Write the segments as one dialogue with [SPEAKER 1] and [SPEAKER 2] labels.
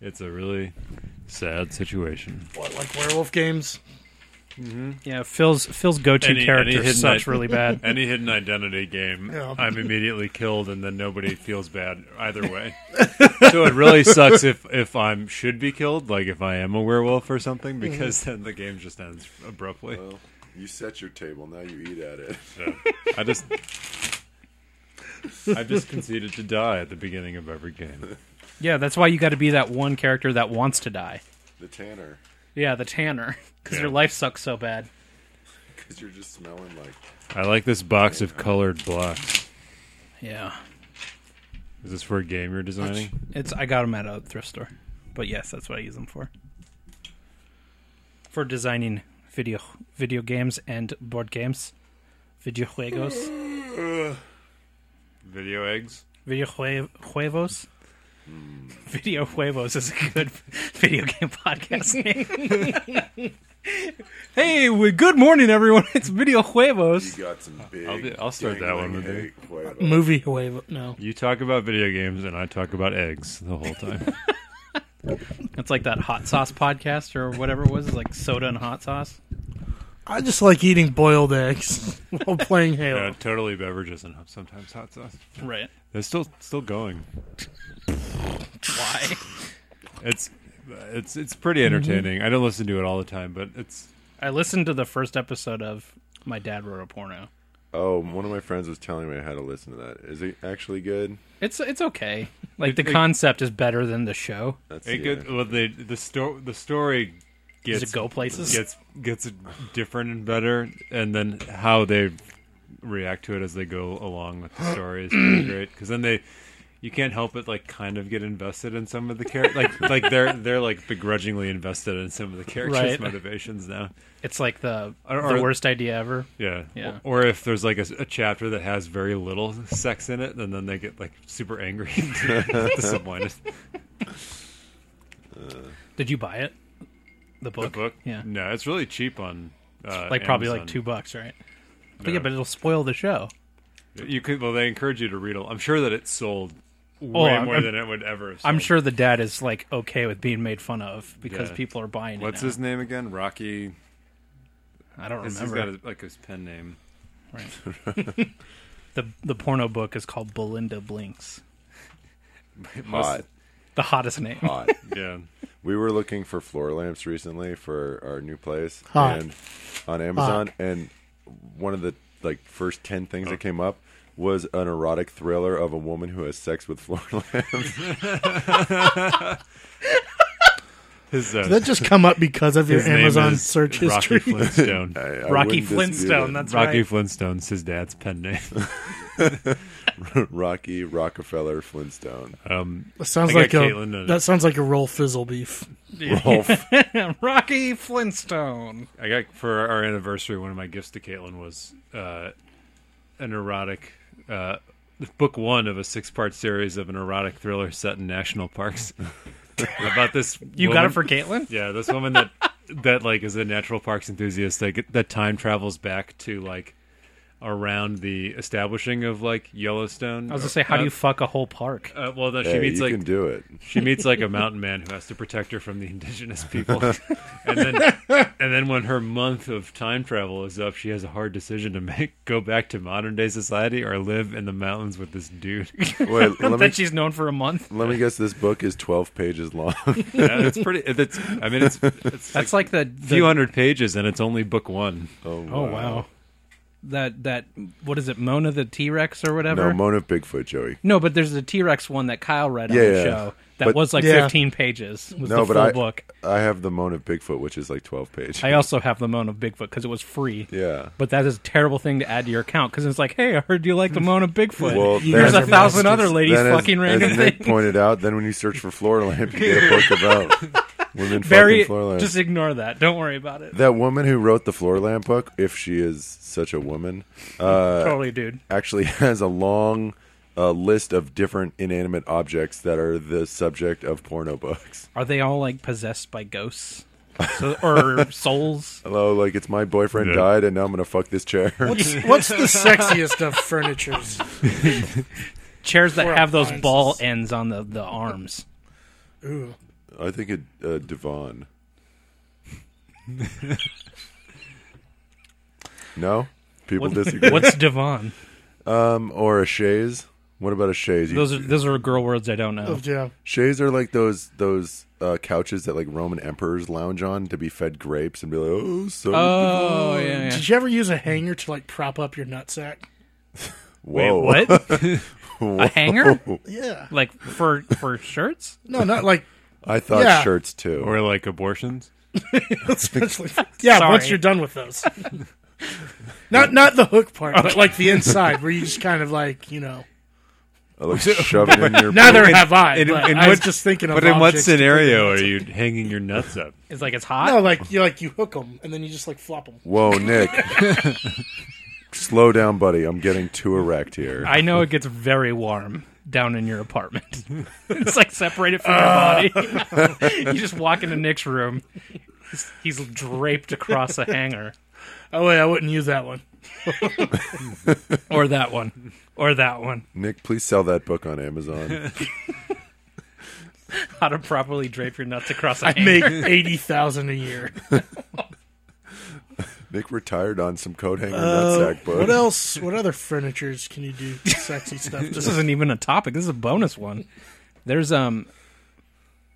[SPEAKER 1] It's a really sad situation.
[SPEAKER 2] What, like werewolf games?
[SPEAKER 3] Yeah, Phil's Phil's go-to
[SPEAKER 1] Any- any
[SPEAKER 3] character
[SPEAKER 1] hidden
[SPEAKER 3] sucks
[SPEAKER 1] id-
[SPEAKER 3] really bad.
[SPEAKER 1] Any hidden identity game,
[SPEAKER 2] Yeah.
[SPEAKER 1] I'm immediately killed, and then nobody feels bad either way. so it really sucks if if I'm should be killed, like if I am a werewolf or something, because then the game just ends abruptly.
[SPEAKER 4] Well, you set your table. Now you eat at it.
[SPEAKER 1] So I just I've just conceded to die at the beginning of every game.
[SPEAKER 3] Yeah, that's why you got to be that one character that wants to die.
[SPEAKER 4] The tanner,
[SPEAKER 3] Yeah, the Tanner, because
[SPEAKER 1] Yeah.
[SPEAKER 3] your life sucks so bad.
[SPEAKER 4] because you're just smelling like
[SPEAKER 1] I like this box of colored blocks.
[SPEAKER 3] Yeah,
[SPEAKER 1] Is this for a game you're designing?
[SPEAKER 3] it's I got them at a thrift store, but yes, that's what I use them for. For designing video video games and board games, video juegos,
[SPEAKER 1] Video eggs.
[SPEAKER 3] video jue- juevos. Video Huevos is a good video game podcast name. hey, we, good morning, everyone. It's Video Huevos.
[SPEAKER 4] you got some big.
[SPEAKER 1] I'll be- I'll start that one with
[SPEAKER 4] dangling egg flavor.
[SPEAKER 2] Movie huevo? No.
[SPEAKER 1] You talk about video games and I talk about eggs the whole time.
[SPEAKER 3] It's like that hot sauce podcast or whatever it was, it's like soda and hot sauce.
[SPEAKER 2] I just like eating boiled eggs while playing Halo.
[SPEAKER 1] yeah, Uh, totally beverages and sometimes hot sauce.
[SPEAKER 3] Right.
[SPEAKER 1] They're still still going.
[SPEAKER 3] Why?
[SPEAKER 1] It's it's it's pretty
[SPEAKER 3] Mm-hmm.
[SPEAKER 1] entertaining. I don't listen to it all the time, but it's
[SPEAKER 3] I listened to the first episode of My Dad Wrote a Porno.
[SPEAKER 4] Oh, one of my friends was telling me how to listen to that. Is it actually good?
[SPEAKER 3] It's it's okay. Like the
[SPEAKER 1] It- it-
[SPEAKER 3] concept is better than the show.
[SPEAKER 4] That's
[SPEAKER 1] it
[SPEAKER 4] yeah.
[SPEAKER 1] gets well, the the story the story
[SPEAKER 3] Does
[SPEAKER 1] gets
[SPEAKER 3] it go places?
[SPEAKER 1] gets gets different and better, and then how they react to it as they go along with the story is pretty great. Because then they, you can't help but like kind of get invested in some of the characters. like like they're they're like begrudgingly invested in some of the characters'
[SPEAKER 3] Right.
[SPEAKER 1] motivations now.
[SPEAKER 3] It's like the
[SPEAKER 1] Or-
[SPEAKER 3] the
[SPEAKER 1] or-
[SPEAKER 3] worst idea ever.
[SPEAKER 1] Yeah.
[SPEAKER 3] Yeah.
[SPEAKER 1] Or, or if there's like a, s- a chapter that has very little sex in it, then then they get like super angry at someone.
[SPEAKER 3] Did you buy it? The book.
[SPEAKER 1] The book.
[SPEAKER 3] Yeah.
[SPEAKER 1] No, it's really cheap on. Uh,
[SPEAKER 3] Like probably like
[SPEAKER 1] Amazon.
[SPEAKER 3] two bucks, right? But
[SPEAKER 1] No.
[SPEAKER 3] yeah, but it'll spoil the show.
[SPEAKER 1] You could. Well, they encourage you to read. A, I'm sure that it sold way
[SPEAKER 3] Oh, I'm-
[SPEAKER 1] more
[SPEAKER 3] I'm-
[SPEAKER 1] than it would ever. Have
[SPEAKER 3] I'm
[SPEAKER 1] sold.
[SPEAKER 3] sure the dad is like okay with being made fun of because
[SPEAKER 1] Yeah.
[SPEAKER 3] people are buying it.
[SPEAKER 1] What's
[SPEAKER 3] now.
[SPEAKER 1] his name again? Rocky.
[SPEAKER 3] I don't
[SPEAKER 1] He's
[SPEAKER 3] remember.
[SPEAKER 1] got his, like his pen name.
[SPEAKER 3] the the porno book is called Belinda Blinks.
[SPEAKER 1] It
[SPEAKER 4] hot.
[SPEAKER 1] must-
[SPEAKER 3] The hottest name.
[SPEAKER 4] Hot.
[SPEAKER 1] Yeah.
[SPEAKER 4] we were looking for floor lamps recently for our new place
[SPEAKER 2] Hot.
[SPEAKER 4] and on Amazon, and one of the like first ten things
[SPEAKER 1] Oh.
[SPEAKER 4] that came up was an erotic thriller of a woman who has sex with floor lamps.
[SPEAKER 1] His, uh,
[SPEAKER 2] Did that just come up because of your
[SPEAKER 1] his name
[SPEAKER 2] Amazon
[SPEAKER 1] is
[SPEAKER 2] search
[SPEAKER 1] Rocky
[SPEAKER 2] history?
[SPEAKER 1] Flintstone.
[SPEAKER 4] I- I
[SPEAKER 3] Rocky
[SPEAKER 4] wouldn't dispute
[SPEAKER 3] Flintstone.
[SPEAKER 4] it.
[SPEAKER 3] That's
[SPEAKER 1] Rocky
[SPEAKER 3] right.
[SPEAKER 1] Flintstone's his dad's pen name.
[SPEAKER 4] Rocky Rockefeller Flintstone.
[SPEAKER 1] Um,
[SPEAKER 2] That sounds
[SPEAKER 1] I got
[SPEAKER 2] like
[SPEAKER 1] Caitlin
[SPEAKER 2] a
[SPEAKER 1] to-
[SPEAKER 2] that sounds like a roll fizzle beef.
[SPEAKER 4] Rolf.
[SPEAKER 3] Rocky Flintstone.
[SPEAKER 1] I got for our anniversary. One of my gifts to Caitlin was uh, an erotic. Uh, Book one of a six-part series of an erotic thriller set in national parks about this.
[SPEAKER 3] You got it
[SPEAKER 1] woman-
[SPEAKER 3] for Caitlin?
[SPEAKER 1] Yeah, this woman that that like is a natural parks enthusiast that get- that time travels back to like around the establishing of like Yellowstone.
[SPEAKER 3] I was gonna say, how do you fuck a whole park?
[SPEAKER 1] Uh, well, no, she
[SPEAKER 4] Hey,
[SPEAKER 1] meets
[SPEAKER 4] you
[SPEAKER 1] like
[SPEAKER 4] can do it.
[SPEAKER 1] she meets like a mountain man who has to protect her from the indigenous people, and then and then when her month of time travel is up, she has a hard decision to make: go back to modern day society or live in the mountains with this dude.
[SPEAKER 4] Wait, let me
[SPEAKER 3] that she's known for a month.
[SPEAKER 4] let me guess. This book is twelve pages long.
[SPEAKER 1] Yeah, it's pretty. It's I mean, it's it's
[SPEAKER 3] That's like the,
[SPEAKER 1] a
[SPEAKER 3] the
[SPEAKER 1] few hundred pages, and it's only book one.
[SPEAKER 4] oh,
[SPEAKER 3] Oh wow. That that what is it? Mona the T Rex or whatever.
[SPEAKER 4] No, Mona Bigfoot Joey.
[SPEAKER 3] No, but there's a T Rex one that Kyle read
[SPEAKER 4] Yeah,
[SPEAKER 3] on the
[SPEAKER 4] yeah.
[SPEAKER 3] show that
[SPEAKER 4] But-
[SPEAKER 3] was like
[SPEAKER 2] Yeah.
[SPEAKER 3] 15 pages. Was
[SPEAKER 4] No,
[SPEAKER 3] the
[SPEAKER 4] but
[SPEAKER 3] full
[SPEAKER 4] I
[SPEAKER 3] book.
[SPEAKER 4] I have the Mona Bigfoot, which is like twelve pages.
[SPEAKER 3] I also have the Mona Bigfoot because it was free.
[SPEAKER 4] yeah.
[SPEAKER 3] But that is a terrible thing to add to your account because it's like, hey, I heard you like the Mona Bigfoot.
[SPEAKER 4] Well,
[SPEAKER 3] Here's
[SPEAKER 2] then-
[SPEAKER 3] a thousand
[SPEAKER 2] Bastards.
[SPEAKER 3] other ladies
[SPEAKER 4] Then as-
[SPEAKER 3] fucking
[SPEAKER 4] as
[SPEAKER 3] random
[SPEAKER 4] Nick
[SPEAKER 3] things.
[SPEAKER 4] pointed out, then when you search for floor lamp, you get a book about women
[SPEAKER 3] Very,
[SPEAKER 4] fucking floor lamp.
[SPEAKER 3] just ignore that. Don't worry about it.
[SPEAKER 4] that woman who wrote the floor lamp book, if she is such a woman, uh,
[SPEAKER 3] totally, dude.
[SPEAKER 4] actually has a long uh, list of different inanimate objects that are the subject of porno books.
[SPEAKER 3] Are they all like possessed by ghosts so, or souls?
[SPEAKER 4] Hello, like it's my boyfriend
[SPEAKER 1] Yeah.
[SPEAKER 4] died, and now I'm gonna fuck this chair.
[SPEAKER 2] What's what's the sexiest of furnitures?
[SPEAKER 3] Chairs that
[SPEAKER 2] Or
[SPEAKER 3] have those ball
[SPEAKER 2] appliances.
[SPEAKER 3] ends on the, the arms.
[SPEAKER 2] Ooh,
[SPEAKER 4] I think it uh, Devon. no, people
[SPEAKER 3] What-
[SPEAKER 4] disagree.
[SPEAKER 3] What's Devon?
[SPEAKER 4] Um, or a chaise. What about a chaise? You-
[SPEAKER 3] Those are those are girl words I don't know.
[SPEAKER 2] Oh, yeah.
[SPEAKER 4] Shays are like those those uh, couches that like Roman emperors lounge on to be fed grapes and be like, oh, so
[SPEAKER 3] Oh yeah. yeah.
[SPEAKER 2] Did you ever use a hanger to like prop up your nutsack?
[SPEAKER 3] Wait,
[SPEAKER 4] whoa,
[SPEAKER 3] what?
[SPEAKER 4] Whoa.
[SPEAKER 3] A hanger?
[SPEAKER 2] Yeah.
[SPEAKER 3] Like for for shirts?
[SPEAKER 2] No, not like
[SPEAKER 4] I thought
[SPEAKER 2] Yeah.
[SPEAKER 4] shirts too.
[SPEAKER 1] or like abortions.
[SPEAKER 2] especially. Yeah,
[SPEAKER 3] Sorry.
[SPEAKER 2] once you're done with those. not not the hook part, but like the inside where you just kind of like you know.
[SPEAKER 4] I like shove it in your.
[SPEAKER 2] Neither
[SPEAKER 1] in-
[SPEAKER 2] have I.
[SPEAKER 1] in-
[SPEAKER 2] but
[SPEAKER 1] in
[SPEAKER 2] I was
[SPEAKER 1] what-
[SPEAKER 2] just thinking. Of
[SPEAKER 1] But in what
[SPEAKER 2] objects to put
[SPEAKER 1] scenario
[SPEAKER 2] in.
[SPEAKER 1] are you hanging your nuts up?
[SPEAKER 3] It's like it's hot.
[SPEAKER 2] No, like you like you hook them and then you just like flop them.
[SPEAKER 4] Whoa, Nick. Slow down, buddy. I'm getting too erect here.
[SPEAKER 3] I know it gets very warm down in your apartment. it's like separated from your body. you just walk into Nick's room. He's, he's draped across a hanger,
[SPEAKER 2] Oh wait, I wouldn't use that one.
[SPEAKER 3] or that one, or that one.
[SPEAKER 4] Nick, please sell that book on Amazon.
[SPEAKER 3] How to properly drape your nuts across a hanger.
[SPEAKER 2] Make eighty thousand a year.
[SPEAKER 4] Nick retired on some coat hanger
[SPEAKER 2] Uh,
[SPEAKER 4] nutsack book.
[SPEAKER 2] what else? What other furnitures can you do sexy stuff?
[SPEAKER 3] this
[SPEAKER 2] To?
[SPEAKER 3] isn't even a topic. This is a bonus one. There's um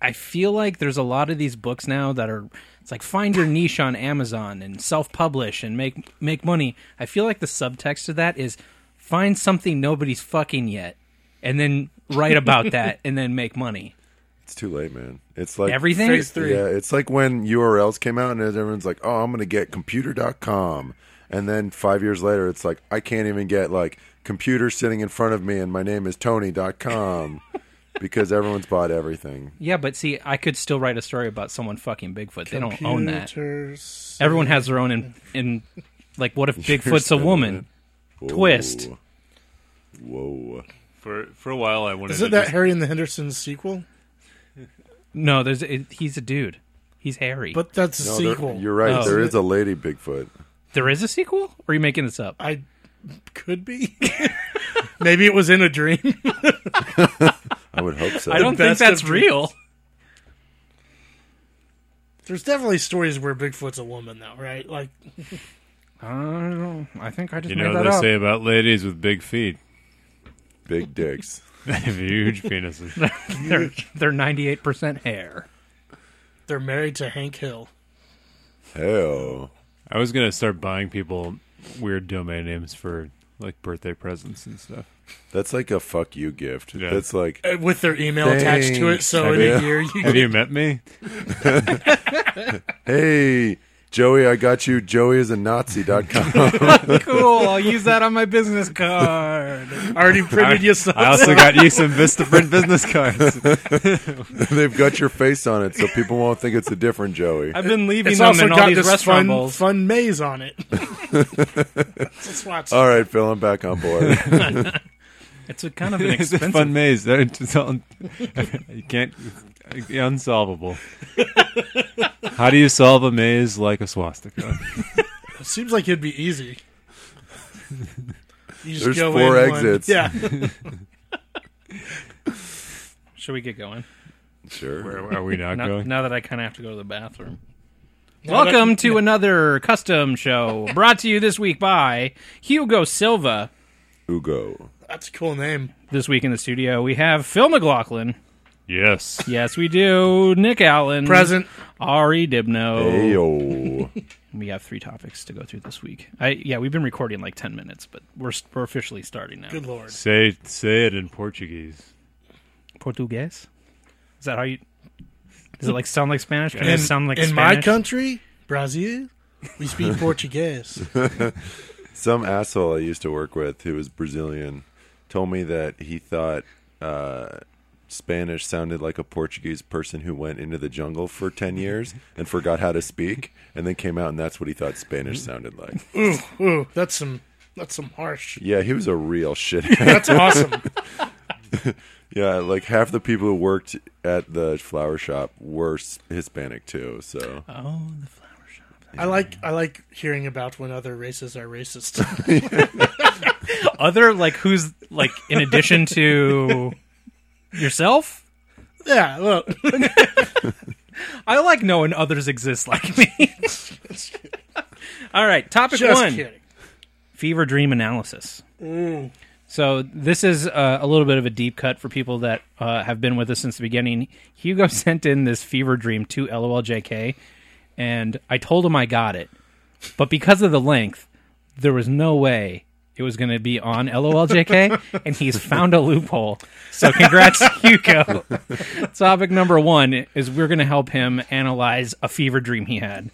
[SPEAKER 3] I feel like there's a lot of these books now that are it's like find your niche on Amazon and self-publish and make make money. I feel like the subtext of that is find something nobody's fucking yet and then write about that and then make money.
[SPEAKER 4] It's too late, man. It's like
[SPEAKER 3] Everything? Phase three.
[SPEAKER 4] Yeah, it's like when URLs came out and everyone's like, "Oh, I'm going to get computer.com." And then 5 years later, it's like, "I can't even get like computer sitting in front of me and my name is tony.com." because everyone's bought everything.
[SPEAKER 3] Yeah, but see, I could still write a story about someone fucking Bigfoot. They don't own that.
[SPEAKER 2] Computers.
[SPEAKER 3] Everyone has their own in in like what if Bigfoot's a
[SPEAKER 4] spinning
[SPEAKER 3] woman?
[SPEAKER 4] it. Whoa.
[SPEAKER 3] Twist.
[SPEAKER 4] Whoa.
[SPEAKER 1] For for a while, I wanted
[SPEAKER 2] Is it
[SPEAKER 1] to
[SPEAKER 2] that
[SPEAKER 1] just-
[SPEAKER 2] Harry and the Hendersons sequel?
[SPEAKER 3] No, there's it, he's a dude. He's hairy.
[SPEAKER 2] But that's a
[SPEAKER 4] No, there-
[SPEAKER 2] sequel.
[SPEAKER 4] You're right.
[SPEAKER 3] Oh.
[SPEAKER 4] There is a lady Bigfoot.
[SPEAKER 3] There is a sequel? Or are you making this up?
[SPEAKER 2] I could be. Maybe it was in a dream.
[SPEAKER 4] I would hope so.
[SPEAKER 3] I don't think
[SPEAKER 2] best of
[SPEAKER 3] that's real.
[SPEAKER 2] There's definitely stories where Bigfoot's a woman, though, right? Like,
[SPEAKER 3] I don't know. I think I just
[SPEAKER 1] you
[SPEAKER 3] made
[SPEAKER 1] know what
[SPEAKER 3] that
[SPEAKER 1] they
[SPEAKER 3] up.
[SPEAKER 1] say about ladies with big feet,
[SPEAKER 4] Big dicks.
[SPEAKER 1] they have huge penises.
[SPEAKER 3] they're they're ninety eight percent hair.
[SPEAKER 2] they're married to Hank Hill.
[SPEAKER 4] Hell.
[SPEAKER 1] I was gonna start buying people weird domain names for like birthday presents and stuff.
[SPEAKER 4] That's like a fuck you gift.
[SPEAKER 1] Yeah.
[SPEAKER 4] That's like
[SPEAKER 2] Uh, With their email attached to it,
[SPEAKER 4] Thanks.
[SPEAKER 2] so in
[SPEAKER 1] Yeah.
[SPEAKER 2] a year you
[SPEAKER 1] Have you met me?
[SPEAKER 4] Hey, Joey, I got you. Joey is a Nazi.com.
[SPEAKER 3] Cool, I'll use that on my business card.
[SPEAKER 2] already printed you something.
[SPEAKER 1] I also got you some Vistaprint business cards.
[SPEAKER 4] They've got your face on it, so people won't think it's a different Joey.
[SPEAKER 3] I've been leaving
[SPEAKER 2] it's
[SPEAKER 3] them
[SPEAKER 2] also
[SPEAKER 3] in all
[SPEAKER 2] got
[SPEAKER 3] these
[SPEAKER 2] this
[SPEAKER 3] restaurant
[SPEAKER 2] fun,
[SPEAKER 3] bowls.
[SPEAKER 2] fun maze on it. Let's watch.
[SPEAKER 4] All right, Phil, I'm back on board.
[SPEAKER 3] It's a kind of an
[SPEAKER 1] it's a
[SPEAKER 3] expensive
[SPEAKER 1] fun maze. That- it's all- you can't. it's Unsolvable. How do you solve a maze like a swastika?
[SPEAKER 2] It seems like it'd be easy. You just
[SPEAKER 4] There's
[SPEAKER 2] go
[SPEAKER 4] four
[SPEAKER 2] in one-
[SPEAKER 4] exits.
[SPEAKER 2] yeah,
[SPEAKER 3] Should we get going?
[SPEAKER 4] Sure.
[SPEAKER 1] Where are we not
[SPEAKER 3] Now,
[SPEAKER 1] going?
[SPEAKER 3] now that I kinda have to go to the bathroom.
[SPEAKER 2] Now that-
[SPEAKER 3] Welcome to another custom show brought to you this week by Hugo Silva.
[SPEAKER 4] Ugo.
[SPEAKER 2] That's a cool name.
[SPEAKER 3] This week in the studio we have Phil McLaughlin.
[SPEAKER 1] Yes.
[SPEAKER 3] Yes, we do. Nick Allen.
[SPEAKER 2] Present.
[SPEAKER 3] Mm-hmm. Ari
[SPEAKER 1] Oh.
[SPEAKER 3] Dibno.
[SPEAKER 4] Ayo.
[SPEAKER 3] We have three topics to go through this week. I yeah, we've been recording like ten minutes, but we're we're officially starting now.
[SPEAKER 2] Good lord.
[SPEAKER 1] Say say it in Portuguese.
[SPEAKER 3] Portuguese? Is that how you? Does it like sound like Spanish? Can
[SPEAKER 2] in,
[SPEAKER 3] it sound like
[SPEAKER 2] in
[SPEAKER 3] Spanish?
[SPEAKER 2] my country, Brazil, we speak Portuguese.
[SPEAKER 4] Some asshole I used to work with who was Brazilian told me that he thought uh, Spanish sounded like a Portuguese person who went into the jungle for 10 years and forgot how to speak and then came out and that's what he thought Spanish
[SPEAKER 1] Hmm?
[SPEAKER 4] sounded like.
[SPEAKER 2] ooh, ooh, that's some that's some harsh.
[SPEAKER 4] Yeah, he was a real shit.
[SPEAKER 2] That's awesome.
[SPEAKER 4] Yeah, like half the people who worked at the flower shop were s- Hispanic too. So
[SPEAKER 3] Oh, the flower shop.
[SPEAKER 2] I like I like hearing about when other races are racist.
[SPEAKER 3] Other like who's like in addition to yourself?
[SPEAKER 2] yeah, well,
[SPEAKER 3] I like knowing others exist like me. All right, topic
[SPEAKER 2] Just
[SPEAKER 3] one:
[SPEAKER 2] kidding.
[SPEAKER 3] fever dream analysis. So this is uh, a little bit of a deep cut for people that uh, have been with us since the beginning. Hugo sent in this fever dream to LOLJK, and I told him I got it, but because of the length, there was no way it was going to be on LOLJK, and he's found a loophole. So congrats, Hugo. Topic number one is we're going to help him analyze a fever dream he had.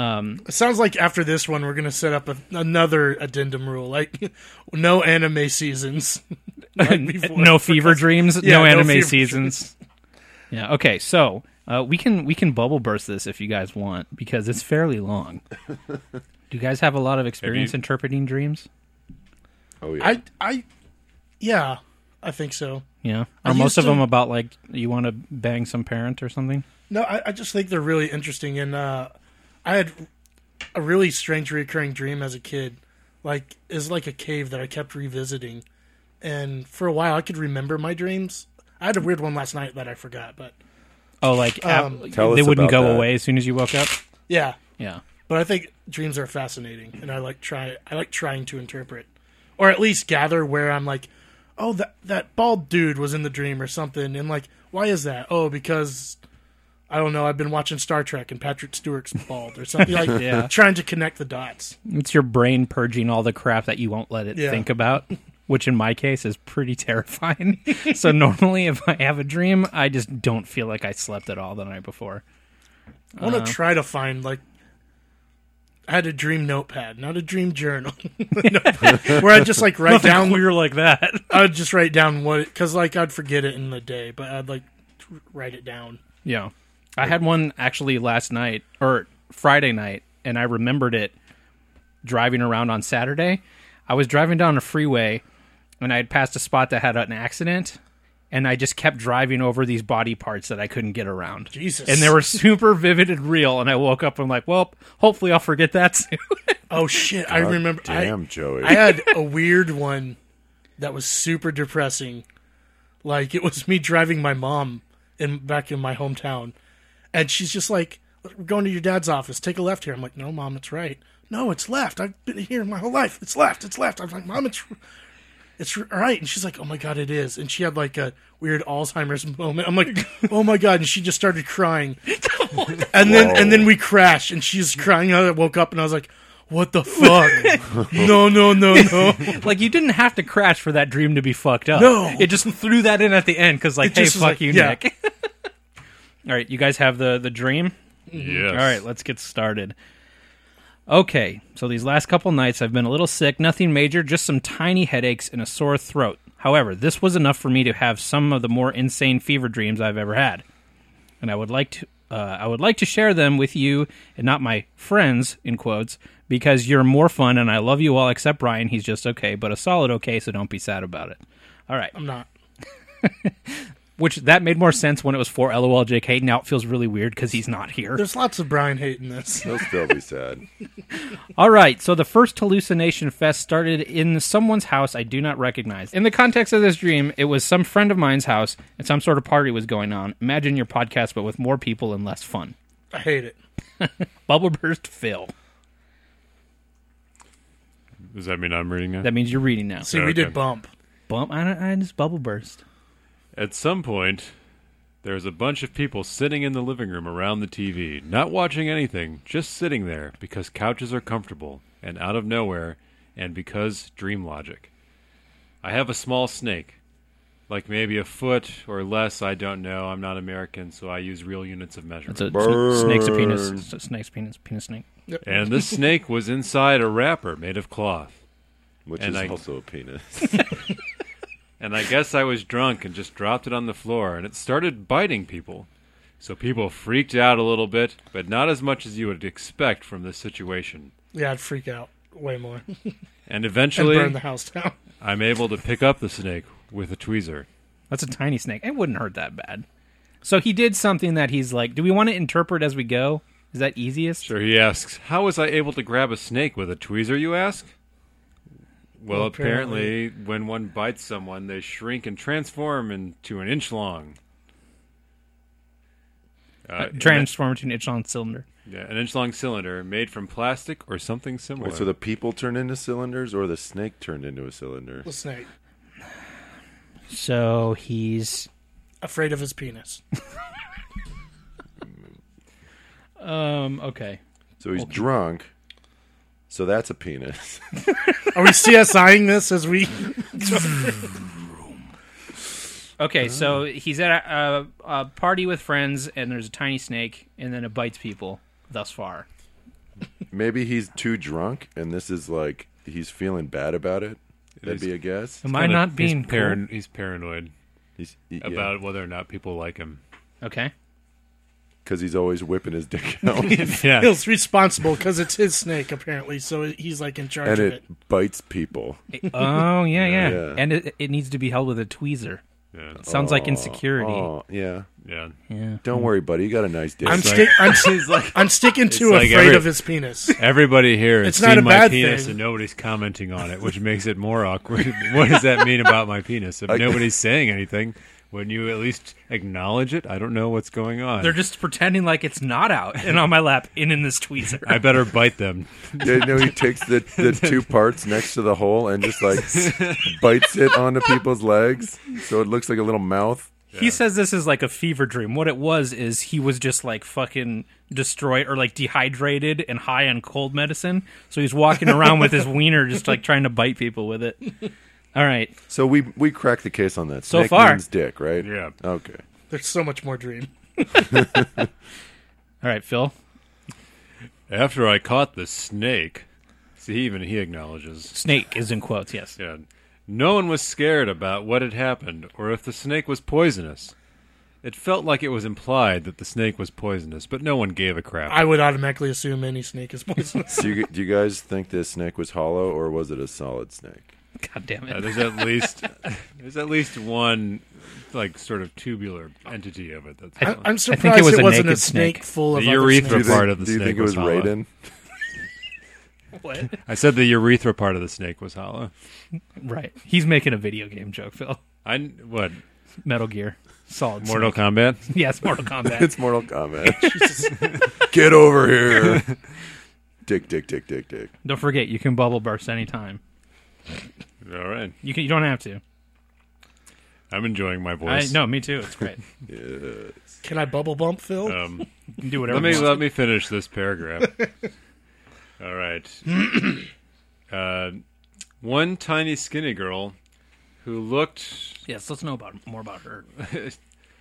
[SPEAKER 2] It sounds like after this one, we're going to set up a, another addendum rule, like no anime seasons. Like before.
[SPEAKER 3] no fever dreams,
[SPEAKER 2] Yeah,
[SPEAKER 3] no
[SPEAKER 2] no
[SPEAKER 3] anime
[SPEAKER 2] fever
[SPEAKER 3] seasons. Yeah. Okay. So uh, we can we can bubble burst this if you guys want because it's fairly long. Do you guys have a lot of experience interpreting dreams?
[SPEAKER 4] Oh yeah.
[SPEAKER 2] I, I, yeah, I think so.
[SPEAKER 3] Yeah.
[SPEAKER 2] I
[SPEAKER 3] Are most
[SPEAKER 2] used
[SPEAKER 3] of
[SPEAKER 2] to-
[SPEAKER 3] them about like you want to bang some parent or something?
[SPEAKER 2] No, I, I just think they're really interesting. And uh, I had a really strange recurring dream as a kid. Like, is like a cave that I kept revisiting, and for a while I could remember my dreams. I had a weird one last night that I forgot, but
[SPEAKER 3] Oh, like
[SPEAKER 2] Um,
[SPEAKER 3] ab-
[SPEAKER 4] Tell
[SPEAKER 3] they
[SPEAKER 4] us
[SPEAKER 3] wouldn't
[SPEAKER 4] about
[SPEAKER 3] go
[SPEAKER 4] that.
[SPEAKER 3] away as soon as you woke up.
[SPEAKER 2] yeah.
[SPEAKER 3] Yeah.
[SPEAKER 2] But I think dreams are fascinating, and I like try I like trying to interpret, or at least gather where I'm like, oh that that bald dude was in the dream or something, and like why is that? Oh because. I don't know. I've been watching Star Trek and Patrick Stewart's bald or something like
[SPEAKER 3] Yeah.
[SPEAKER 2] trying to connect the dots.
[SPEAKER 3] It's your brain purging all the crap that you won't let it
[SPEAKER 2] Yeah.
[SPEAKER 3] think about, which in my case is pretty terrifying. so normally if I have a dream, I just don't feel like I slept at all the night before.
[SPEAKER 2] I
[SPEAKER 3] Uh-huh.
[SPEAKER 2] want to try to find like I had a dream notepad, not a dream journal, Notepad, where I just like write down.
[SPEAKER 3] weird like that.
[SPEAKER 2] I would just write down what because like I'd forget it in the day, but I'd like tr- write it down.
[SPEAKER 3] Yeah. I had one actually last night or Friday night, and I remembered it driving around on Saturday. I was driving down a freeway and I had passed a spot that had an accident, and I just kept driving over these body parts that I couldn't get around.
[SPEAKER 2] Jesus.
[SPEAKER 3] And they were super vivid and real, and I woke up and I'm like, well, hopefully I'll forget that soon.
[SPEAKER 2] Oh shit! I remember. I-
[SPEAKER 4] Damn, Joey.
[SPEAKER 2] I had a weird one that was super depressing. Like it was me driving my mom in back in my hometown, and she's just like, "We're going to your dad's office. Take a left here." I'm like, "No, mom, it's right. No, it's left. I've been here my whole life. It's left. It's left." I'm like, "Mom, it's." It's right, and she's like, "Oh my god, it is!" And she had like a weird Alzheimer's moment. I'm like, "Oh my god!" And she just started crying, and then and then we crashed, and she's crying. I woke up, and I was like, "What the fuck? no, no, no, no!"
[SPEAKER 3] like, you didn't have to crash for that dream to be fucked up.
[SPEAKER 2] No.
[SPEAKER 3] It just threw that in at the end because, like,
[SPEAKER 2] It
[SPEAKER 3] hey,
[SPEAKER 2] just
[SPEAKER 3] fuck
[SPEAKER 2] was like,
[SPEAKER 3] you,
[SPEAKER 2] yeah.
[SPEAKER 3] Nick. All right, you guys have the, the dream?
[SPEAKER 1] Yes.
[SPEAKER 3] Mm-hmm. All right, let's get started. Okay, so these last couple nights I've been a little sick, nothing major, just some tiny headaches and a sore throat. However, this was enough for me to have some of the more insane fever dreams I've ever had. And I would like to uh, I would like to share them with you and not my friends in quotes because you're more fun and I love you all except Brian, he's just okay, but a solid okay, so don't be sad about it. All right.
[SPEAKER 2] I'm not.
[SPEAKER 3] Which that made more sense when it was for LOLJK. Now it feels really weird cuz he's not here.
[SPEAKER 2] There's lots of Brian hating this.
[SPEAKER 4] He'll still be sad.
[SPEAKER 3] All right, so the first hallucination fest started in someone's house I do not recognize. In the context of this dream, it was some friend of mine's house and some sort of party was going on. Imagine your podcast, but with more people and less fun.
[SPEAKER 2] I hate it.
[SPEAKER 3] Bubble burst Phil.
[SPEAKER 1] Does that mean I'm reading it?
[SPEAKER 3] That means you're reading now.
[SPEAKER 2] See, we
[SPEAKER 1] Okay.
[SPEAKER 2] did bump.
[SPEAKER 3] Bump. I, don't- I just bubble burst.
[SPEAKER 1] At some point, there's a bunch of people sitting in the living room around the TV, not watching anything, just sitting there because couches are comfortable and out of nowhere, and because dream logic. I have a small snake, like maybe a foot or less. I don't know. I'm not American, so I use real units of measurement.
[SPEAKER 3] It's a it's a- snake's a penis. It's a snake's penis. Penis snake.
[SPEAKER 1] and this snake was inside a wrapper made of cloth.
[SPEAKER 4] Which
[SPEAKER 1] And
[SPEAKER 4] is
[SPEAKER 1] I-
[SPEAKER 4] also a penis.
[SPEAKER 1] And I guess I was drunk and just dropped it on the floor, and it started biting people. So people freaked out a little bit, but not as much as you would expect from this situation.
[SPEAKER 2] Yeah, I'd freak out way more
[SPEAKER 1] And
[SPEAKER 2] and burn the
[SPEAKER 1] eventually,
[SPEAKER 2] house down.
[SPEAKER 1] I'm able to pick up the snake with a tweezer.
[SPEAKER 3] That's a tiny snake. It wouldn't hurt that bad. So he did something that he's like. Do we want to interpret as we go? Is that easiest?
[SPEAKER 1] Sure, he asks, How was I able to grab a snake with a tweezer, you ask? Well, apparently, when one bites someone, they shrink and transform into an inch long. Uh,
[SPEAKER 3] Transformed into an inch long cylinder.
[SPEAKER 1] yeah, an inch long cylinder made from plastic or something similar.
[SPEAKER 4] Wait, so the people turned into cylinders, or the snake turned into a cylinder?
[SPEAKER 2] The snake.
[SPEAKER 3] So he's
[SPEAKER 2] Afraid of his penis.
[SPEAKER 3] um okay.
[SPEAKER 4] So he's drunk. So that's a penis.
[SPEAKER 2] Are we CSIing this as we.
[SPEAKER 3] Okay, so he's at a, a, a party with friends, and there's a tiny snake, and then it bites people. Thus far,
[SPEAKER 4] Maybe he's too drunk, and this is like he's feeling bad about it. That'd
[SPEAKER 1] is-
[SPEAKER 4] be a guess.
[SPEAKER 3] am I not being
[SPEAKER 1] he's, paran- he's paranoid
[SPEAKER 4] He's, he,
[SPEAKER 1] about whether or not people like him.
[SPEAKER 3] cool? Okay,
[SPEAKER 4] because he's always whipping his dick out,
[SPEAKER 1] yeah,
[SPEAKER 2] Feels responsible because it's his snake, apparently, so he's like in charge
[SPEAKER 4] and
[SPEAKER 2] of
[SPEAKER 4] it bites people.
[SPEAKER 3] Oh yeah, yeah,
[SPEAKER 4] Yeah.
[SPEAKER 3] and it, it needs to be held with a tweezer.
[SPEAKER 1] yeah,
[SPEAKER 3] Sounds like insecurity.
[SPEAKER 4] Oh yeah.
[SPEAKER 1] yeah.
[SPEAKER 3] Yeah.
[SPEAKER 1] Mm.
[SPEAKER 4] Don't worry, buddy. You got a nice dick.
[SPEAKER 2] I'm,
[SPEAKER 1] like-
[SPEAKER 2] stick I'm,
[SPEAKER 1] He's like
[SPEAKER 2] I'm sticking to
[SPEAKER 1] like
[SPEAKER 2] afraid
[SPEAKER 1] every-
[SPEAKER 2] of his penis.
[SPEAKER 1] everybody here has
[SPEAKER 2] It's not
[SPEAKER 1] seen
[SPEAKER 2] a
[SPEAKER 1] my
[SPEAKER 2] bad
[SPEAKER 1] penis
[SPEAKER 2] thing.
[SPEAKER 1] and nobody's commenting on it, which makes it more awkward. what does that mean about my penis? If
[SPEAKER 4] I-
[SPEAKER 1] nobody's saying anything, wouldn't you at least acknowledge it? I don't know what's going on.
[SPEAKER 3] They're just pretending like it's not out and on my lap and in this tweezer.
[SPEAKER 1] I better bite them.
[SPEAKER 4] Yeah, no, he takes the, the two parts next to the hole and just like bites it onto people's legs, so it looks like a little mouth.
[SPEAKER 3] He says this is like a fever dream. What it was is he was just like fucking destroyed or like dehydrated and high on cold medicine. So he's walking around with his wiener just like trying to bite people with it. All right.
[SPEAKER 4] So we we cracked the case on that.
[SPEAKER 3] So
[SPEAKER 4] Snake
[SPEAKER 3] far.
[SPEAKER 4] means dick, right?
[SPEAKER 1] Yeah.
[SPEAKER 4] Okay.
[SPEAKER 2] There's so much more dream.
[SPEAKER 3] All right, Phil.
[SPEAKER 1] After I caught the snake, see, even he acknowledges.
[SPEAKER 3] Snake is in quotes, yes.
[SPEAKER 1] Yeah. No one was scared about what had happened or if the snake was poisonous. It felt like it was implied that the snake was poisonous, but no one gave a crap.
[SPEAKER 2] I would automatically assume any snake is poisonous.
[SPEAKER 4] Do you, do you guys think this snake was hollow or was it a solid snake?
[SPEAKER 3] God damn
[SPEAKER 1] Uh,
[SPEAKER 3] it.
[SPEAKER 1] there's at least there's at least one like sort of tubular entity of it. That's
[SPEAKER 2] I- I'm surprised
[SPEAKER 3] it
[SPEAKER 2] it,
[SPEAKER 3] was a
[SPEAKER 2] was not a
[SPEAKER 3] naked
[SPEAKER 2] snake,
[SPEAKER 3] snake.
[SPEAKER 2] full of
[SPEAKER 1] The
[SPEAKER 2] other
[SPEAKER 1] urethra
[SPEAKER 4] Do you
[SPEAKER 2] snakes.
[SPEAKER 1] The
[SPEAKER 4] think,
[SPEAKER 1] part of the
[SPEAKER 4] do you
[SPEAKER 1] snake
[SPEAKER 4] think it
[SPEAKER 1] was
[SPEAKER 4] was
[SPEAKER 1] hollow.
[SPEAKER 4] Raiden?
[SPEAKER 3] What?
[SPEAKER 1] I said the urethra part of the snake was hollow.
[SPEAKER 3] Right. He's making a video game joke, Phil.
[SPEAKER 1] I kn- what
[SPEAKER 3] Metal Gear. Solid. Snake.
[SPEAKER 1] Mortal Kombat?
[SPEAKER 3] Yes, Mortal Kombat.
[SPEAKER 4] It's Mortal Kombat. Get over here. Dick, dick, dick, dick, dick.
[SPEAKER 3] Don't forget, you can bubble burst anytime.
[SPEAKER 1] All right,
[SPEAKER 3] You can. You don't have to.
[SPEAKER 1] I'm enjoying my
[SPEAKER 3] I
[SPEAKER 1] voice.
[SPEAKER 3] no, me too. It's great.
[SPEAKER 2] Can I bubble bump, Phil?
[SPEAKER 1] Um,
[SPEAKER 3] You can do whatever.
[SPEAKER 1] let me
[SPEAKER 3] you want.
[SPEAKER 1] let me finish this paragraph. All right. Uh, one tiny skinny girl who looked
[SPEAKER 3] Yes, let's know about more about her.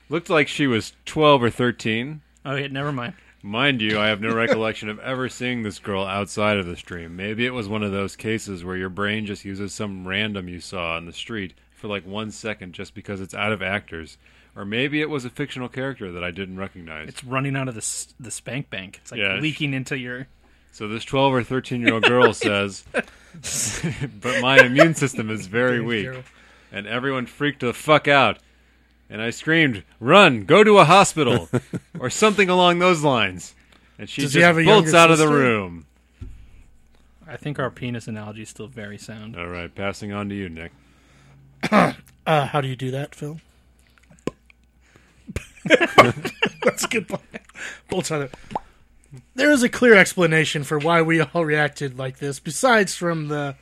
[SPEAKER 1] looked like she was 12 or 13
[SPEAKER 3] Oh, yeah, never mind.
[SPEAKER 1] Mind you, I have no recollection of ever seeing this girl outside of the stream. Maybe it was one of those cases where your brain just uses some random you saw on the street for like one second just because it's out of actors. Or maybe it was a fictional character that I didn't recognize.
[SPEAKER 3] It's running out of the s- the spank bank. It's like
[SPEAKER 1] Yeah.
[SPEAKER 3] leaking into your.
[SPEAKER 1] So this 12 or 13 year old girl says, But my immune system is very weak.
[SPEAKER 2] Gerald.
[SPEAKER 1] And everyone freaked the fuck out. And I screamed, Run, go to a hospital, or something along those lines. And she
[SPEAKER 2] Does he
[SPEAKER 1] just
[SPEAKER 2] have a
[SPEAKER 1] bolts
[SPEAKER 2] younger
[SPEAKER 1] out of the
[SPEAKER 2] sister?
[SPEAKER 1] room.
[SPEAKER 3] I think our penis analogy is still very sound.
[SPEAKER 1] All right, passing on to you, Nick.
[SPEAKER 2] Uh, how do you do that, Phil? That's a good point. Both on it. There is a clear explanation for why we all reacted like this, besides from the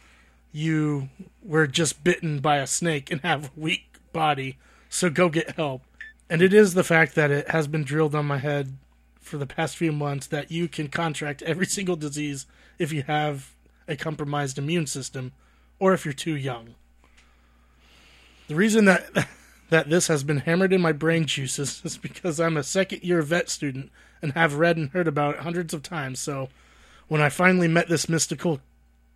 [SPEAKER 2] you were just bitten by a snake and have a weak body, so go get help. And it is the fact that it has been drilled on my head for the past few months that you can contract every single disease if you have a compromised immune system or if you're too young. The reason that that this has been hammered in my brain juices is because I'm a second year vet student and have read and heard about it hundreds of times. So when I finally met this mystical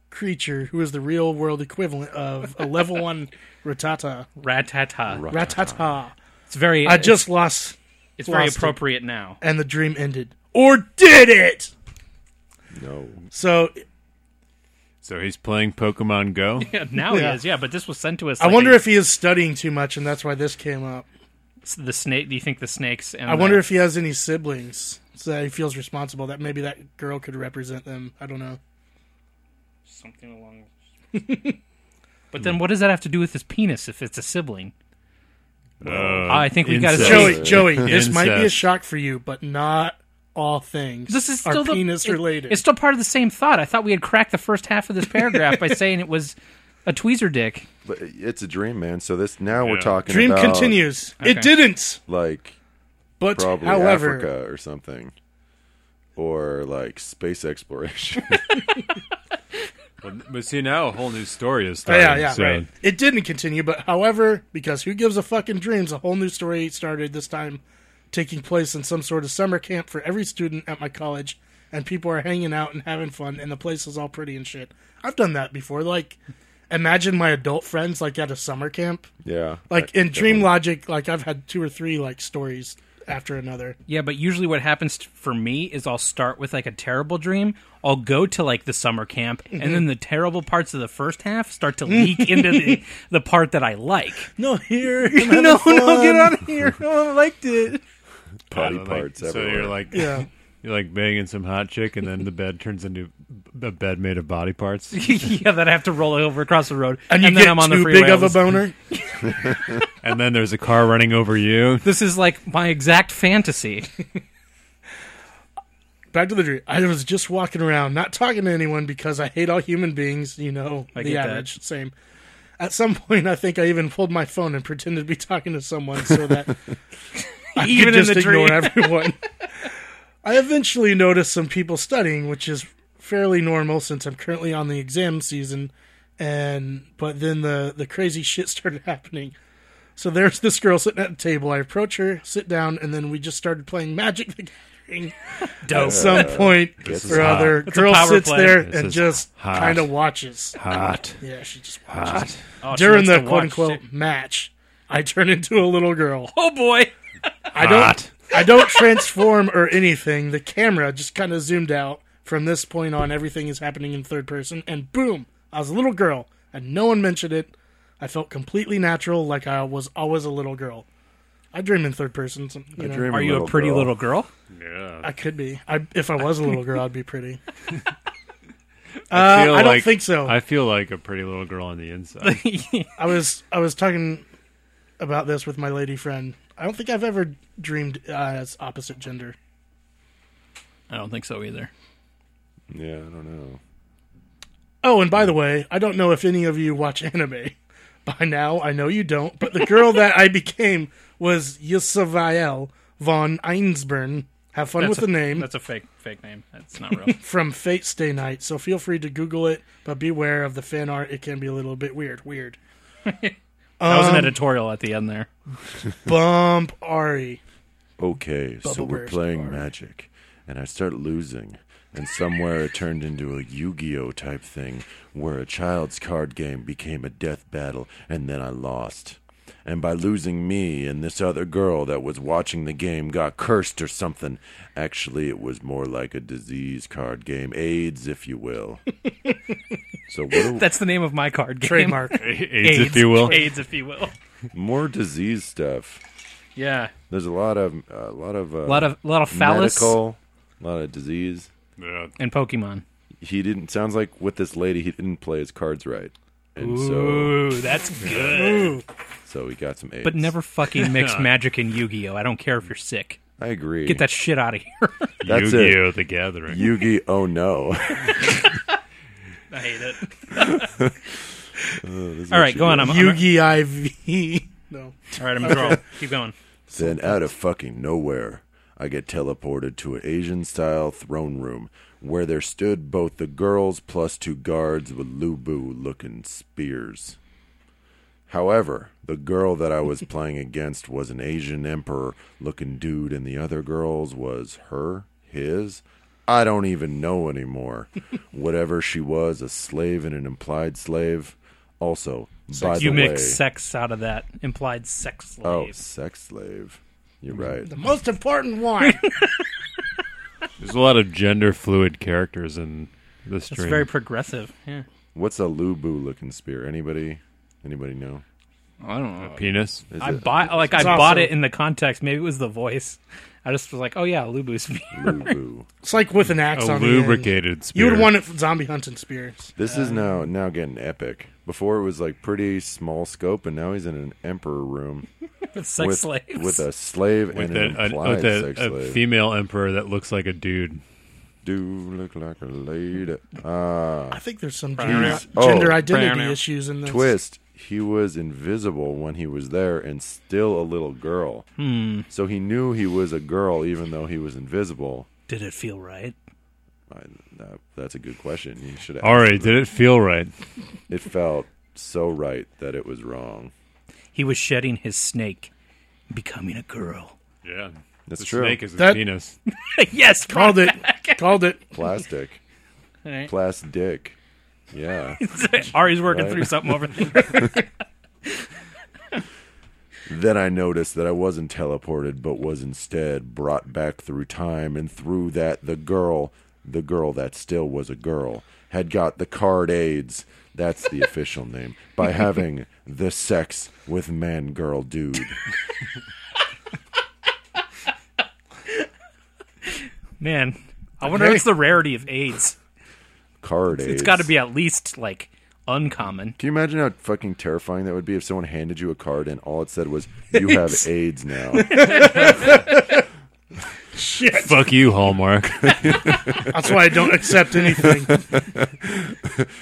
[SPEAKER 2] creature who is the real world equivalent of a level one ratata
[SPEAKER 3] Ratata.
[SPEAKER 2] ratata
[SPEAKER 3] It's very.
[SPEAKER 2] I just lost
[SPEAKER 3] It's, very
[SPEAKER 2] lost it.
[SPEAKER 3] appropriate now.
[SPEAKER 2] and the dream ended. Or did it?
[SPEAKER 4] No.
[SPEAKER 2] So
[SPEAKER 1] So he's playing Pokemon Go.
[SPEAKER 3] Yeah, now
[SPEAKER 2] Yeah.
[SPEAKER 3] he is. Yeah, but this was sent to us.
[SPEAKER 2] I wonder if he is studying too much and that's why this came up.
[SPEAKER 3] if the snake. Do you think the snakes? And
[SPEAKER 2] I wonder
[SPEAKER 3] the-
[SPEAKER 2] if he has any siblings so that he feels responsible that maybe that girl could represent them. I don't know.
[SPEAKER 3] something along. but then, what does that have to do with his penis if it's a sibling? I think we got to
[SPEAKER 1] Insects.
[SPEAKER 2] Joey,
[SPEAKER 3] say
[SPEAKER 1] Uh, Incest.
[SPEAKER 2] Joey, this might be a
[SPEAKER 1] Incest.
[SPEAKER 2] shock for you, but not all things
[SPEAKER 3] this is
[SPEAKER 2] are
[SPEAKER 3] still the-
[SPEAKER 2] penis
[SPEAKER 3] it-
[SPEAKER 2] related.
[SPEAKER 3] it's still part of the same thought. I thought we had cracked the first half of this paragraph by saying it was a tweezer dick.
[SPEAKER 4] But it's a dream, man. So this now we're
[SPEAKER 1] Yeah.
[SPEAKER 4] talking.
[SPEAKER 2] Dream
[SPEAKER 4] about,
[SPEAKER 2] continues.
[SPEAKER 3] Okay.
[SPEAKER 2] It didn't,
[SPEAKER 4] Like
[SPEAKER 2] but
[SPEAKER 4] probably
[SPEAKER 2] however,
[SPEAKER 4] Africa or something, or like space exploration.
[SPEAKER 1] Well, but see now a whole new story is
[SPEAKER 2] Oh,
[SPEAKER 1] starting.
[SPEAKER 2] yeah, yeah,
[SPEAKER 1] so-
[SPEAKER 2] right. It didn't continue, but however, because who gives a fucking dreams? A whole new story started this time, taking place in some sort of summer camp for every student at my college, and people are hanging out and having fun, and the place is all pretty and shit. I've done that before. Like, imagine my adult friends like at a summer camp.
[SPEAKER 4] yeah,
[SPEAKER 2] Like
[SPEAKER 4] I-
[SPEAKER 2] in Dream Logic, like I've had two or three like stories after another.
[SPEAKER 3] Yeah, but usually what happens t- for me is I'll start with like a terrible dream. I'll go to like the summer camp, and then the terrible parts of the first half start to leak into the, the part that I like.
[SPEAKER 2] No, here.
[SPEAKER 3] no, no, get out of here! No, Oh, I liked it.
[SPEAKER 1] I
[SPEAKER 4] potty
[SPEAKER 1] don't like-
[SPEAKER 4] parts.
[SPEAKER 1] So
[SPEAKER 4] everywhere.
[SPEAKER 1] you're like,
[SPEAKER 2] Yeah.
[SPEAKER 1] you're like banging some hot chick, and then the bed turns into a bed made of body parts.
[SPEAKER 3] yeah, that I have to roll over across the road,
[SPEAKER 2] And you
[SPEAKER 3] then
[SPEAKER 2] get
[SPEAKER 3] I'm on
[SPEAKER 2] too
[SPEAKER 3] the freeway.
[SPEAKER 2] big
[SPEAKER 3] I
[SPEAKER 2] of a
[SPEAKER 3] was-
[SPEAKER 2] boner.
[SPEAKER 1] and then there's a car running over you.
[SPEAKER 3] This is like my exact fantasy.
[SPEAKER 2] back to the dream. I was just walking around, not talking to anyone because I hate all human beings. You know,
[SPEAKER 3] I
[SPEAKER 2] the
[SPEAKER 3] get that.
[SPEAKER 2] average same. At some point, I think I even pulled my phone and pretended to be talking to someone so that I
[SPEAKER 3] Even
[SPEAKER 2] could
[SPEAKER 3] in
[SPEAKER 2] just
[SPEAKER 3] the
[SPEAKER 2] ignore
[SPEAKER 3] dream.
[SPEAKER 2] everyone. I eventually noticed some people studying, which is fairly normal since I'm currently on the exam season. And but then the the crazy shit started happening. So there's this girl sitting at the table. I approach her, sit down, and then we just started playing Magic the Gathering
[SPEAKER 3] Dope.
[SPEAKER 2] at some point
[SPEAKER 4] This
[SPEAKER 2] or
[SPEAKER 4] is hot.
[SPEAKER 2] other.
[SPEAKER 3] a
[SPEAKER 2] girl
[SPEAKER 3] power
[SPEAKER 2] sits
[SPEAKER 3] play.
[SPEAKER 2] there
[SPEAKER 1] This
[SPEAKER 2] and
[SPEAKER 1] is
[SPEAKER 2] just
[SPEAKER 1] hot.
[SPEAKER 2] kind of watches.
[SPEAKER 1] Hot,
[SPEAKER 2] Yeah, she just
[SPEAKER 1] hot.
[SPEAKER 3] Oh, she
[SPEAKER 2] during
[SPEAKER 3] wants
[SPEAKER 2] the
[SPEAKER 3] to
[SPEAKER 2] quote
[SPEAKER 3] watch
[SPEAKER 2] unquote
[SPEAKER 3] shit.
[SPEAKER 2] match. I turn into a little girl.
[SPEAKER 3] Oh boy! Ah,
[SPEAKER 2] I don't.
[SPEAKER 1] Hot.
[SPEAKER 2] I don't transform or anything. The camera just kind of zoomed out. From this point on, everything is happening in third person, and boom! I was a little girl, and no one mentioned it. I felt completely natural, like I was always a little girl. I dream in third person. Some, you know,
[SPEAKER 4] dream
[SPEAKER 3] Are you a pretty
[SPEAKER 4] girl.
[SPEAKER 3] little girl?
[SPEAKER 1] Yeah.
[SPEAKER 2] I could be. I, if I was a little girl, I'd be pretty.
[SPEAKER 1] I,
[SPEAKER 2] Uh, I don't think so.
[SPEAKER 1] I feel like a pretty little girl on the inside.
[SPEAKER 2] I was I was talking about this with my lady friend. I don't think I've ever dreamed uh, as opposite gender.
[SPEAKER 3] I don't think so either.
[SPEAKER 4] Yeah, I don't know.
[SPEAKER 2] Oh, and by the way, I don't know if any of you watch anime. By now, I know you don't, but the girl that I became was Yusavael von Einsburn. Have fun with
[SPEAKER 3] That's a-
[SPEAKER 2] the name
[SPEAKER 3] That's a fake fake name. That's not real.
[SPEAKER 2] from Fate Stay Night, so feel free to Google it, but beware of the fan art. It can be a little bit weird. Weird.
[SPEAKER 3] that
[SPEAKER 2] Um,
[SPEAKER 3] was an editorial at the end there.
[SPEAKER 2] Bump Ari.
[SPEAKER 4] Okay, so
[SPEAKER 2] Bubble
[SPEAKER 4] we're
[SPEAKER 2] burst
[SPEAKER 4] playing
[SPEAKER 2] bar.
[SPEAKER 4] magic, and I start losing, and somewhere it turned into a Yu Gi Oh type thing where a child's card game became a death battle, and then I lost. And by losing me and this other girl that was watching the game got cursed or something. Actually, it was more like a disease card game, AIDS, if you will. so, what do,
[SPEAKER 3] That's the name of my card game.
[SPEAKER 2] Trademark.
[SPEAKER 1] AIDS, if you will.
[SPEAKER 3] AIDS, if you will.
[SPEAKER 4] more disease stuff.
[SPEAKER 3] Yeah,
[SPEAKER 4] There's a lot of a lot of uh,
[SPEAKER 3] a lot of a lot of phallus
[SPEAKER 4] medical, a lot of disease.
[SPEAKER 1] Yeah.
[SPEAKER 3] and Pokemon.
[SPEAKER 4] he didn't sounds like with this lady he didn't play his cards right and
[SPEAKER 3] Ooh, that's good.
[SPEAKER 4] so so he got some AIDS.
[SPEAKER 3] but never fucking mix Magic and Yu-Gi-Oh. I don't care if you're sick.
[SPEAKER 4] i agree
[SPEAKER 3] Get that shit out of here.
[SPEAKER 4] That's it.
[SPEAKER 1] Yu-Gi-Oh! The Gathering.
[SPEAKER 4] yugi oh no
[SPEAKER 3] I hate it.
[SPEAKER 4] Oh,
[SPEAKER 3] All right, go on. I'm, I'm-
[SPEAKER 2] Yugi IV. No.
[SPEAKER 3] all right, I'm drawing. Keep going.
[SPEAKER 4] then out of fucking nowhere i get teleported to an asian style throne room where there stood both the girls plus two guards with lubu looking spears However, the girl that I was playing against was an Asian emperor looking dude, and the other girls was her, his. I don't even know anymore. Whatever she was, a slave and an implied slave. Also, by
[SPEAKER 3] You
[SPEAKER 4] the
[SPEAKER 3] mix
[SPEAKER 4] way,
[SPEAKER 3] sex out of that implied sex
[SPEAKER 4] oh,
[SPEAKER 3] slave.
[SPEAKER 4] sex slave. You're right.
[SPEAKER 2] The most important one.
[SPEAKER 1] There's a lot of gender fluid characters in this
[SPEAKER 3] That's
[SPEAKER 1] stream.
[SPEAKER 3] very progressive. Yeah.
[SPEAKER 4] What's a lubu looking spear? Anybody? Anybody know?
[SPEAKER 3] I don't know.
[SPEAKER 1] Penis.
[SPEAKER 4] Is
[SPEAKER 3] I
[SPEAKER 4] it-
[SPEAKER 3] bought like I
[SPEAKER 2] It's
[SPEAKER 3] bought
[SPEAKER 2] also-
[SPEAKER 3] it in the context. Maybe it was the voice. I just was like, oh yeah, Lubu's
[SPEAKER 4] lubu.
[SPEAKER 2] It's like with an axe
[SPEAKER 1] A
[SPEAKER 2] on the end.
[SPEAKER 1] lubricated spear.
[SPEAKER 2] You would want it for zombie hunting spears.
[SPEAKER 4] This
[SPEAKER 1] Um,
[SPEAKER 4] is now now getting epic. Before it was like pretty small scope, and now he's in an emperor room.
[SPEAKER 3] sex
[SPEAKER 4] with,
[SPEAKER 3] slaves.
[SPEAKER 4] with a slave
[SPEAKER 1] with,
[SPEAKER 4] and an
[SPEAKER 1] a,
[SPEAKER 4] implied
[SPEAKER 1] with a,
[SPEAKER 4] sex
[SPEAKER 1] a
[SPEAKER 4] slave.
[SPEAKER 1] female emperor that looks like a dude.
[SPEAKER 4] Do look like a lady. Ah,
[SPEAKER 2] I think there's some gender,
[SPEAKER 5] He's-
[SPEAKER 4] oh.
[SPEAKER 2] gender identity
[SPEAKER 5] Brown.
[SPEAKER 2] issues in this.
[SPEAKER 4] twist. He was invisible when he was there and still a little girl. Hmm. So he knew he was a girl even though he was invisible.
[SPEAKER 3] Did it feel right?
[SPEAKER 4] I, that, that's a good question. You should have.
[SPEAKER 1] All right, did it feel right?
[SPEAKER 4] It felt so right that it was wrong.
[SPEAKER 3] He was shedding his snake, becoming a girl.
[SPEAKER 1] Yeah,
[SPEAKER 4] That's
[SPEAKER 1] the
[SPEAKER 4] true.
[SPEAKER 1] Snake is his
[SPEAKER 2] That-
[SPEAKER 1] penis.
[SPEAKER 3] yes,
[SPEAKER 2] Called it. Called it.
[SPEAKER 4] Plastic.
[SPEAKER 3] All right.
[SPEAKER 4] Plastic. Yeah.
[SPEAKER 3] Ari's working
[SPEAKER 4] Right.
[SPEAKER 3] through something over there.
[SPEAKER 4] Then I noticed that I wasn't teleported, but was instead brought back through time, and through that, the girl, the girl that still was a girl, had got the card aids. That's the official name. By having the sex with man girl dude.
[SPEAKER 3] Man, I wonder what's the rarity of AIDS.
[SPEAKER 4] Card aids.
[SPEAKER 3] It's got to be at least like uncommon.
[SPEAKER 4] Can you imagine how fucking terrifying that would be if someone handed you a card and all it said was, You have AIDS now?
[SPEAKER 1] Fuck you, Hallmark.
[SPEAKER 2] That's why I don't accept anything.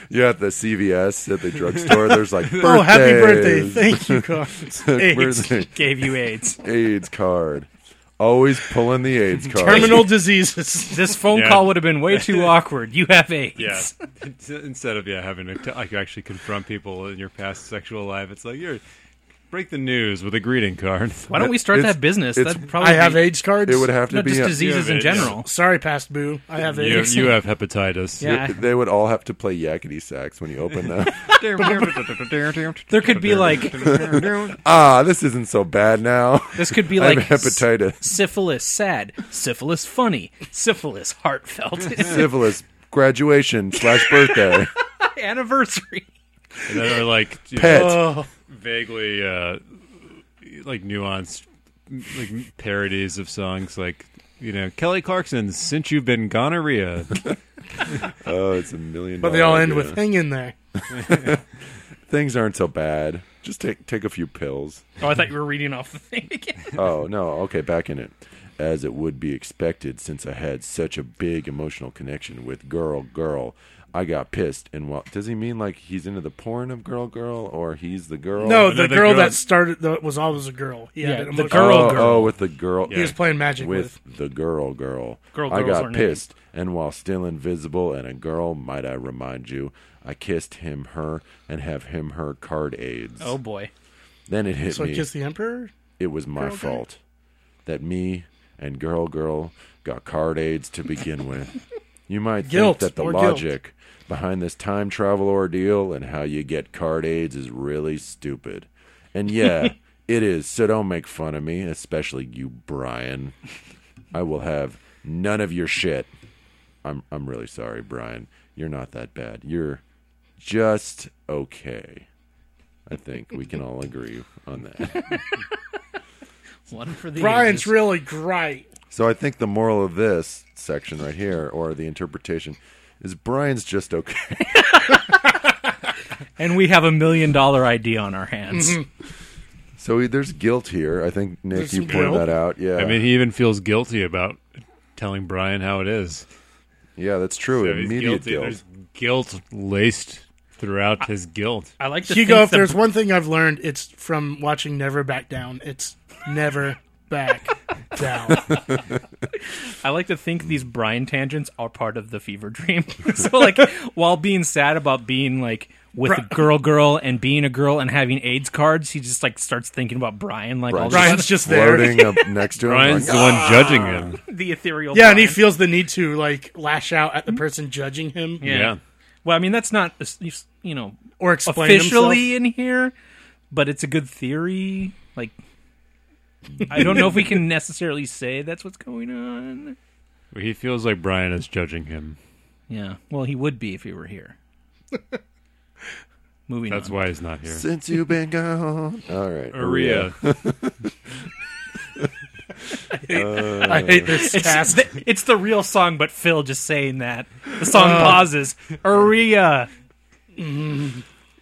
[SPEAKER 4] Yeah, at the CVS, at the drugstore, there's like,
[SPEAKER 2] oh, happy birthday!
[SPEAKER 4] birthdays.
[SPEAKER 2] Thank you, God. AIDS.
[SPEAKER 4] Birthday.
[SPEAKER 3] Gave you AIDS.
[SPEAKER 4] AIDS card. Always pulling the AIDS card.
[SPEAKER 2] Terminal diseases.
[SPEAKER 3] This phone
[SPEAKER 1] Yeah.
[SPEAKER 3] call would have been way too awkward. You have AIDS.
[SPEAKER 1] Yeah. Instead of yeah having to t- like actually confront people in your past sexual life, it's like you're break the news with a greeting card.
[SPEAKER 3] Why don't we start
[SPEAKER 4] It's-
[SPEAKER 3] that business?
[SPEAKER 4] it's-
[SPEAKER 3] That'd probably
[SPEAKER 2] I have
[SPEAKER 3] be,
[SPEAKER 2] AIDS cards. Oh,
[SPEAKER 4] It would have to
[SPEAKER 3] no,
[SPEAKER 4] be.
[SPEAKER 3] just
[SPEAKER 4] a-
[SPEAKER 3] diseases
[SPEAKER 1] You
[SPEAKER 3] in
[SPEAKER 1] have AIDS.
[SPEAKER 3] general.
[SPEAKER 2] Sorry, past boo. I have
[SPEAKER 1] You,
[SPEAKER 2] AIDS.
[SPEAKER 1] you have hepatitis.
[SPEAKER 3] Yeah.
[SPEAKER 4] They would all have to play yakety sax when you open them.
[SPEAKER 3] There could be like
[SPEAKER 4] ah, this isn't so bad now.
[SPEAKER 3] this could be
[SPEAKER 4] I have
[SPEAKER 3] like
[SPEAKER 4] hepatitis,
[SPEAKER 3] syphilis sad, syphilis funny, syphilis heartfelt,
[SPEAKER 4] syphilis, graduation slash birthday,
[SPEAKER 3] anniversary.
[SPEAKER 1] And then they're like you know,
[SPEAKER 4] pet.
[SPEAKER 1] vaguely uh, like nuanced like parodies of songs like you know Kelly Clarkson since you've been gonorrhea
[SPEAKER 4] oh, it's a million.
[SPEAKER 2] but they all
[SPEAKER 4] dollar
[SPEAKER 2] end
[SPEAKER 4] idea.
[SPEAKER 2] with "hang in there."
[SPEAKER 4] things aren't so bad. Just take take a few pills.
[SPEAKER 3] Oh, I thought you were reading off the thing again.
[SPEAKER 4] Oh no, okay, back in it. As it would be expected, since I had such a big emotional connection with girl, girl, I got pissed. And well, does he mean like he's into the porn of girl, girl, or he's the girl?
[SPEAKER 2] No,
[SPEAKER 1] another
[SPEAKER 2] the girl
[SPEAKER 1] girl-
[SPEAKER 2] that started the, was always a girl. He had
[SPEAKER 3] Yeah,
[SPEAKER 2] an
[SPEAKER 3] the
[SPEAKER 2] emotional-
[SPEAKER 3] girl-
[SPEAKER 4] oh, oh, with the girl.
[SPEAKER 2] He was playing magic with.
[SPEAKER 4] with the girl girl.
[SPEAKER 3] Girl
[SPEAKER 4] I
[SPEAKER 3] girls
[SPEAKER 4] got
[SPEAKER 3] are named.
[SPEAKER 4] pissed, and while still invisible and a girl, might I remind you, I kissed him her and have him her card aids.
[SPEAKER 3] Oh boy.
[SPEAKER 4] Then it hit
[SPEAKER 2] So I
[SPEAKER 4] me.
[SPEAKER 2] kissed the emperor.
[SPEAKER 4] it was my
[SPEAKER 2] girl guy?
[SPEAKER 4] fault that me and girl girl got card aids to begin with. You might
[SPEAKER 2] Guilt
[SPEAKER 4] think that the
[SPEAKER 2] or guilt.
[SPEAKER 4] logic behind this time travel ordeal and how you get card aids is really stupid. And yeah, it is, so don't make fun of me, especially you, Brian. I will have none of your shit. I'm I'm really sorry, Brian. You're not that bad. You're just okay. I think we can all agree on that.
[SPEAKER 3] One for the
[SPEAKER 2] Brian's
[SPEAKER 3] ages.
[SPEAKER 2] really great.
[SPEAKER 4] So I think the moral of this section right here, or the interpretation, is Brian's just okay.
[SPEAKER 3] and we have a million dollar idea on our hands.
[SPEAKER 4] so he, there's guilt here. I think Nick,
[SPEAKER 2] There's
[SPEAKER 4] you
[SPEAKER 2] some
[SPEAKER 4] pointed
[SPEAKER 2] guilt.
[SPEAKER 4] that out. Yeah,
[SPEAKER 1] I mean he even feels guilty about telling Brian how it is
[SPEAKER 4] yeah, that's true.
[SPEAKER 1] So he's
[SPEAKER 4] Immediate
[SPEAKER 1] guilty.
[SPEAKER 4] guilt.
[SPEAKER 1] there's guilt laced throughout his guilt
[SPEAKER 3] I like to
[SPEAKER 2] Hugo,
[SPEAKER 3] think
[SPEAKER 2] if
[SPEAKER 3] that-
[SPEAKER 2] there's one thing I've learned, it's from watching Never Back Down. It's never back down.
[SPEAKER 3] I like to think these Brian tangents are part of the fever dream. so like while being sad about being like with a girl girl and being a girl and having AIDS cards, he just like starts thinking about Brian like all
[SPEAKER 2] Brian's just there.
[SPEAKER 4] Floating up next
[SPEAKER 3] Oh
[SPEAKER 4] to him,
[SPEAKER 1] Brian's
[SPEAKER 4] like,
[SPEAKER 1] the one judging him
[SPEAKER 3] the, the ethereal
[SPEAKER 2] Yeah, and he
[SPEAKER 3] Brian.
[SPEAKER 2] feels the need to like lash out at the person judging him
[SPEAKER 1] yeah,
[SPEAKER 3] Well, I mean that's not you know
[SPEAKER 2] or explain
[SPEAKER 3] officially in here, but it's a good theory. Like I don't know if we can necessarily say that's what's going on.
[SPEAKER 1] he feels like Brian is judging him
[SPEAKER 3] Yeah. Well, he would be if he were here. Moving
[SPEAKER 1] that's
[SPEAKER 3] on.
[SPEAKER 1] why he's not here
[SPEAKER 4] "Ah, Since you've been gone, all right,
[SPEAKER 1] Aria
[SPEAKER 2] himself. I hate this
[SPEAKER 3] It's,
[SPEAKER 2] task.
[SPEAKER 3] the, it's the real song, but Phil just saying that. The song pauses. Aria.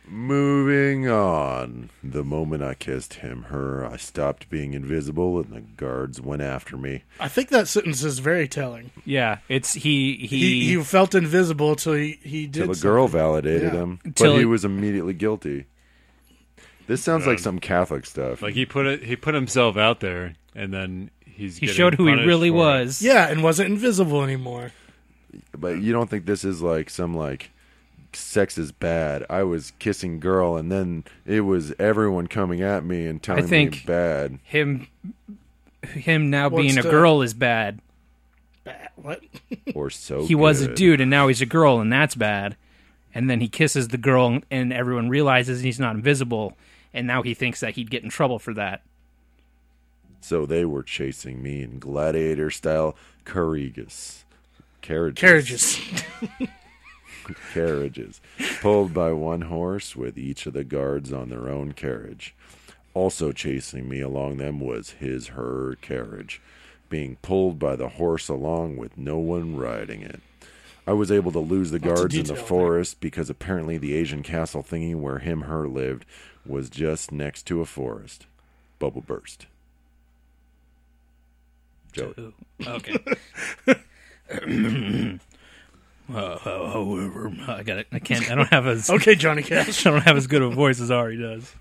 [SPEAKER 4] Moving on. The moment I kissed him, her, I stopped being invisible and the guards went after me.
[SPEAKER 2] I think that sentence is very telling.
[SPEAKER 3] Yeah, it's he he,
[SPEAKER 2] He, he felt invisible till he, he did.
[SPEAKER 4] Till a
[SPEAKER 2] something.
[SPEAKER 4] girl validated
[SPEAKER 2] Yeah.
[SPEAKER 4] him. But
[SPEAKER 3] Till-
[SPEAKER 4] he was immediately guilty. This sounds like some Catholic stuff.
[SPEAKER 1] Um, Like he put it, he put himself out there, and then he's
[SPEAKER 3] he
[SPEAKER 1] getting
[SPEAKER 3] showed who he
[SPEAKER 1] punished
[SPEAKER 3] really
[SPEAKER 1] for it.
[SPEAKER 3] was.
[SPEAKER 2] Yeah, and wasn't invisible anymore.
[SPEAKER 4] but you don't think this is like some like sex is bad. I was kissing girl and then it was everyone coming at me and telling me
[SPEAKER 3] think-
[SPEAKER 4] bad.
[SPEAKER 3] him him now
[SPEAKER 2] What's
[SPEAKER 3] being a
[SPEAKER 2] the-
[SPEAKER 3] girl is bad.
[SPEAKER 2] Bah, What?
[SPEAKER 4] Or so
[SPEAKER 3] He was a
[SPEAKER 4] good.
[SPEAKER 3] dude and now he's a girl and that's bad. And then he kisses the girl and everyone realizes he's not invisible and now he thinks that he'd get in trouble for that.
[SPEAKER 4] So they were chasing me in gladiator style carriages. Carriages.
[SPEAKER 2] Carriages.
[SPEAKER 4] Carriages. Pulled by one horse with each of the guards on their own carriage. Also chasing me along them was his her carriage, being pulled by the horse along with no one riding it. I was able to lose the
[SPEAKER 2] of
[SPEAKER 4] guards in the
[SPEAKER 2] detail there.
[SPEAKER 4] forest because apparently the Asian castle thingy where him her lived was just next to a forest. Bubble burst. Joey.
[SPEAKER 3] Okay. Uh, ho- however, I got it. I can't. I don't have as I
[SPEAKER 2] Okay, Johnny Cash.
[SPEAKER 3] don't have as good a voice as Ari does.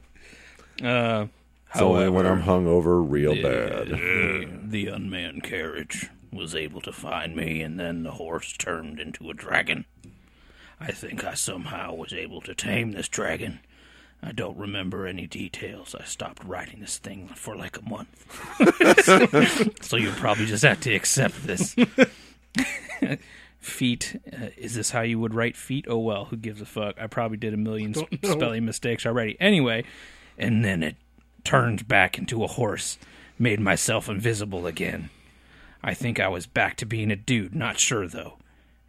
[SPEAKER 3] Uh,
[SPEAKER 4] It's only when I'm hungover real bad.
[SPEAKER 3] The unmanned carriage was able to find me, and then the horse turned into a dragon. I think I somehow was able to tame this dragon. I don't remember any details. I stopped riding this thing for like a month. so you probably just have to accept this. feet. Uh, is this how you would write feet? Oh well, who gives a fuck? I probably did a million sp- spelling mistakes already. Anyway, and then it turned back into a horse, made myself invisible again. I think I was back to being a dude, not sure though.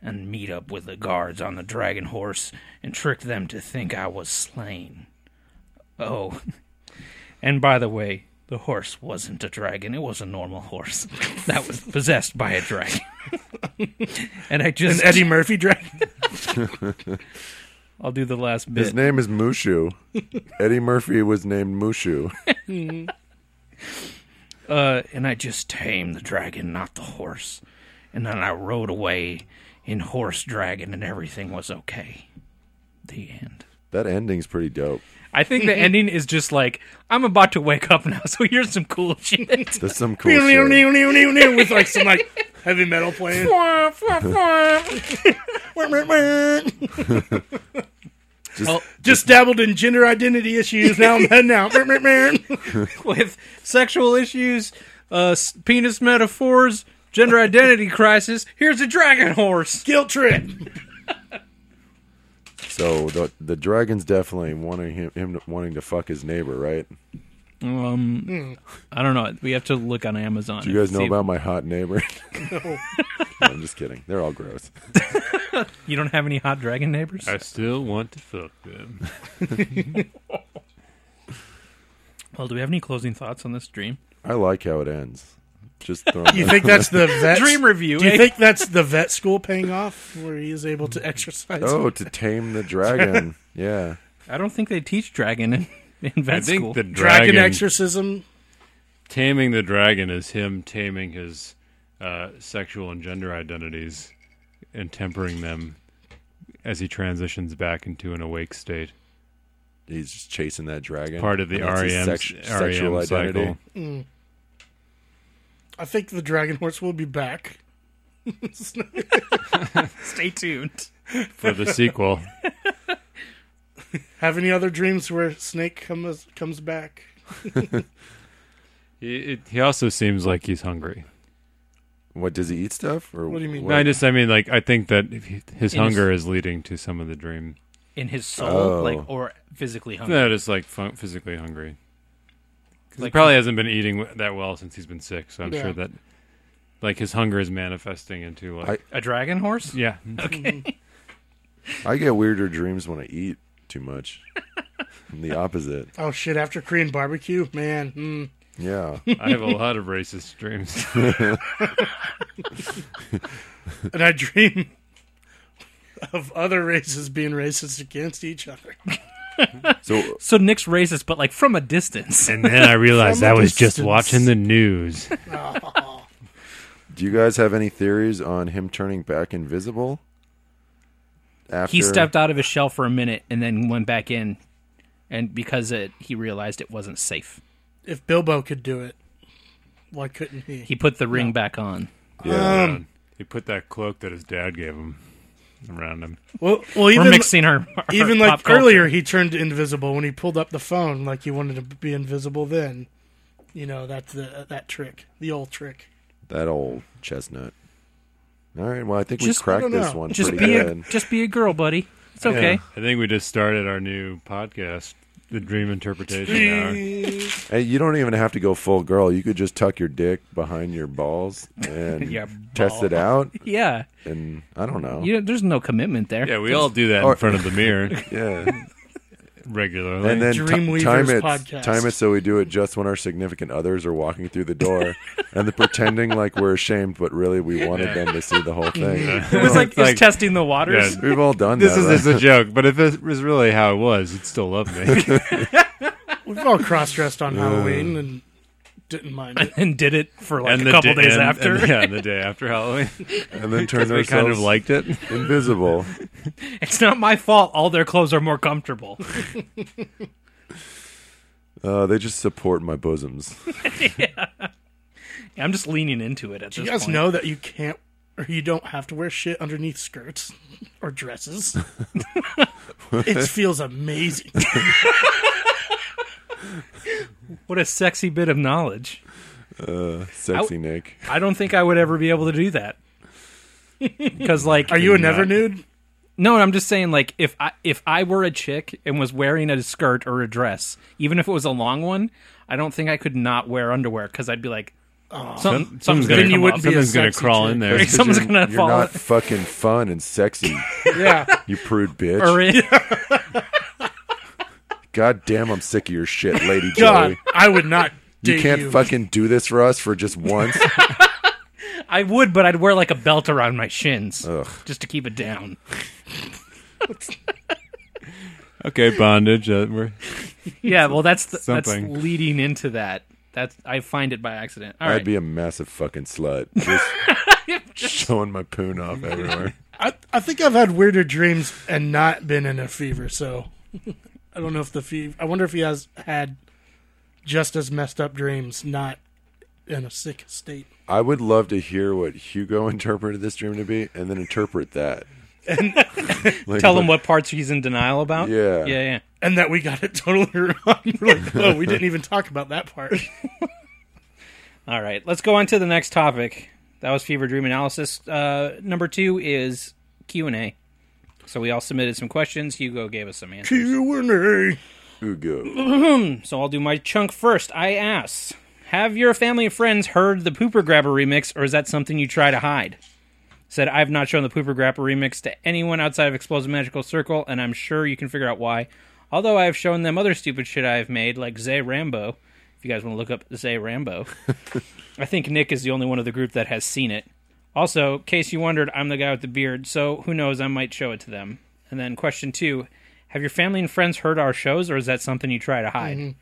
[SPEAKER 3] And meet up with the guards on the dragon horse and trick them to think I was slain. Oh. And by the way, the horse wasn't a dragon, it was a normal horse that was possessed by a dragon. and I
[SPEAKER 2] An
[SPEAKER 3] just
[SPEAKER 2] Eddie Murphy dragon.
[SPEAKER 3] I'll do the last bit.
[SPEAKER 4] His name is Mushu. Eddie Murphy was named Mushu.
[SPEAKER 3] Uh, and I just tamed the dragon, not the horse. And then I rode away in horse dragon, and everything was okay. The end.
[SPEAKER 4] That ending's pretty dope.
[SPEAKER 3] I think
[SPEAKER 4] Mm-hmm.
[SPEAKER 3] the ending is just like I'm about to wake up now, so here's some cool shit.
[SPEAKER 4] That's some cool shit.
[SPEAKER 2] With like some like heavy metal playing.
[SPEAKER 3] Well,
[SPEAKER 2] Just dabbled in gender identity issues. Now I'm heading out.
[SPEAKER 3] with sexual issues, uh, s- penis metaphors, gender identity crisis, here's a dragon horse.
[SPEAKER 2] Guilt trip.
[SPEAKER 4] So the the dragon's definitely wanting him, him to- wanting to fuck his neighbor, right?
[SPEAKER 3] Um, I don't know. We have to look on Amazon.
[SPEAKER 4] Do you guys know about my hot neighbor? no, I'm just kidding. They're all gross.
[SPEAKER 3] You don't have any hot dragon neighbors?
[SPEAKER 1] I still want to fuck them.
[SPEAKER 3] Well, do we have any closing thoughts on this dream?
[SPEAKER 4] I like how it ends. Just throwing
[SPEAKER 2] You
[SPEAKER 4] that-
[SPEAKER 2] think that's the vet
[SPEAKER 3] Dream review.
[SPEAKER 2] Do you
[SPEAKER 3] eh?
[SPEAKER 2] think that's the vet school paying off, where he is able to exercise?
[SPEAKER 4] Oh, to tame the dragon. Yeah.
[SPEAKER 3] I don't think they teach dragon in, in vet
[SPEAKER 1] I think
[SPEAKER 3] school.
[SPEAKER 1] the
[SPEAKER 2] dragon,
[SPEAKER 1] dragon,
[SPEAKER 2] exorcism.
[SPEAKER 1] taming the dragon is him taming his uh, sexual and gender identities and tempering them as he transitions back into an awake state.
[SPEAKER 4] He's just chasing that dragon.
[SPEAKER 1] Part of the E
[SPEAKER 4] That's his
[SPEAKER 1] REM,
[SPEAKER 4] sex-
[SPEAKER 1] REM E cycle.
[SPEAKER 2] I think the dragon horse will be back.
[SPEAKER 3] Stay tuned.
[SPEAKER 1] for the sequel.
[SPEAKER 2] Have any other dreams where Snake comes comes back?
[SPEAKER 1] He, it, he also seems like he's hungry.
[SPEAKER 4] What does he eat stuff? Or
[SPEAKER 2] What do you mean?
[SPEAKER 1] No, I just, I mean, like, I think that if he- his
[SPEAKER 3] In his-
[SPEAKER 1] hunger is leading to some of the dream.
[SPEAKER 3] In his soul,
[SPEAKER 4] Oh.
[SPEAKER 3] like or physically hungry.
[SPEAKER 1] That is like fun, physically hungry. 'Cause he
[SPEAKER 3] Like-
[SPEAKER 1] probably hasn't been eating w- that well since he's been sick. So I'm
[SPEAKER 2] Yeah.
[SPEAKER 1] sure that, like, his hunger is manifesting into like,
[SPEAKER 3] A dragon horse?
[SPEAKER 1] yeah,
[SPEAKER 4] I get weirder dreams when I eat too much. I'm the opposite.
[SPEAKER 2] Oh shit! After Korean barbecue, man. Mm.
[SPEAKER 4] Yeah.
[SPEAKER 1] I have a lot of racist dreams.
[SPEAKER 2] And I dream of other races being racist against each other.
[SPEAKER 4] So
[SPEAKER 3] So Nick's racist, but like from a distance.
[SPEAKER 1] And then I realized
[SPEAKER 2] From a
[SPEAKER 1] I was just
[SPEAKER 2] distance.
[SPEAKER 1] watching the news.
[SPEAKER 4] Do you guys have any theories on him turning back invisible? After
[SPEAKER 3] He stepped out of his shell for a minute and then went back in, and because it, he realized it wasn't safe,
[SPEAKER 2] If Bilbo could do it, why couldn't he?
[SPEAKER 3] he put the ring back on.
[SPEAKER 4] Yeah.
[SPEAKER 1] he put that cloak that his dad gave him around him.
[SPEAKER 2] well, well,
[SPEAKER 3] We're
[SPEAKER 2] even
[SPEAKER 3] mixing our, our
[SPEAKER 2] even like
[SPEAKER 3] pop culture.
[SPEAKER 2] earlier, he turned invisible when he pulled up the phone, like he wanted to be invisible. Then, you know, that's the uh, that trick, the old trick.
[SPEAKER 4] that old chestnut. All right. Well, I think
[SPEAKER 3] Just-
[SPEAKER 4] we cracked
[SPEAKER 2] I don't
[SPEAKER 4] this
[SPEAKER 2] know.
[SPEAKER 4] one
[SPEAKER 3] Just
[SPEAKER 4] pretty
[SPEAKER 3] be a,
[SPEAKER 4] good.
[SPEAKER 3] just be a girl, buddy. It's okay.
[SPEAKER 1] I think we just started our new podcast, The Dream Interpretation Hour.
[SPEAKER 4] Hey, you don't even have to go full girl. You could just tuck your dick behind your balls and
[SPEAKER 3] Your
[SPEAKER 4] test it out.
[SPEAKER 3] Yeah,
[SPEAKER 4] And I don't know.
[SPEAKER 3] you know, there's no commitment there.
[SPEAKER 1] Yeah, we all do that
[SPEAKER 4] Or-
[SPEAKER 1] in front of the mirror
[SPEAKER 4] yeah.
[SPEAKER 1] regularly.
[SPEAKER 4] And then ti-
[SPEAKER 2] Dreamweavers
[SPEAKER 4] time it,
[SPEAKER 2] podcast.
[SPEAKER 4] time it so we do it just when our significant others are walking through the door, and the pretending like we're ashamed, but really we wanted them to see the whole thing.
[SPEAKER 3] It was like,
[SPEAKER 1] It's
[SPEAKER 3] he's
[SPEAKER 1] like-
[SPEAKER 3] testing the waters.
[SPEAKER 1] Yeah.
[SPEAKER 4] We've all done
[SPEAKER 1] this
[SPEAKER 4] that,
[SPEAKER 1] is
[SPEAKER 4] right?
[SPEAKER 1] just a joke, but if it was really how it was, you'd still love me.
[SPEAKER 2] We've all cross dressed on Halloween and didn't mind it.
[SPEAKER 3] And did it for like
[SPEAKER 1] the
[SPEAKER 3] a couple
[SPEAKER 1] day-
[SPEAKER 3] days
[SPEAKER 1] and-
[SPEAKER 3] after.
[SPEAKER 1] and- yeah, the day after Halloween,
[SPEAKER 4] and then turn
[SPEAKER 1] we
[SPEAKER 4] ourselves
[SPEAKER 1] kind of liked it.
[SPEAKER 4] invisible.
[SPEAKER 3] It's not my fault. All their clothes are more comfortable.
[SPEAKER 4] Uh, they just support my bosoms.
[SPEAKER 3] I'm just leaning into it at
[SPEAKER 2] Do
[SPEAKER 3] this
[SPEAKER 2] you guys
[SPEAKER 3] point.
[SPEAKER 2] know that you can't or you don't have to wear shit underneath skirts or dresses? it feels amazing.
[SPEAKER 3] What a sexy bit of knowledge.
[SPEAKER 4] uh, Sexy Nick.
[SPEAKER 3] I don't think I would ever be able to do that. Because like,
[SPEAKER 2] Are you a never nude?
[SPEAKER 3] no, I'm just saying like if I if I were a chick and was wearing a skirt or a dress, even if it was a long one, I don't think I could not wear underwear because I'd be like, something, something's gonna
[SPEAKER 2] Then you
[SPEAKER 3] come
[SPEAKER 2] wouldn't
[SPEAKER 3] up.
[SPEAKER 2] be a
[SPEAKER 1] Something's gonna
[SPEAKER 2] sexy
[SPEAKER 1] crawl
[SPEAKER 2] chick.
[SPEAKER 1] in there.
[SPEAKER 3] Someone's
[SPEAKER 4] You're-
[SPEAKER 3] gonna
[SPEAKER 4] You're
[SPEAKER 3] fall.
[SPEAKER 4] not fucking fun and sexy,
[SPEAKER 2] Yeah.
[SPEAKER 4] you prude bitch.
[SPEAKER 3] or in-
[SPEAKER 4] God damn, I'm sick of your shit, Lady
[SPEAKER 2] God,
[SPEAKER 4] Joey.
[SPEAKER 2] I would not date
[SPEAKER 4] You
[SPEAKER 2] you.
[SPEAKER 4] can't fucking do this for us for just once.
[SPEAKER 3] I would, but I'd wear like a belt around my shins
[SPEAKER 4] Ugh.
[SPEAKER 3] just to keep it down.
[SPEAKER 1] Okay, bondage. Uh, we're,
[SPEAKER 3] Yeah, well, that's the, that's
[SPEAKER 1] Something.
[SPEAKER 3] leading into that. That's I find it by accident. All
[SPEAKER 4] I'd
[SPEAKER 3] right,
[SPEAKER 4] be a massive fucking slut, just showing my poon off everywhere.
[SPEAKER 2] I, I think I've had weirder dreams and not been in a fever, so I don't know if the fever. I wonder if he has had just as messed up dreams, not in a sick state.
[SPEAKER 4] I would love to hear what Hugo interpreted this dream to be, and then interpret that. Like,
[SPEAKER 3] tell him what parts he's in denial about.
[SPEAKER 4] Yeah.
[SPEAKER 3] yeah, yeah.
[SPEAKER 2] And that we got it totally wrong. We're like, oh, we didn't even talk about that part.
[SPEAKER 3] All right, let's go on to the next topic. That was fever dream analysis. Uh, number two is Q and A. So we all submitted some questions. Hugo gave us some answers.
[SPEAKER 2] Q&A.
[SPEAKER 4] Hugo.
[SPEAKER 3] Hmm, So I'll do my chunk first. I asked, have your family and friends heard the Pooper Grabber remix, or is that something you try to hide? Said, I've not shown the Pooper Grabber remix to anyone outside of Explosive Magical Circle, and I'm sure you can figure out why. Although I have shown them other stupid shit I have made, like Zay Rambo. If you guys want to look up Zay Rambo, I think Nick is the only one of the group that has seen it. Also, in case you wondered, I'm the guy with the beard, so who knows, I might show it to them. And then question two Have your family and friends heard our shows, or is that something you try to hide?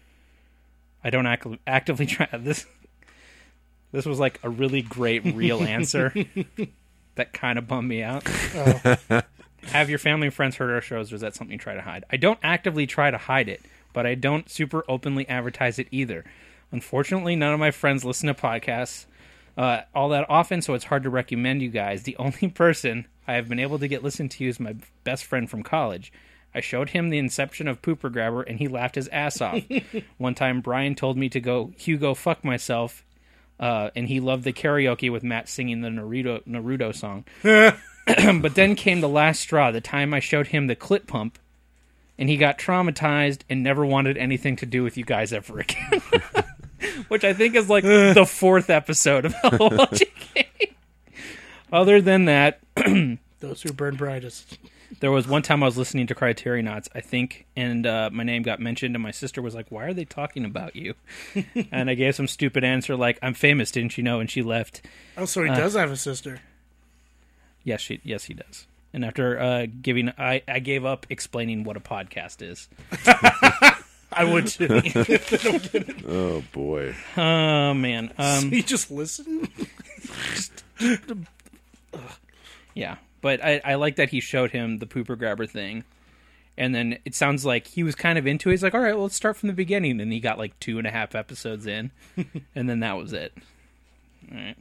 [SPEAKER 3] I don't act- actively try this. This was like a really great real answer that kind of bummed me out. Have your family and friends heard our shows, or is that something you try to hide? I don't actively try to hide it, but I don't super openly advertise it either. Unfortunately, none of my friends listen to podcasts uh, all that often, so it's hard to recommend you guys. The only person I have been able to get listened to is my best friend from college. I showed him the inception of Pooper Grabber, and he laughed his ass off. One time, Brian told me to go Hugo fuck myself, uh, and he loved the karaoke with Matt singing the Naruto Naruto song. but then came the last straw, the time I showed him the clit pump, and he got traumatized and never wanted anything to do with you guys ever again. Which I think is like
[SPEAKER 2] Eh.
[SPEAKER 3] the fourth episode of LOLJK. Other than that,
[SPEAKER 2] Those who burn brightest.
[SPEAKER 3] there was one time I was listening to Criterionauts, I think, and uh, my name got mentioned, and my sister was like, "Why are they talking about you?" and I gave some stupid answer like, "I'm famous,
[SPEAKER 2] Uh,
[SPEAKER 3] didn't you know?" And she left.
[SPEAKER 2] Oh, so he does have a sister.
[SPEAKER 3] Yes, she. Yes, he does. And after uh, giving, I, I gave up explaining what a podcast is.
[SPEAKER 2] I would too.
[SPEAKER 4] Oh boy.
[SPEAKER 3] Oh man, um,
[SPEAKER 2] you just listen.
[SPEAKER 3] yeah. But I, I like that he showed him the pooper grabber thing, and then it sounds like he was kind of into it. He's like, "All right, well, let's start from the beginning." And he got like two and a half episodes in, and then that was it. All right.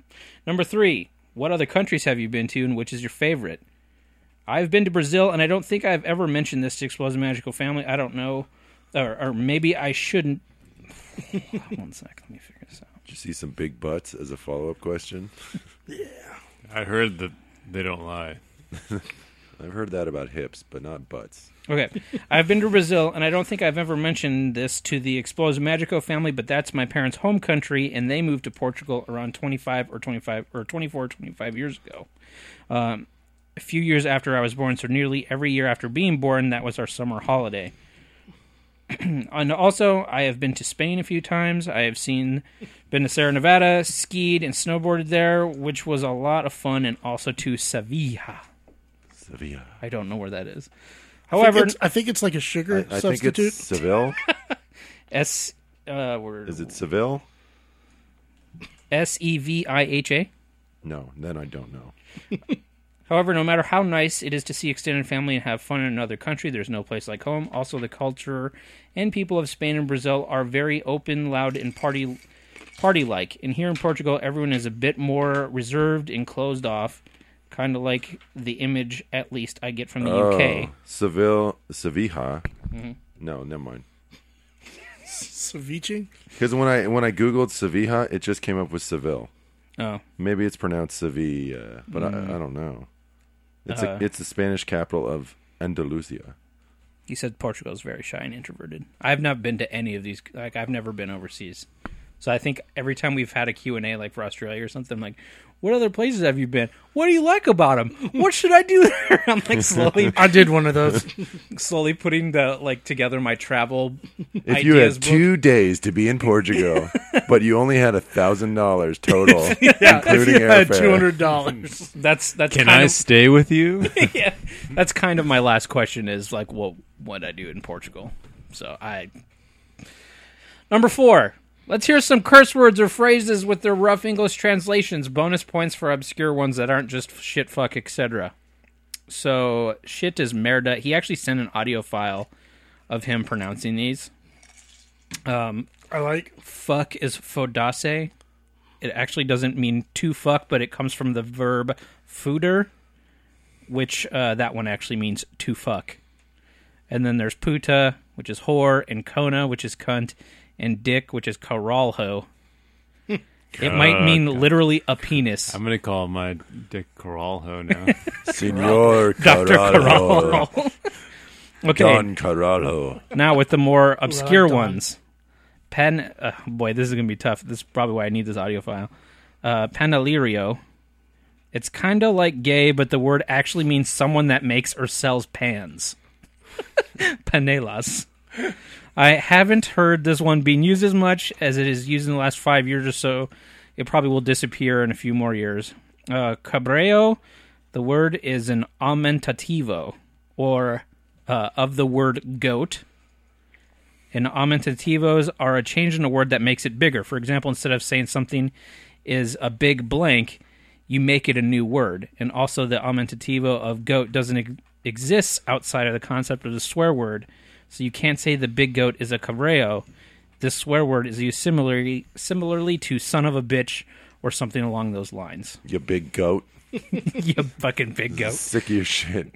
[SPEAKER 3] Number three. What other countries have you been to, and which is your favorite? I've been to Brazil, and I don't think I've ever mentioned this to Explosive Magical Family. I don't know, or, or maybe I shouldn't. One sec, let me figure this out.
[SPEAKER 4] Did you see some big butts as a follow up question?
[SPEAKER 1] I heard that they don't lie.
[SPEAKER 4] I've heard that about hips, but not butts.
[SPEAKER 3] Okay. I've been to Brazil, and I don't think I've ever mentioned this to the Explos Magico family, but that's my parents' home country, and they moved to Portugal around 25 or 25 or 24 or 25 years ago. Um, a few years after I was born, so nearly every year after being born, that was our summer holiday. and also, I have been to Spain a few times. I have seen, been to Sierra Nevada, skied and snowboarded there, which was a lot of fun, and also to Sevilla.
[SPEAKER 4] Sevilla.
[SPEAKER 3] I don't know where that is.
[SPEAKER 2] I think
[SPEAKER 3] However,
[SPEAKER 2] it's, I think it's like a
[SPEAKER 4] I,
[SPEAKER 2] sugar
[SPEAKER 4] I think
[SPEAKER 2] substitute.
[SPEAKER 4] it's Seville.
[SPEAKER 3] S. Uh, word.
[SPEAKER 4] Is it Seville?
[SPEAKER 3] S E V I H A.
[SPEAKER 4] No, then I don't know.
[SPEAKER 3] However, no matter how nice it is to see extended family and have fun in another country, there's no place like home. Also, the culture and people of Spain and Brazil are very open, loud, and party party like. And here in Portugal, everyone is a bit more reserved and closed off, kind of like the image, at least, I get from the UK.
[SPEAKER 4] Oh, Seville, Sevilla.
[SPEAKER 3] Mm-hmm.
[SPEAKER 4] No, never mind.
[SPEAKER 2] Ceviche.
[SPEAKER 4] Because when I when I googled Sevilla, it just came up with Seville.
[SPEAKER 3] Oh,
[SPEAKER 4] Maybe it's pronounced Sevilla, but I, I don't know. It's a, it's the Spanish capital of Andalusia.
[SPEAKER 3] he said Portugal is very shy and introverted. I've not been to any of these. Like I've never been overseas, so I think every time we've had a Q and A, like for Australia or something, I'm like, what other places have you been? What do you like about them? What should I do there? I'm like slowly,
[SPEAKER 2] I did one of those.
[SPEAKER 3] slowly putting the like together my travel.
[SPEAKER 4] If you had
[SPEAKER 3] ideas book.
[SPEAKER 4] two days to be in Portugal, but you only had a thousand dollars total, including airfare,
[SPEAKER 2] two hundred dollars.
[SPEAKER 3] that's that's
[SPEAKER 1] Can
[SPEAKER 3] kind
[SPEAKER 1] I
[SPEAKER 3] of-
[SPEAKER 1] stay with you?
[SPEAKER 3] yeah, that's kind of my last question is like, what what I do in Portugal? So I number four. Let's hear some curse words or phrases with their rough English translations. Bonus points for obscure ones that aren't just shit, fuck, etc. So shit is merda. He actually sent an audio file of him pronouncing these.
[SPEAKER 2] I like.
[SPEAKER 3] Fuck is fodase. It actually doesn't mean to fuck, but it comes from the verb fooder, which uh, that one actually means to fuck. And then there's puta, which is whore, and kona, which is cunt, and dick, which is caralho. it might mean literally a penis.
[SPEAKER 1] I'm gonna call my Dick Coralho now.
[SPEAKER 4] Senor
[SPEAKER 3] Dr.
[SPEAKER 4] Caralho,
[SPEAKER 3] Caralho. okay,
[SPEAKER 4] Don Caralho.
[SPEAKER 3] now with the more obscure
[SPEAKER 2] done.
[SPEAKER 3] ones. Pen, uh, boy, this is gonna be tough. This is probably why I need this audio file. Uh, Panelirio. It's kind of like gay, but the word actually means someone that makes or sells pans. Panelas. I haven't heard this one being used as much as it is used in the last five years or so. It probably will disappear in a few more years. Uh, cabreo, the word is an aumentativo, or uh, of the word goat. And aumentativos are a change in a word that makes it bigger. For example, instead of saying something is a big blank, you make it a new word. And also, the aumentativo of goat doesn't ex- exist outside of the concept of the swear word. So you can't say the big goat is a cabreo. This swear word is used similarly, similarly to son of a bitch or something along those lines.
[SPEAKER 4] You big goat.
[SPEAKER 3] you fucking big goat.
[SPEAKER 4] Sick of your shit.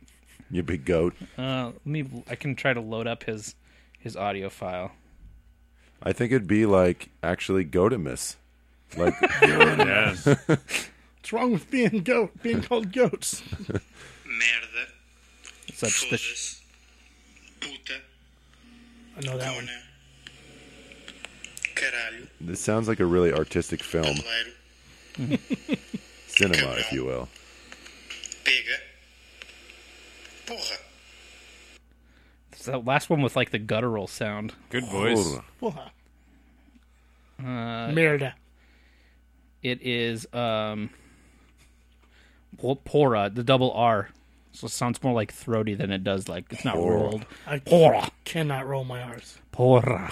[SPEAKER 4] You big goat.
[SPEAKER 3] Uh, let me. I can try to load up his his audio file.
[SPEAKER 4] I think it'd be like actually goatimus. Like
[SPEAKER 1] yeah.
[SPEAKER 2] What's wrong with being goat? Being called goats.
[SPEAKER 5] merda,
[SPEAKER 3] So that's the sh-
[SPEAKER 5] foda-se, puta,
[SPEAKER 2] I know that one.
[SPEAKER 5] cona, caralho,
[SPEAKER 4] this sounds like a really artistic film,
[SPEAKER 5] cavaleiro,
[SPEAKER 4] cinema, if you will.
[SPEAKER 5] pega, porra,
[SPEAKER 3] it's the last one with like the guttural sound.
[SPEAKER 1] Good voice.
[SPEAKER 4] Hold on.
[SPEAKER 2] Well, uh, Merda.
[SPEAKER 3] It is um por- pora, the double R. So it sounds more like throaty than it does like it's not rolled.
[SPEAKER 2] I
[SPEAKER 3] Porra.
[SPEAKER 2] cannot roll my R's.
[SPEAKER 3] Porra.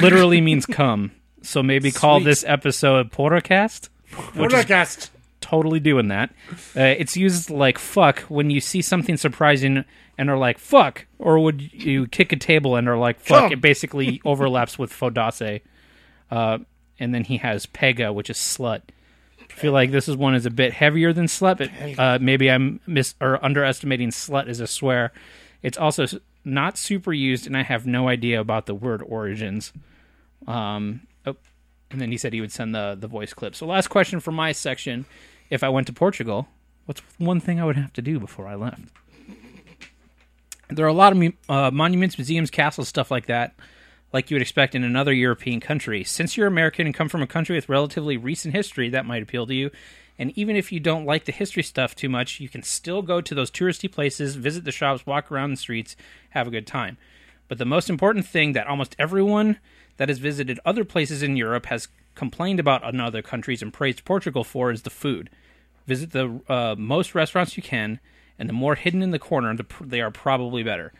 [SPEAKER 3] Literally means come. So maybe call
[SPEAKER 2] Sweet.
[SPEAKER 3] this episode Porracast.
[SPEAKER 2] Podcast.
[SPEAKER 3] Totally doing that. Uh, it's used like fuck when you see something surprising and are like fuck, or would you kick a table and are like fuck.
[SPEAKER 2] Come.
[SPEAKER 3] It basically overlaps with Fodase. Uh, and then he has Pega, which is slut. I feel like this is one is a bit heavier than slut, but uh, maybe I'm mis or underestimating slut as a swear. It's also s- not super used, and I have no idea about the word origins. Um, oh, and then he said he would send the the voice clip. So last question for my section: If I went to Portugal, what's one thing I would have to do before I left? There are a lot of mu- uh, monuments, museums, castles, stuff like that like you would expect in another European country. Since you're American and come from a country with relatively recent history, that might appeal to you. And even if you don't like the history stuff too much, you can still go to those touristy places, visit the shops, walk around the streets, have a good time. But the most important thing that almost everyone that has visited other places in Europe has complained about in other countries and praised Portugal for is the food. Visit the uh, most restaurants you can, and the more hidden in the corner, the pr- they are probably better.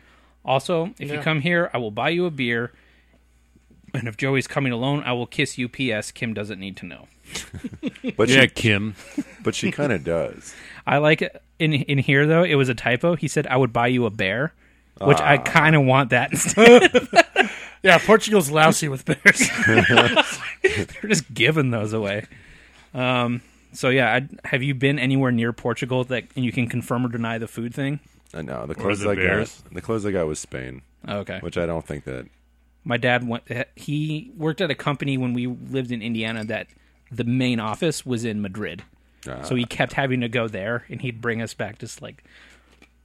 [SPEAKER 3] Also, if you
[SPEAKER 2] Yeah.
[SPEAKER 3] come here, I will buy you a beer, and if Joey's coming alone, I will kiss you. P.S. Kim doesn't need to know.
[SPEAKER 4] But
[SPEAKER 1] Yeah,
[SPEAKER 4] she,
[SPEAKER 1] Kim.
[SPEAKER 4] but she kind of does.
[SPEAKER 3] I like it. in in here though. It was a typo. He said I would buy you a bear, which I kind of want that. instead.
[SPEAKER 2] Yeah, Portugal's lousy with bears.
[SPEAKER 3] They're just giving those away. Um. So yeah, I'd, have you been anywhere near Portugal that and you can confirm or deny the food thing?
[SPEAKER 4] I know the closest
[SPEAKER 1] the
[SPEAKER 4] I
[SPEAKER 1] Bears.
[SPEAKER 4] got. The closest I got was Spain,
[SPEAKER 3] Oh, Okay.
[SPEAKER 4] which I don't think that.
[SPEAKER 3] My dad went. He worked at a company when we lived in Indiana that the main office was in Madrid. so he kept having to go there, and he'd bring us back just like,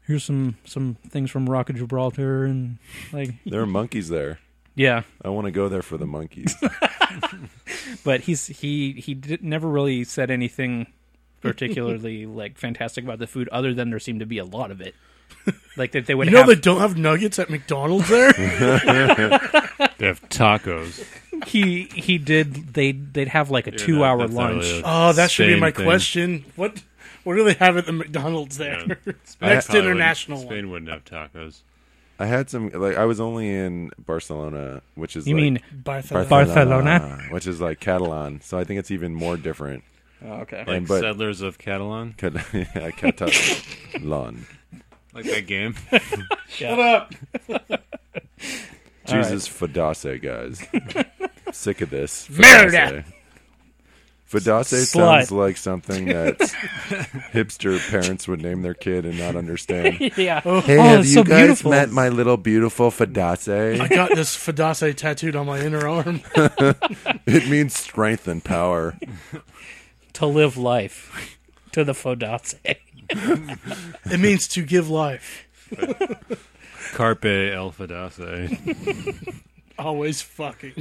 [SPEAKER 3] here's some some things from Rock of Gibraltar, and like,
[SPEAKER 4] There are monkeys there.
[SPEAKER 3] yeah.
[SPEAKER 4] I want to go there for the monkeys.
[SPEAKER 3] But he's he he did, never really said anything particularly like fantastic about the food, other than there seemed to be a lot of it. Like that they would
[SPEAKER 2] You know
[SPEAKER 3] have.
[SPEAKER 2] they don't have nuggets at McDonald's there.
[SPEAKER 1] They have tacos.
[SPEAKER 3] he he did. They they'd have like a two hour
[SPEAKER 1] That's not
[SPEAKER 3] lunch.
[SPEAKER 1] really a
[SPEAKER 2] Oh, that should be
[SPEAKER 1] Spain
[SPEAKER 2] my
[SPEAKER 1] thing.
[SPEAKER 2] question. What what do they have at the McDonald's
[SPEAKER 1] Yeah.
[SPEAKER 2] there?
[SPEAKER 1] Spain
[SPEAKER 2] Next
[SPEAKER 1] probably wouldn't-
[SPEAKER 2] international one.
[SPEAKER 1] Spain wouldn't have tacos.
[SPEAKER 4] I had some like I was only in Barcelona, which is
[SPEAKER 3] you
[SPEAKER 4] like
[SPEAKER 3] mean
[SPEAKER 2] Barcelona.
[SPEAKER 3] Barcelona?
[SPEAKER 4] which is like Catalan. So I think it's even more different.
[SPEAKER 3] okay.
[SPEAKER 1] Like
[SPEAKER 4] And but-
[SPEAKER 1] settlers of Catalan,
[SPEAKER 4] Cat- yeah, Catalan.
[SPEAKER 1] like that game.
[SPEAKER 4] Jesus Fadase, guys. Sick of this.
[SPEAKER 2] Merda.
[SPEAKER 4] Fadase
[SPEAKER 3] Slut.
[SPEAKER 4] sounds like something that hipster parents would name their kid and not understand. Hey,
[SPEAKER 3] yeah.
[SPEAKER 4] have
[SPEAKER 3] Oh, it's
[SPEAKER 4] you
[SPEAKER 3] so
[SPEAKER 4] guys
[SPEAKER 3] beautiful.
[SPEAKER 4] met my little beautiful Fadase?
[SPEAKER 2] I got this Fidase tattooed on my inner arm.
[SPEAKER 4] it means strength and power.
[SPEAKER 3] to live life to the Fodace.
[SPEAKER 2] It means to give life.
[SPEAKER 1] Carpe El Fidase.
[SPEAKER 2] Always fucking.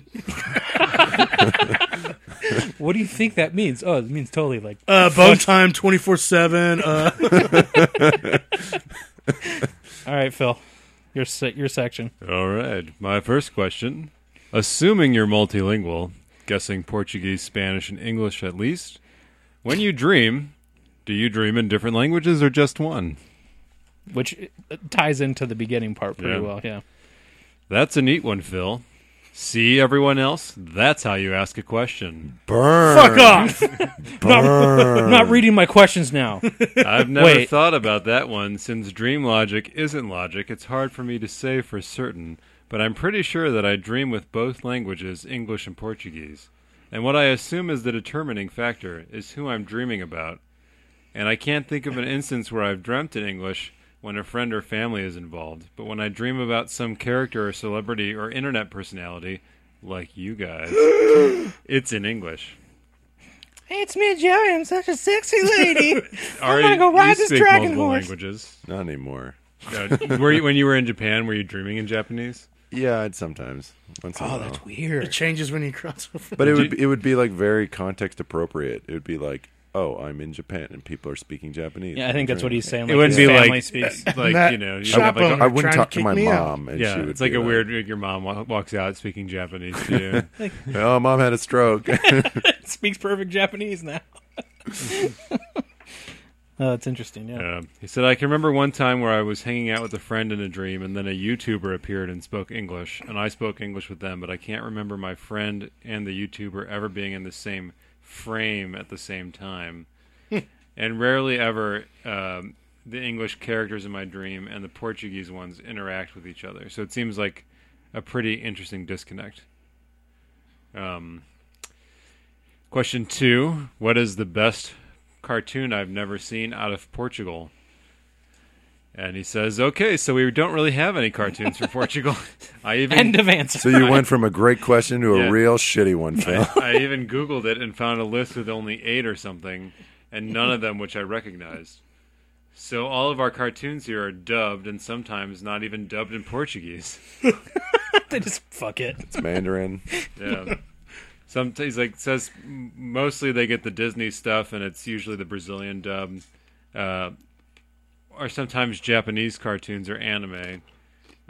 [SPEAKER 3] What do you think that means? Oh, it means totally like
[SPEAKER 2] Uh, bone time 24 7. Uh,
[SPEAKER 3] All right, Phil. Your se- your section.
[SPEAKER 1] All right. My first question. Assuming you're multilingual, guessing Portuguese, Spanish, and English at least, when you dream, do you dream in different languages or just one?
[SPEAKER 3] Which uh, ties into the beginning part pretty
[SPEAKER 1] Yeah.
[SPEAKER 3] well, yeah.
[SPEAKER 1] That's a neat one, Phil. See everyone else? That's how you ask a question.
[SPEAKER 4] Burn.
[SPEAKER 3] Fuck off.
[SPEAKER 4] Burn.
[SPEAKER 3] I'm not reading my questions now.
[SPEAKER 1] I've never
[SPEAKER 3] Wait.
[SPEAKER 1] thought about that one. Since dream logic isn't logic, it's hard for me to say for certain, but I'm pretty sure that I dream with both languages, English and Portuguese. And what I assume is the determining factor is who I'm dreaming about. And I can't think of an instance where I've dreamt in English when a friend or family is involved, but when I dream about some character or celebrity or internet personality, like you guys, it's in English.
[SPEAKER 3] Hey, it's me, Joey. I'm such a sexy lady.
[SPEAKER 1] Ari,
[SPEAKER 3] gonna go ride
[SPEAKER 1] you
[SPEAKER 3] this
[SPEAKER 1] speak
[SPEAKER 3] dragon
[SPEAKER 1] multiple
[SPEAKER 3] horse.
[SPEAKER 1] languages.
[SPEAKER 4] Not anymore.
[SPEAKER 1] Uh, were you, when you were in Japan, were you dreaming in Japanese?
[SPEAKER 4] Yeah, I'd sometimes. Once in a
[SPEAKER 3] oh,
[SPEAKER 4] while.
[SPEAKER 3] that's weird.
[SPEAKER 2] changes when you cross over.
[SPEAKER 4] But it would it would be like very context appropriate. It would be like, oh, I'm in Japan and people are speaking Japanese.
[SPEAKER 3] Yeah, I think that's what he's saying. Like,
[SPEAKER 1] it wouldn't
[SPEAKER 3] his
[SPEAKER 1] be
[SPEAKER 3] family
[SPEAKER 1] like,
[SPEAKER 3] speaks.
[SPEAKER 1] like
[SPEAKER 2] Matt,
[SPEAKER 1] you know, you
[SPEAKER 2] shut
[SPEAKER 1] have
[SPEAKER 2] up
[SPEAKER 1] like
[SPEAKER 2] on-
[SPEAKER 1] a,
[SPEAKER 4] I
[SPEAKER 2] Trying
[SPEAKER 4] wouldn't
[SPEAKER 2] to
[SPEAKER 4] talk to
[SPEAKER 2] kick
[SPEAKER 4] my
[SPEAKER 2] me out.
[SPEAKER 4] mom, and she
[SPEAKER 1] yeah,
[SPEAKER 4] would.
[SPEAKER 1] it's like
[SPEAKER 4] be
[SPEAKER 1] a weird like your mom wa- walks out speaking Japanese to you.
[SPEAKER 4] Oh, mom had a stroke.
[SPEAKER 3] speaks perfect Japanese now. Oh, that's interesting. Yeah.
[SPEAKER 1] Um, he said, I can remember one time where I was hanging out with a friend in a dream, and then a YouTuber appeared and spoke English, and I spoke English with them, but I can't remember my friend and the YouTuber ever being in the same frame at the same time. and rarely ever um, the English characters in my dream and the Portuguese ones interact with each other. So it seems like a pretty interesting disconnect. Um, question two What is the best cartoon I've never seen out of Portugal? And he says, okay, so we don't really have any cartoons from Portugal. I even
[SPEAKER 3] End of answer.
[SPEAKER 4] So you went from a great question to a
[SPEAKER 1] Yeah.
[SPEAKER 4] real shitty one, Phil.
[SPEAKER 1] I even Googled it and found a list with only eight or something, and none of them which I recognized. So all of our cartoons here are dubbed and sometimes not even dubbed in Portuguese.
[SPEAKER 3] they just fuck it.
[SPEAKER 4] It's Mandarin.
[SPEAKER 1] Yeah. Some he's like says m- mostly they get the Disney stuff and it's usually the Brazilian dub, uh, or sometimes Japanese cartoons or anime,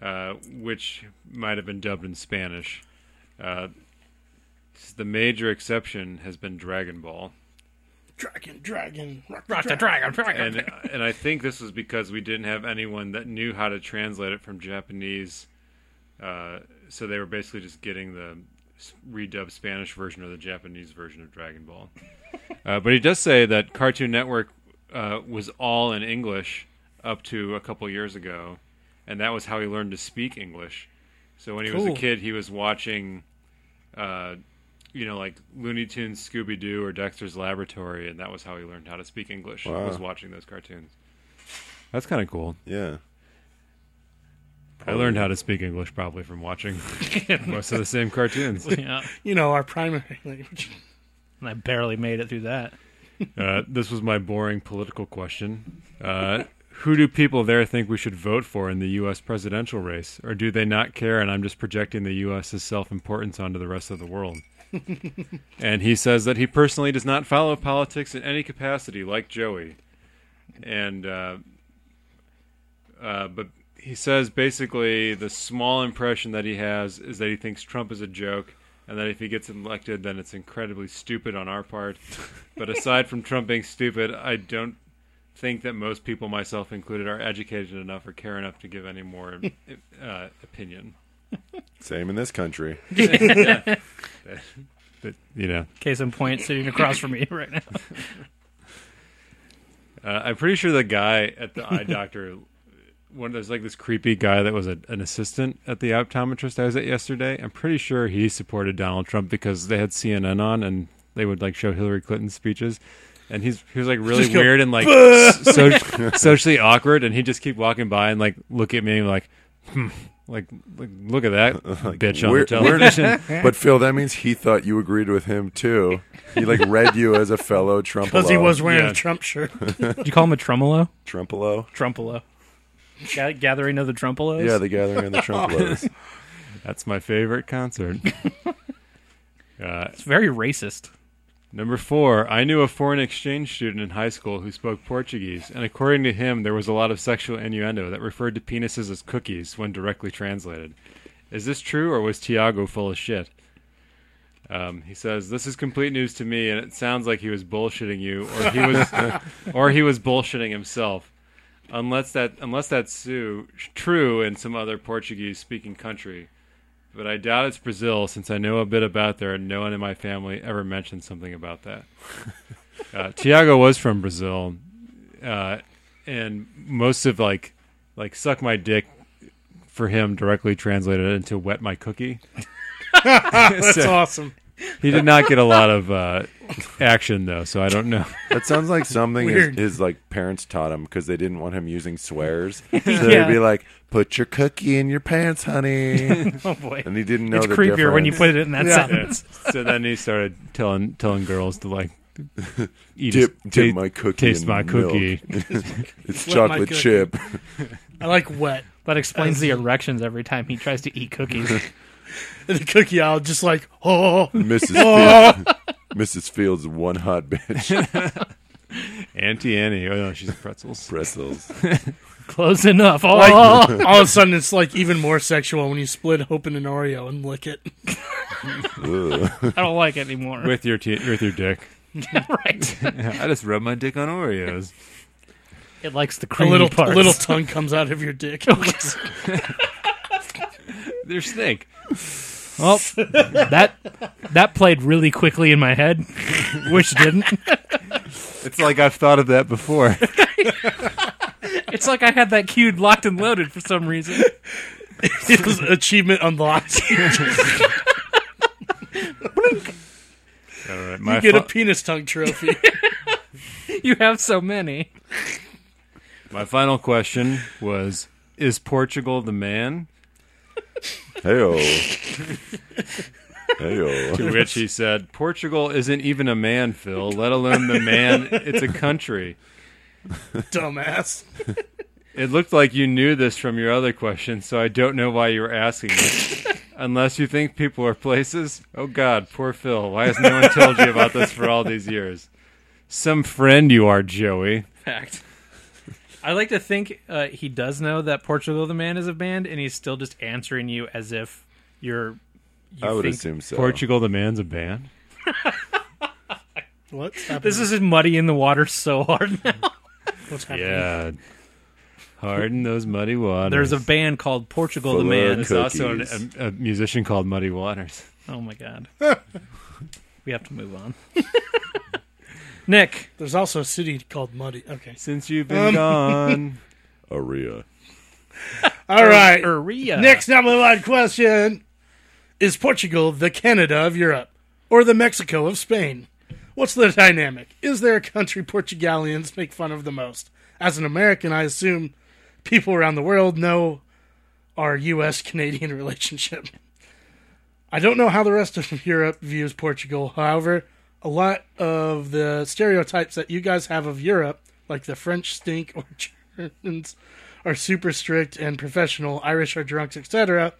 [SPEAKER 1] uh, which might have been dubbed in Spanish. Uh, the major exception has been Dragon Ball.
[SPEAKER 2] Dragon, dragon, rock,
[SPEAKER 3] Rock the dragon.
[SPEAKER 1] and and I think this was because we didn't have anyone that knew how to translate it from Japanese, uh, so they were basically just getting the s- redubbed Spanish version or the Japanese version of Dragon Ball. uh, but he does say that Cartoon Network uh, was all in English up to a couple years ago, and that was how he learned to speak English. So when he was
[SPEAKER 3] Cool.
[SPEAKER 1] a kid, he was watching. Uh, you know, like Looney Tunes, Scooby Doo, or Dexter's Laboratory, and that was how he learned how to speak English.
[SPEAKER 4] Wow.
[SPEAKER 1] Was watching those cartoons. That's kind of cool.
[SPEAKER 4] Yeah.
[SPEAKER 1] I learned how to speak English probably from watching most of the same cartoons.
[SPEAKER 3] yeah.
[SPEAKER 2] You know, our primary language.
[SPEAKER 3] And I barely made it through that.
[SPEAKER 1] Uh, this was my boring political question. Uh, who do people there think we should vote for in the U.S. presidential race, or do they not care? And I'm just projecting the U.S.'s self-importance onto the rest of the world. and he says that he personally does not follow politics in any capacity, like Joey. And uh, uh, but he says basically the small impression that he has is that he thinks Trump is a joke, and that if he gets elected, then it's incredibly stupid on our part. but aside from Trump being stupid, I don't think that most people, myself included, are educated enough or care enough to give any more uh, opinion.
[SPEAKER 4] Same in this country.
[SPEAKER 1] But you know,
[SPEAKER 3] Case in point, sitting across from me right now.
[SPEAKER 1] Uh, I'm pretty sure the guy at the eye doctor, one there's like this creepy guy that was a, an assistant at the optometrist I was at yesterday. I'm pretty sure he supported Donald Trump because they had CNN on and they would like show Hillary Clinton speeches. And he's he was like really
[SPEAKER 2] Just go,
[SPEAKER 1] weird and like so, socially awkward, and he would just keep walking by and like look at me and like, hmm, like, like look at that bitch on the
[SPEAKER 4] we're- we're-
[SPEAKER 1] television.
[SPEAKER 4] But Phil, that means he thought you agreed with him too. He like read you as a fellow Trumpolo.
[SPEAKER 2] Because he was wearing
[SPEAKER 1] Yeah.
[SPEAKER 2] a Trump shirt.
[SPEAKER 3] Did you call him a tremolo?
[SPEAKER 4] Trumpolo.
[SPEAKER 3] Trumpolo. Ga- gathering of the trumpolos?
[SPEAKER 4] Yeah, the gathering of the Trumpolos.
[SPEAKER 1] That's my favorite concert. Uh,
[SPEAKER 3] it's very racist.
[SPEAKER 1] Number four, I knew a foreign exchange student in high school who spoke Portuguese, and according to him, there was a lot of sexual innuendo that referred to penises as cookies when directly translated. Is this true, or was Tiago full of shit? Um, he says this is complete news to me, and it sounds like he was bullshitting you, or he was, or he was bullshitting himself. Unless that, unless that's su- true in some other Portuguese-speaking country, but I doubt it's Brazil since I know a bit about there and no one in my family ever mentioned something about that. uh, Tiago was from Brazil, uh, and most of like like suck my dick for him directly translated into wet my cookie.
[SPEAKER 2] That's awesome.
[SPEAKER 1] He did not get a lot of uh, action though, so I don't know.
[SPEAKER 4] That sounds like something his,
[SPEAKER 2] Weird.
[SPEAKER 4] his like parents taught him because they didn't want him using swears. So
[SPEAKER 3] Yeah.
[SPEAKER 4] they'd be like, "Put your cookie in your pants, honey,"
[SPEAKER 3] Oh, boy.
[SPEAKER 4] and he didn't know
[SPEAKER 3] It's
[SPEAKER 4] the
[SPEAKER 3] creepier when you
[SPEAKER 4] difference.
[SPEAKER 3] put it in that
[SPEAKER 2] Yeah.
[SPEAKER 3] sentence.
[SPEAKER 1] So then he started telling telling girls to like eat
[SPEAKER 4] dip, dip
[SPEAKER 1] ta-
[SPEAKER 4] my cookie,
[SPEAKER 1] taste
[SPEAKER 4] in
[SPEAKER 1] my
[SPEAKER 4] milk.
[SPEAKER 1] cookie.
[SPEAKER 4] It's
[SPEAKER 2] Let my
[SPEAKER 4] chocolate
[SPEAKER 2] cookie-
[SPEAKER 4] chip.
[SPEAKER 2] I like wet.
[SPEAKER 3] That explains the erections every time he tries to eat cookies.
[SPEAKER 2] And the cookie aisle just like, oh,
[SPEAKER 4] Mrs. Fields, Mrs. Fields, one hot bitch.
[SPEAKER 1] Auntie Annie. Oh no, she's pretzels.
[SPEAKER 4] Bristles.
[SPEAKER 3] Close enough. Oh,
[SPEAKER 2] like all of a sudden it's like even more sexual when you split open an Oreo and lick it.
[SPEAKER 4] Ugh.
[SPEAKER 3] I don't like it anymore.
[SPEAKER 1] With your t- with your dick.
[SPEAKER 3] right.
[SPEAKER 1] I just rub my dick on Oreos.
[SPEAKER 6] It likes the
[SPEAKER 2] A
[SPEAKER 6] creamy
[SPEAKER 2] little
[SPEAKER 6] parts.
[SPEAKER 2] a little tongue comes out of your dick.
[SPEAKER 1] Their snake.
[SPEAKER 6] Well,
[SPEAKER 3] Oh,
[SPEAKER 6] that that played really quickly in my head, which didn't.
[SPEAKER 1] It's like I've thought of that before.
[SPEAKER 6] It's like I had that cued locked and loaded for some reason.
[SPEAKER 2] it was achievement unlocked.
[SPEAKER 1] All right, my
[SPEAKER 2] Get a
[SPEAKER 1] fi-
[SPEAKER 2] penis tongue trophy.
[SPEAKER 6] You have so many.
[SPEAKER 1] my final question was: Is Portugal the man?
[SPEAKER 4] Heyo. Heyo.
[SPEAKER 1] To which he said, "Portugal isn't even a man, Phil. Let alone the man. It's a country."
[SPEAKER 2] Dumbass.
[SPEAKER 1] It looked like you knew this from your other question, so I don't know why you were asking this. Unless you think people are places? Oh God, poor Phil. Why has no one told you about this for all these years? Some friend you are, Joey.
[SPEAKER 3] Fact. I like to think uh, he does know that Portugal the Man is a band, and he's still just answering you as if you're. You
[SPEAKER 4] I would
[SPEAKER 3] think-
[SPEAKER 4] assume so.
[SPEAKER 1] Portugal the man's a band.
[SPEAKER 2] What's happening?
[SPEAKER 6] This is muddy in the water so hard now.
[SPEAKER 2] What's happening?
[SPEAKER 1] Yeah. Harden those muddy waters.
[SPEAKER 3] There's a band called Portugal the
[SPEAKER 4] Full
[SPEAKER 3] Man.
[SPEAKER 4] of
[SPEAKER 1] There's also an,
[SPEAKER 4] Cookies.
[SPEAKER 1] a, a musician called Muddy Waters.
[SPEAKER 6] Oh my god. We have to move on. Nick,
[SPEAKER 2] There's also a city called Muddy. Okay.
[SPEAKER 1] Since you've been gone,
[SPEAKER 4] Aria.
[SPEAKER 2] All right.
[SPEAKER 6] Korea.
[SPEAKER 2] Next number one question Is Portugal the Canada of Europe or the Mexico of Spain? What's the dynamic? Is there a country Portugalians make fun of the most? As an American, I assume people around the world know our U.S. Canadian relationship. I don't know how the rest of Europe views Portugal. However, a lot of the stereotypes that you guys have of Europe, like the French stink or Germans are super strict and professional, Irish are drunks, etc.,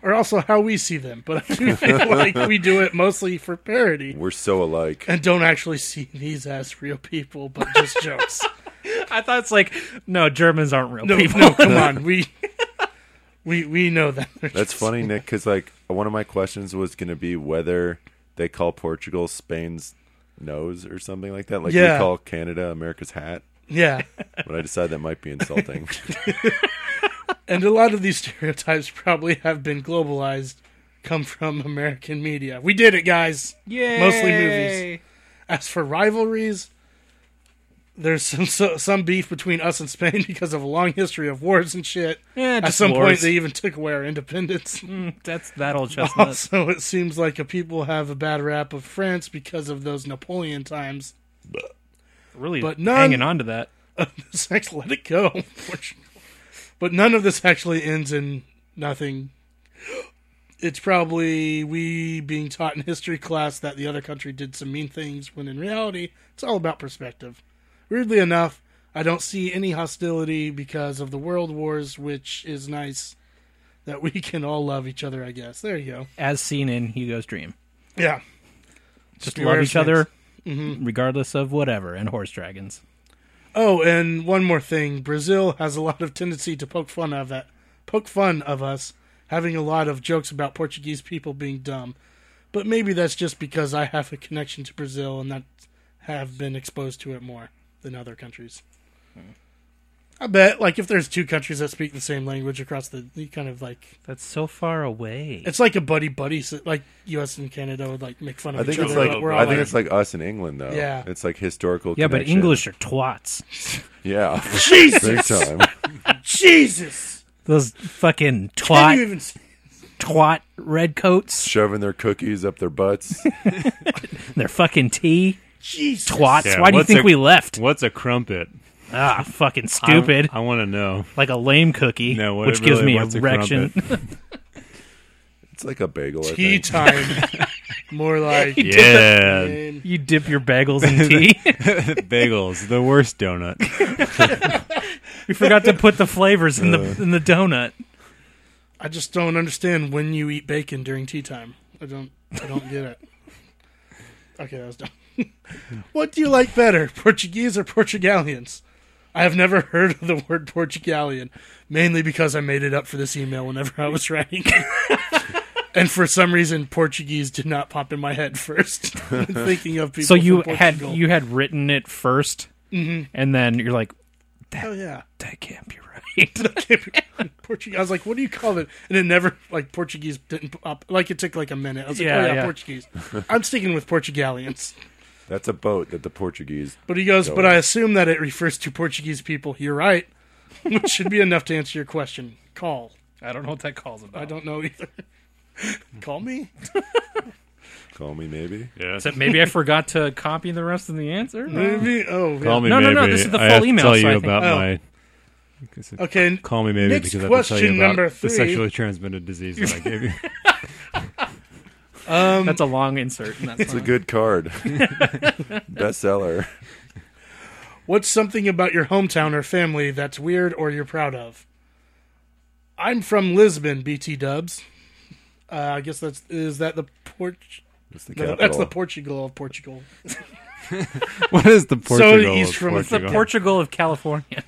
[SPEAKER 2] are also how we see them. But I do feel like we do it mostly for parody
[SPEAKER 4] We're so alike.
[SPEAKER 2] and don't actually see these as real people, but just jokes.
[SPEAKER 6] I thought it's like no, Germans aren't real
[SPEAKER 2] No,
[SPEAKER 6] people.
[SPEAKER 2] no, come on, we we we know that.
[SPEAKER 4] That's funny, Nick, because like one of my questions was going to be whether they call Portugal Spain's nose or something like that. Like
[SPEAKER 2] Yeah.
[SPEAKER 4] we call Canada America's hat.
[SPEAKER 2] Yeah.
[SPEAKER 4] But I decided that might be insulting.
[SPEAKER 2] and a lot of these stereotypes probably have been globalized, come from American media. We did it, guys.
[SPEAKER 6] Yay.
[SPEAKER 2] Mostly movies. As for rivalries, there's some so, some beef between us and Spain because of a long history of wars and shit.
[SPEAKER 6] Yeah,
[SPEAKER 2] At
[SPEAKER 6] just
[SPEAKER 2] some point,
[SPEAKER 6] wars. Mm,
[SPEAKER 2] they even took away our independence.
[SPEAKER 6] That's that old chestnut.
[SPEAKER 2] also, it seems like a people have a bad rap of France because of those Napoleon times.
[SPEAKER 6] really
[SPEAKER 2] But none-
[SPEAKER 6] hanging on to that.
[SPEAKER 2] This act- let it go. but none of this actually ends in nothing. It's probably we being taught in history class that the other country did some mean things when in reality it's all about perspective. Weirdly enough, I don't see any hostility because of the world wars, which is nice that we can all love each other, I guess. There you go.
[SPEAKER 3] as seen in Hugo's Dream.
[SPEAKER 2] Yeah.
[SPEAKER 3] Just
[SPEAKER 2] Beware
[SPEAKER 3] love
[SPEAKER 2] of
[SPEAKER 3] each
[SPEAKER 2] snakes.
[SPEAKER 3] other, Mm-hmm. regardless of whatever, and horse dragons.
[SPEAKER 2] Oh, and one more thing: Brazil has a lot of tendency to poke fun of it, poke fun of us having a lot of jokes about Portuguese people being dumb. But maybe that's just because I have a connection to Brazil and that have been exposed to it more than other countries.
[SPEAKER 4] Hmm.
[SPEAKER 2] I bet, like, if there's two countries that speak the same language across the, you kind of like
[SPEAKER 3] That's so far away.
[SPEAKER 2] it's like a buddy buddy, si- like U.S. and Canada would like make fun of
[SPEAKER 4] I think
[SPEAKER 2] each
[SPEAKER 4] it's
[SPEAKER 2] other.
[SPEAKER 4] like
[SPEAKER 2] but we're all
[SPEAKER 4] I think it's like us in England though.
[SPEAKER 2] Yeah.
[SPEAKER 4] It's like historical.
[SPEAKER 3] yeah, but
[SPEAKER 4] connection.
[SPEAKER 3] English are twats.
[SPEAKER 4] Yeah, big
[SPEAKER 2] Jesus,
[SPEAKER 4] time.
[SPEAKER 2] Jesus,
[SPEAKER 3] Those fucking
[SPEAKER 2] can you
[SPEAKER 3] twat,
[SPEAKER 2] even? say-
[SPEAKER 3] twat redcoats.
[SPEAKER 4] Shoving their cookies up their butts.
[SPEAKER 3] Their fucking tea.
[SPEAKER 2] Jesus,
[SPEAKER 3] Twats.
[SPEAKER 1] Yeah,
[SPEAKER 3] Why do you
[SPEAKER 1] what's
[SPEAKER 3] think
[SPEAKER 1] a-
[SPEAKER 3] we left?
[SPEAKER 1] what's a crumpet?
[SPEAKER 3] Ah, fucking stupid.
[SPEAKER 1] I, want to know.
[SPEAKER 3] like a lame cookie,
[SPEAKER 1] No, what
[SPEAKER 3] which
[SPEAKER 1] it
[SPEAKER 3] gives
[SPEAKER 1] really-
[SPEAKER 3] me
[SPEAKER 1] what's a
[SPEAKER 3] erection.
[SPEAKER 4] It's like a bagel. I
[SPEAKER 2] tea
[SPEAKER 4] think.
[SPEAKER 2] time. More like
[SPEAKER 1] Yeah,
[SPEAKER 2] um,
[SPEAKER 3] you dip your bagels in tea.
[SPEAKER 1] bagels, the worst donut.
[SPEAKER 3] we forgot to put the flavors in the in the donut.
[SPEAKER 2] I just don't understand when you eat bacon during tea time. I don't I don't get it. Okay, that was dumb. what do you like better, Portuguese or Portugalians? I have never heard of the word Portugalian, mainly because I made it up for this email whenever I was writing. and for some reason Portuguese did not pop in my head first. Thinking of people
[SPEAKER 6] So you
[SPEAKER 2] from
[SPEAKER 6] had
[SPEAKER 2] Portugal.
[SPEAKER 6] you had written it 1st and then you're like,
[SPEAKER 2] Oh yeah.
[SPEAKER 3] That can't be right.
[SPEAKER 2] Portuguese. I was like, what do you call it? And it never like Portuguese didn't pop. Like it took like a minute. I was like,
[SPEAKER 6] Yeah,
[SPEAKER 2] oh yeah,
[SPEAKER 6] yeah.
[SPEAKER 2] Portuguese. I'm sticking with Portugalians.
[SPEAKER 4] That's a boat that the Portuguese.
[SPEAKER 2] But he goes,
[SPEAKER 4] Go
[SPEAKER 2] but
[SPEAKER 4] on.
[SPEAKER 2] I assume that it refers to Portuguese people. You're right. Which should be enough to answer your question. Call.
[SPEAKER 6] I don't know what that calls about.
[SPEAKER 2] I don't know either. Call me?
[SPEAKER 4] Call me maybe.
[SPEAKER 1] Yeah.
[SPEAKER 6] Except maybe I forgot to copy the rest of the answer.
[SPEAKER 2] Maybe. Oh, yeah.
[SPEAKER 1] Call me
[SPEAKER 6] No, no,
[SPEAKER 1] maybe.
[SPEAKER 6] no, this is the
[SPEAKER 1] I have
[SPEAKER 6] full email,
[SPEAKER 1] To
[SPEAKER 6] so
[SPEAKER 1] tell you
[SPEAKER 6] I think-
[SPEAKER 1] about
[SPEAKER 2] Oh.
[SPEAKER 1] my. because it-
[SPEAKER 2] Okay.
[SPEAKER 1] Call me maybe
[SPEAKER 2] Next
[SPEAKER 1] because I have to tell
[SPEAKER 2] question
[SPEAKER 1] you about
[SPEAKER 2] number
[SPEAKER 1] the
[SPEAKER 2] three.
[SPEAKER 1] sexually transmitted disease that I gave you.
[SPEAKER 6] That's a long insert. And that's
[SPEAKER 4] It's a good card. Bestseller.
[SPEAKER 2] What's something about your hometown or family that's weird or you're proud of? I'm from Lisbon, BT Dubs. Uh, I guess that's is that the port.
[SPEAKER 4] That's the
[SPEAKER 2] no,
[SPEAKER 4] capital.
[SPEAKER 2] that's the Portugal of Portugal.
[SPEAKER 1] what is the Portugal?
[SPEAKER 2] he's
[SPEAKER 1] of
[SPEAKER 2] from- it's
[SPEAKER 1] Portugal?
[SPEAKER 6] the Portugal of California.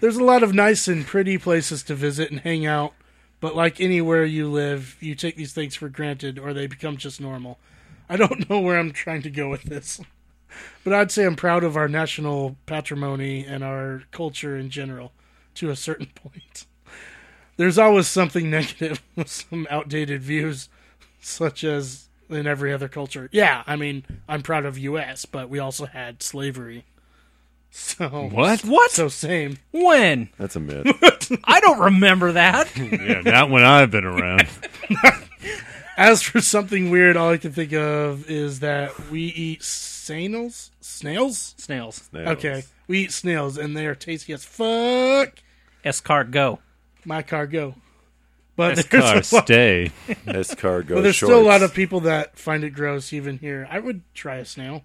[SPEAKER 2] There's a lot of nice and pretty places to visit and hang out, but like anywhere you live, you take these things for granted or they become just normal. I don't know where I'm trying to go with this, but I'd say I'm proud of our national patrimony and our culture in general to a certain point. There's always something negative with some outdated views, such as in every other culture. Yeah, I mean, I'm proud of U.S., but we also had slavery. So
[SPEAKER 1] What?
[SPEAKER 3] what?
[SPEAKER 2] So same.
[SPEAKER 3] when?
[SPEAKER 4] That's a myth.
[SPEAKER 3] I don't remember that.
[SPEAKER 1] yeah, not when I've been around.
[SPEAKER 2] As for something weird, all I can think of is that we eat snails. Snails?
[SPEAKER 3] Snails.
[SPEAKER 4] No.
[SPEAKER 2] Okay, we eat snails, and they are tasty as fuck.
[SPEAKER 3] Escargot.
[SPEAKER 2] My cargo, but there's,
[SPEAKER 1] Car,
[SPEAKER 2] a lot,
[SPEAKER 1] stay.
[SPEAKER 4] Escargot.
[SPEAKER 2] but there's
[SPEAKER 4] shorts.
[SPEAKER 2] still a lot of people that find it gross even here. I would try a snail.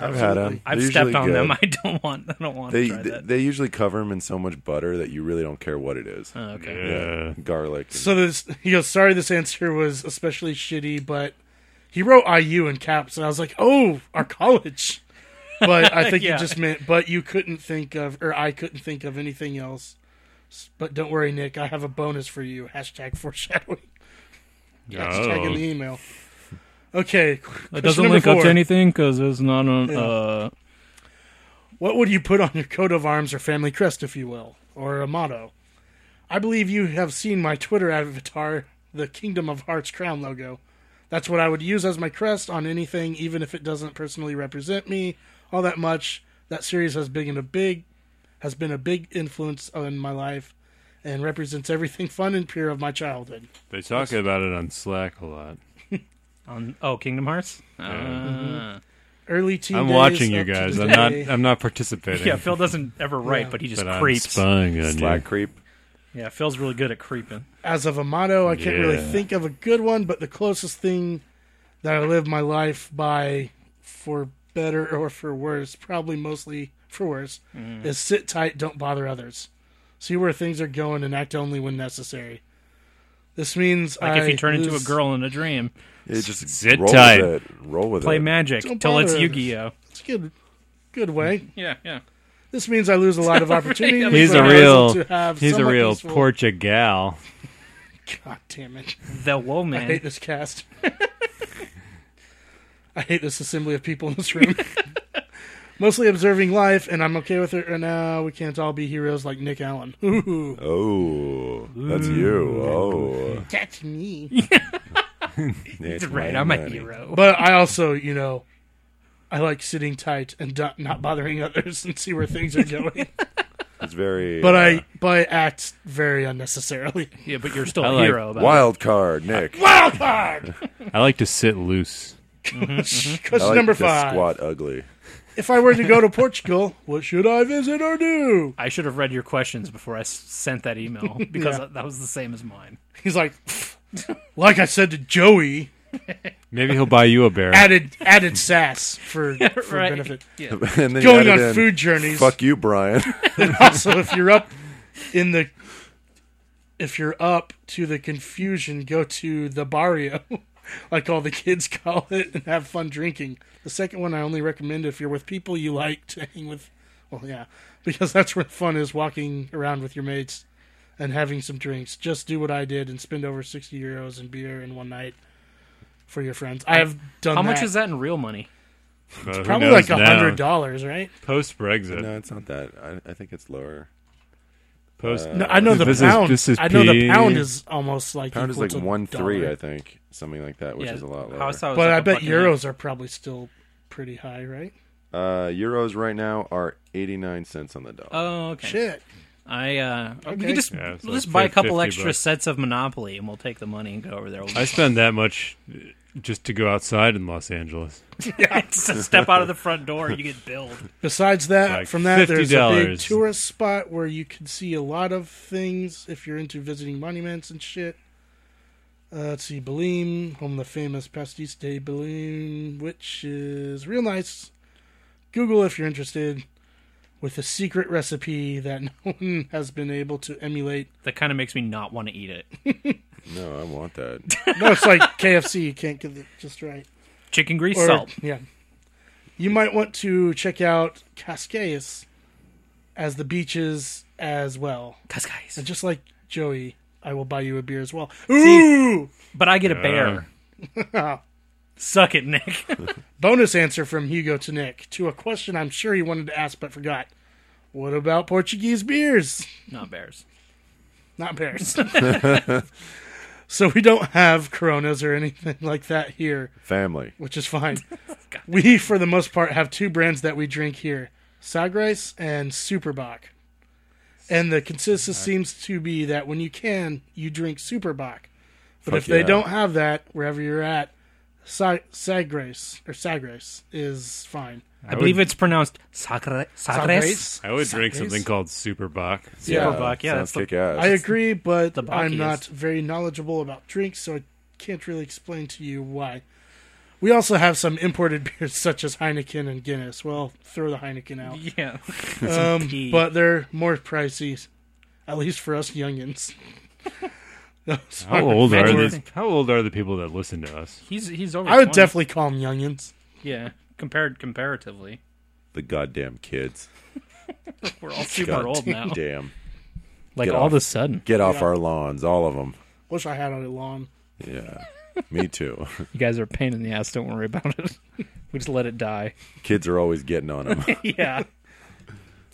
[SPEAKER 4] I've had them.
[SPEAKER 3] I've stepped on them. I don't want. I don't want
[SPEAKER 4] They,
[SPEAKER 3] to try
[SPEAKER 4] they
[SPEAKER 3] that.
[SPEAKER 4] they usually cover them in so much butter that you really don't care what it is.
[SPEAKER 3] Oh, okay.
[SPEAKER 1] Yeah.
[SPEAKER 4] Garlic. and-
[SPEAKER 2] Uh, So this, he goes, sorry, this answer was especially shitty, but he wrote IU in caps, and I was like, oh, our college. But I think
[SPEAKER 3] Yeah.
[SPEAKER 2] he just meant, but you couldn't think of, or I couldn't think of anything else. S- But don't worry, Nick, I have a bonus for you. Hashtag foreshadowing. Hashtag in the
[SPEAKER 1] Oh.
[SPEAKER 2] email. Okay.
[SPEAKER 6] It
[SPEAKER 2] question
[SPEAKER 6] doesn't
[SPEAKER 2] number
[SPEAKER 6] link up
[SPEAKER 2] four.
[SPEAKER 6] to anything because it's not on. Uh,
[SPEAKER 2] What would you put on your coat of arms or family crest, if you will, or a motto? I believe you have seen my Twitter avatar, the Kingdom of Hearts crown logo. That's what I would use as my crest on anything, even if it doesn't personally represent me all that much. That series has been a big has been a big influence on my life and represents everything fun and pure of my childhood.
[SPEAKER 1] They talk about it on Slack a lot.
[SPEAKER 3] On oh, Kingdom Hearts. Uh,
[SPEAKER 2] Early teen
[SPEAKER 1] I'm
[SPEAKER 2] days
[SPEAKER 1] watching you
[SPEAKER 2] up to
[SPEAKER 1] guys. I'm not.
[SPEAKER 2] today.
[SPEAKER 1] I'm not participating.
[SPEAKER 3] Yeah, Phil doesn't ever write, but he just
[SPEAKER 1] Mm-hmm. but I'm
[SPEAKER 3] creeps.
[SPEAKER 1] spying on
[SPEAKER 4] Slack creep.
[SPEAKER 3] Yeah, Phil's really good at creeping.
[SPEAKER 2] as of a motto. I can't really
[SPEAKER 1] Yeah.
[SPEAKER 2] think of a good one, but the closest thing that I live my life by, for better or for worse, probably mostly for worse, is sit tight, don't bother others, see where things are going, and act only when necessary. This means
[SPEAKER 3] Like
[SPEAKER 2] I
[SPEAKER 3] if you turn into a
[SPEAKER 2] lose-
[SPEAKER 3] girl in a dream,
[SPEAKER 4] It just
[SPEAKER 1] Sit
[SPEAKER 4] roll
[SPEAKER 1] tight.
[SPEAKER 4] with it. Roll with
[SPEAKER 3] play
[SPEAKER 4] it.
[SPEAKER 3] magic
[SPEAKER 2] Don't
[SPEAKER 3] till it's
[SPEAKER 2] bother.
[SPEAKER 3] Yu-Gi-Oh.
[SPEAKER 2] It's a good, good way.
[SPEAKER 3] Yeah, yeah.
[SPEAKER 2] This means I lose a lot of opportunities.
[SPEAKER 1] you. He's
[SPEAKER 2] but
[SPEAKER 1] a
[SPEAKER 2] I'm able
[SPEAKER 1] real.
[SPEAKER 2] to have
[SPEAKER 1] He's a
[SPEAKER 2] somewhat
[SPEAKER 1] real
[SPEAKER 2] peaceful-
[SPEAKER 1] Portugal.
[SPEAKER 2] God damn it!
[SPEAKER 3] The woman.
[SPEAKER 2] I hate this cast. I hate this assembly of people in this room. Mostly observing life, and I'm okay with it. And now we can't all be heroes like Nick Allen. Ooh,
[SPEAKER 4] Oh, that's you. Oh,
[SPEAKER 2] that's me.
[SPEAKER 4] it's
[SPEAKER 3] right,
[SPEAKER 4] my
[SPEAKER 3] I'm a
[SPEAKER 4] money.
[SPEAKER 3] hero.
[SPEAKER 2] But I also, you know, I like sitting tight and do- not bothering others and see where things are going.
[SPEAKER 4] It's very.
[SPEAKER 2] But
[SPEAKER 4] uh,
[SPEAKER 2] I, but I act very unnecessarily.
[SPEAKER 3] Yeah, but you're still
[SPEAKER 1] I
[SPEAKER 3] a
[SPEAKER 1] like-
[SPEAKER 3] hero. About it.
[SPEAKER 4] uh, wild card, Nick.
[SPEAKER 2] Wild card.
[SPEAKER 1] I like to sit loose.
[SPEAKER 2] Question
[SPEAKER 4] I like
[SPEAKER 2] number
[SPEAKER 4] to
[SPEAKER 2] five.
[SPEAKER 4] Squat ugly.
[SPEAKER 2] If I were to go to Portugal, what should I visit or do?
[SPEAKER 3] I should have read your questions before I s- sent that email because that was the same as mine.
[SPEAKER 2] He's like, like I said to Joey.
[SPEAKER 1] Maybe he'll buy you a bear.
[SPEAKER 2] added added sass for, for
[SPEAKER 3] Right.
[SPEAKER 2] benefit.
[SPEAKER 4] and then you
[SPEAKER 2] Going
[SPEAKER 4] added
[SPEAKER 2] on
[SPEAKER 4] in,
[SPEAKER 2] food journeys.
[SPEAKER 4] Fuck you, Brian.
[SPEAKER 2] Also, if you're up in the if you're up to the confusion, go to the barrio, like all the kids call it, and have fun drinking. The second one I only recommend if you're with people you like to hang with. Well, yeah, because that's where the fun is walking around with your mates and having some drinks. Just do what I did and spend over sixty euros in beer in one night for your friends. I have done.
[SPEAKER 3] How much
[SPEAKER 2] that.
[SPEAKER 3] is that in real money?
[SPEAKER 1] But Uh, who
[SPEAKER 2] Probably
[SPEAKER 1] knows
[SPEAKER 2] like a
[SPEAKER 1] now?
[SPEAKER 2] hundred dollars, right?
[SPEAKER 1] Post Brexit.
[SPEAKER 4] No, it's not that. I, I think it's lower.
[SPEAKER 1] Post.
[SPEAKER 2] uh, No, I know the
[SPEAKER 1] this is-
[SPEAKER 2] pound.
[SPEAKER 1] this is
[SPEAKER 2] I know the
[SPEAKER 1] P.
[SPEAKER 2] pound is almost like
[SPEAKER 4] Pound is
[SPEAKER 2] equal
[SPEAKER 4] like
[SPEAKER 2] to
[SPEAKER 4] one three,
[SPEAKER 2] dollar.
[SPEAKER 4] I think, something like that, which is a lot lower.
[SPEAKER 3] I saw it was
[SPEAKER 2] But
[SPEAKER 3] like
[SPEAKER 2] I
[SPEAKER 3] a
[SPEAKER 2] bet
[SPEAKER 3] buck and a half.
[SPEAKER 2] euros are probably still pretty high, right?
[SPEAKER 4] Uh, Euros right now are eighty nine cents on the dollar.
[SPEAKER 3] Oh, okay.
[SPEAKER 2] Shit.
[SPEAKER 3] I uh, we
[SPEAKER 2] Okay.
[SPEAKER 3] can just
[SPEAKER 1] Yeah, so
[SPEAKER 3] let's
[SPEAKER 1] it's
[SPEAKER 3] buy a
[SPEAKER 1] like
[SPEAKER 3] couple
[SPEAKER 1] 50
[SPEAKER 3] extra
[SPEAKER 1] bucks.
[SPEAKER 3] sets of Monopoly, and we'll take the money and go over there. We'll
[SPEAKER 1] I spend that much uh, just to go outside in Los Angeles.
[SPEAKER 3] just step out of the front door, you get billed.
[SPEAKER 2] Besides that,
[SPEAKER 1] Like
[SPEAKER 2] from that, there's a big
[SPEAKER 1] $50.
[SPEAKER 2] tourist spot where you can see a lot of things if you're into visiting monuments and shit. Uh, let's see, Belém, home of the famous Pastis de Belém, which is real nice. Google if you're interested, with a secret recipe that no one has been able to emulate.
[SPEAKER 3] That kind of makes me not want to eat it.
[SPEAKER 4] No, I want that.
[SPEAKER 2] No, it's like KFC, you can't get it just right.
[SPEAKER 3] Chicken grease
[SPEAKER 2] Or-
[SPEAKER 3] salt.
[SPEAKER 2] Yeah. You might want to check out Cascais as the beaches as well.
[SPEAKER 3] Cascais.
[SPEAKER 2] And just like Joey, I will buy you a beer as well. Ooh!
[SPEAKER 3] But I get a bear. Suck it, Nick.
[SPEAKER 2] Bonus answer from Hugo to Nick to a question I'm sure he wanted to ask but forgot. What about Portuguese beers?
[SPEAKER 3] not bears.
[SPEAKER 2] Not bears. so we don't have Coronas or anything like that here.
[SPEAKER 4] Family.
[SPEAKER 2] which is fine. we, for the most part, have two brands that we drink here Sagrice and Superbock. And the consensus seems to be that when you can, you drink Superbock. But if they
[SPEAKER 4] yeah.
[SPEAKER 2] don't have that, wherever you're at, Sa- Sagrice or Sagrice is fine.
[SPEAKER 3] I, believe it's pronounced sacre, sacres.
[SPEAKER 2] Sagres?
[SPEAKER 1] I would drink
[SPEAKER 2] Sagres?
[SPEAKER 1] something called Superbach.
[SPEAKER 3] Superbuck, yeah, that's
[SPEAKER 4] sounds
[SPEAKER 3] the-
[SPEAKER 4] kick ass.
[SPEAKER 2] I agree, but
[SPEAKER 3] the Bacchius.
[SPEAKER 2] I'm not very knowledgeable about drinks, so I can't really explain to you why. We also have some imported beers such as Heineken and Guinness. Well, throw the Heineken out.
[SPEAKER 3] Yeah.
[SPEAKER 2] Um,
[SPEAKER 3] pee.
[SPEAKER 2] but they're more pricey, at least for us youngins. Those
[SPEAKER 1] How
[SPEAKER 2] are-
[SPEAKER 1] old are
[SPEAKER 3] Imagine-
[SPEAKER 1] these? How old are the people that listen to us?
[SPEAKER 3] He's he's over.
[SPEAKER 2] I would
[SPEAKER 3] 20.
[SPEAKER 2] definitely call them youngins.
[SPEAKER 3] yeah. Compared comparatively,
[SPEAKER 4] the goddamn kids.
[SPEAKER 3] we're all super
[SPEAKER 4] God
[SPEAKER 3] old now.
[SPEAKER 4] Damn.
[SPEAKER 6] Like
[SPEAKER 4] Get
[SPEAKER 6] all
[SPEAKER 4] off.
[SPEAKER 6] of a sudden,
[SPEAKER 4] Get off our lawns, all of them.
[SPEAKER 2] Wish I had on a lawn.
[SPEAKER 4] Yeah. Me too.
[SPEAKER 6] you guys are a pain in the ass. Don't worry about it. we just let it die.
[SPEAKER 4] Kids are always getting on them.
[SPEAKER 6] Yeah.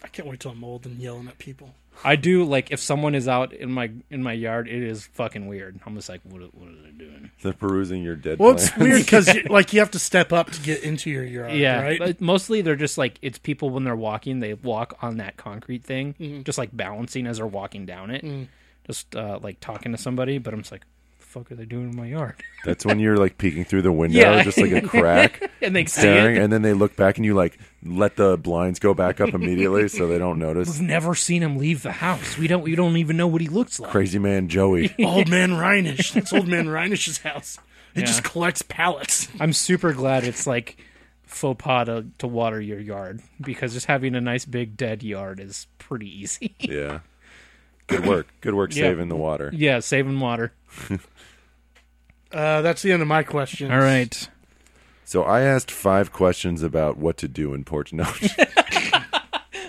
[SPEAKER 2] I can't wait till I'm old and yelling at people.
[SPEAKER 6] I do like if someone is out in my in my yard, it is fucking weird. I'm just like, what, what are they doing?
[SPEAKER 4] They're perusing your dead
[SPEAKER 2] Well, it's
[SPEAKER 4] plants.
[SPEAKER 2] weird because like you have to step up to get into your yard.
[SPEAKER 6] Yeah,
[SPEAKER 2] right.
[SPEAKER 6] but mostly they're just like it's people when they're walking, they walk on that concrete thing,
[SPEAKER 3] Mm-hmm.
[SPEAKER 6] just like balancing as they're walking down it,
[SPEAKER 3] Mm.
[SPEAKER 6] just uh, like talking to somebody. But I'm just like, the fuck are they doing in my yard?
[SPEAKER 4] That's when you're like peeking through the window,
[SPEAKER 6] Yeah.
[SPEAKER 4] just like a crack,
[SPEAKER 6] and they see
[SPEAKER 4] staring,
[SPEAKER 6] it.
[SPEAKER 4] and then they look back and you like let the blinds go back up immediately so they don't notice.
[SPEAKER 6] We've never seen him leave the house. We don't. We don't even know what he looks like.
[SPEAKER 4] Crazy man Joey.
[SPEAKER 2] old man Reinish. That's old man Reinish's house. He just collects pallets.
[SPEAKER 6] I'm super glad it's like faux pas to, to water your yard because just having a nice big dead yard is pretty easy.
[SPEAKER 4] Yeah. Good work. Good work
[SPEAKER 6] Yeah.
[SPEAKER 4] saving the water.
[SPEAKER 6] yeah, saving water.
[SPEAKER 2] Uh, that's the end of my question.
[SPEAKER 6] All right.
[SPEAKER 4] So I asked five questions about what to do in Portugal. No,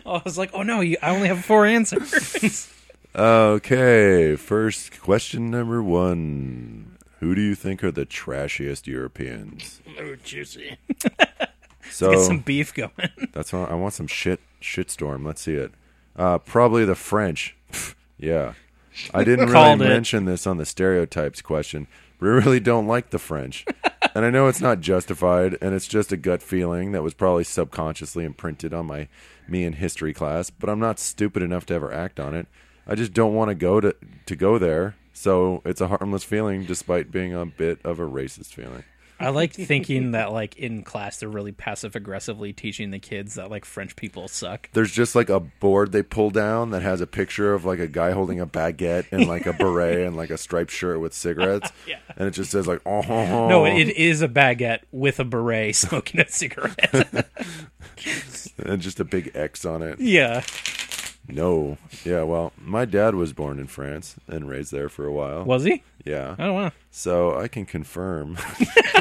[SPEAKER 6] Oh, I was like, oh no, you, I only have four answers.
[SPEAKER 4] Okay, first question number one. Who do you think are the trashiest Europeans?
[SPEAKER 2] Oh, juicy.
[SPEAKER 4] So
[SPEAKER 6] Get some beef going.
[SPEAKER 4] that's why I want some shit shitstorm. Let's see it. Uh, probably the French. Pfft, yeah, I didn't really
[SPEAKER 6] Called it.
[SPEAKER 4] mention this on the stereotypes question. We really don't like the French, and I know it's not justified, and it's just a gut feeling that was probably subconsciously imprinted on my me in history class. But I'm not stupid enough to ever act on it. I just don't want to go to to go there. So it's a harmless feeling, despite being a bit of a racist feeling.
[SPEAKER 6] I like thinking that like in class they're really passive aggressively teaching the kids that like French people suck.
[SPEAKER 4] there's just like a board they pull down that has a picture of like a guy holding a baguette and like a beret and like a striped shirt with cigarettes. And it just says like, oh,
[SPEAKER 6] No, it, it is a baguette with a beret smoking a cigarette.
[SPEAKER 4] and just a big X on it.
[SPEAKER 6] yeah.
[SPEAKER 4] No. Yeah. Well, my dad was born in France and raised there for a while.
[SPEAKER 6] Was he?
[SPEAKER 4] Yeah.
[SPEAKER 6] Oh wow.
[SPEAKER 4] So I can confirm.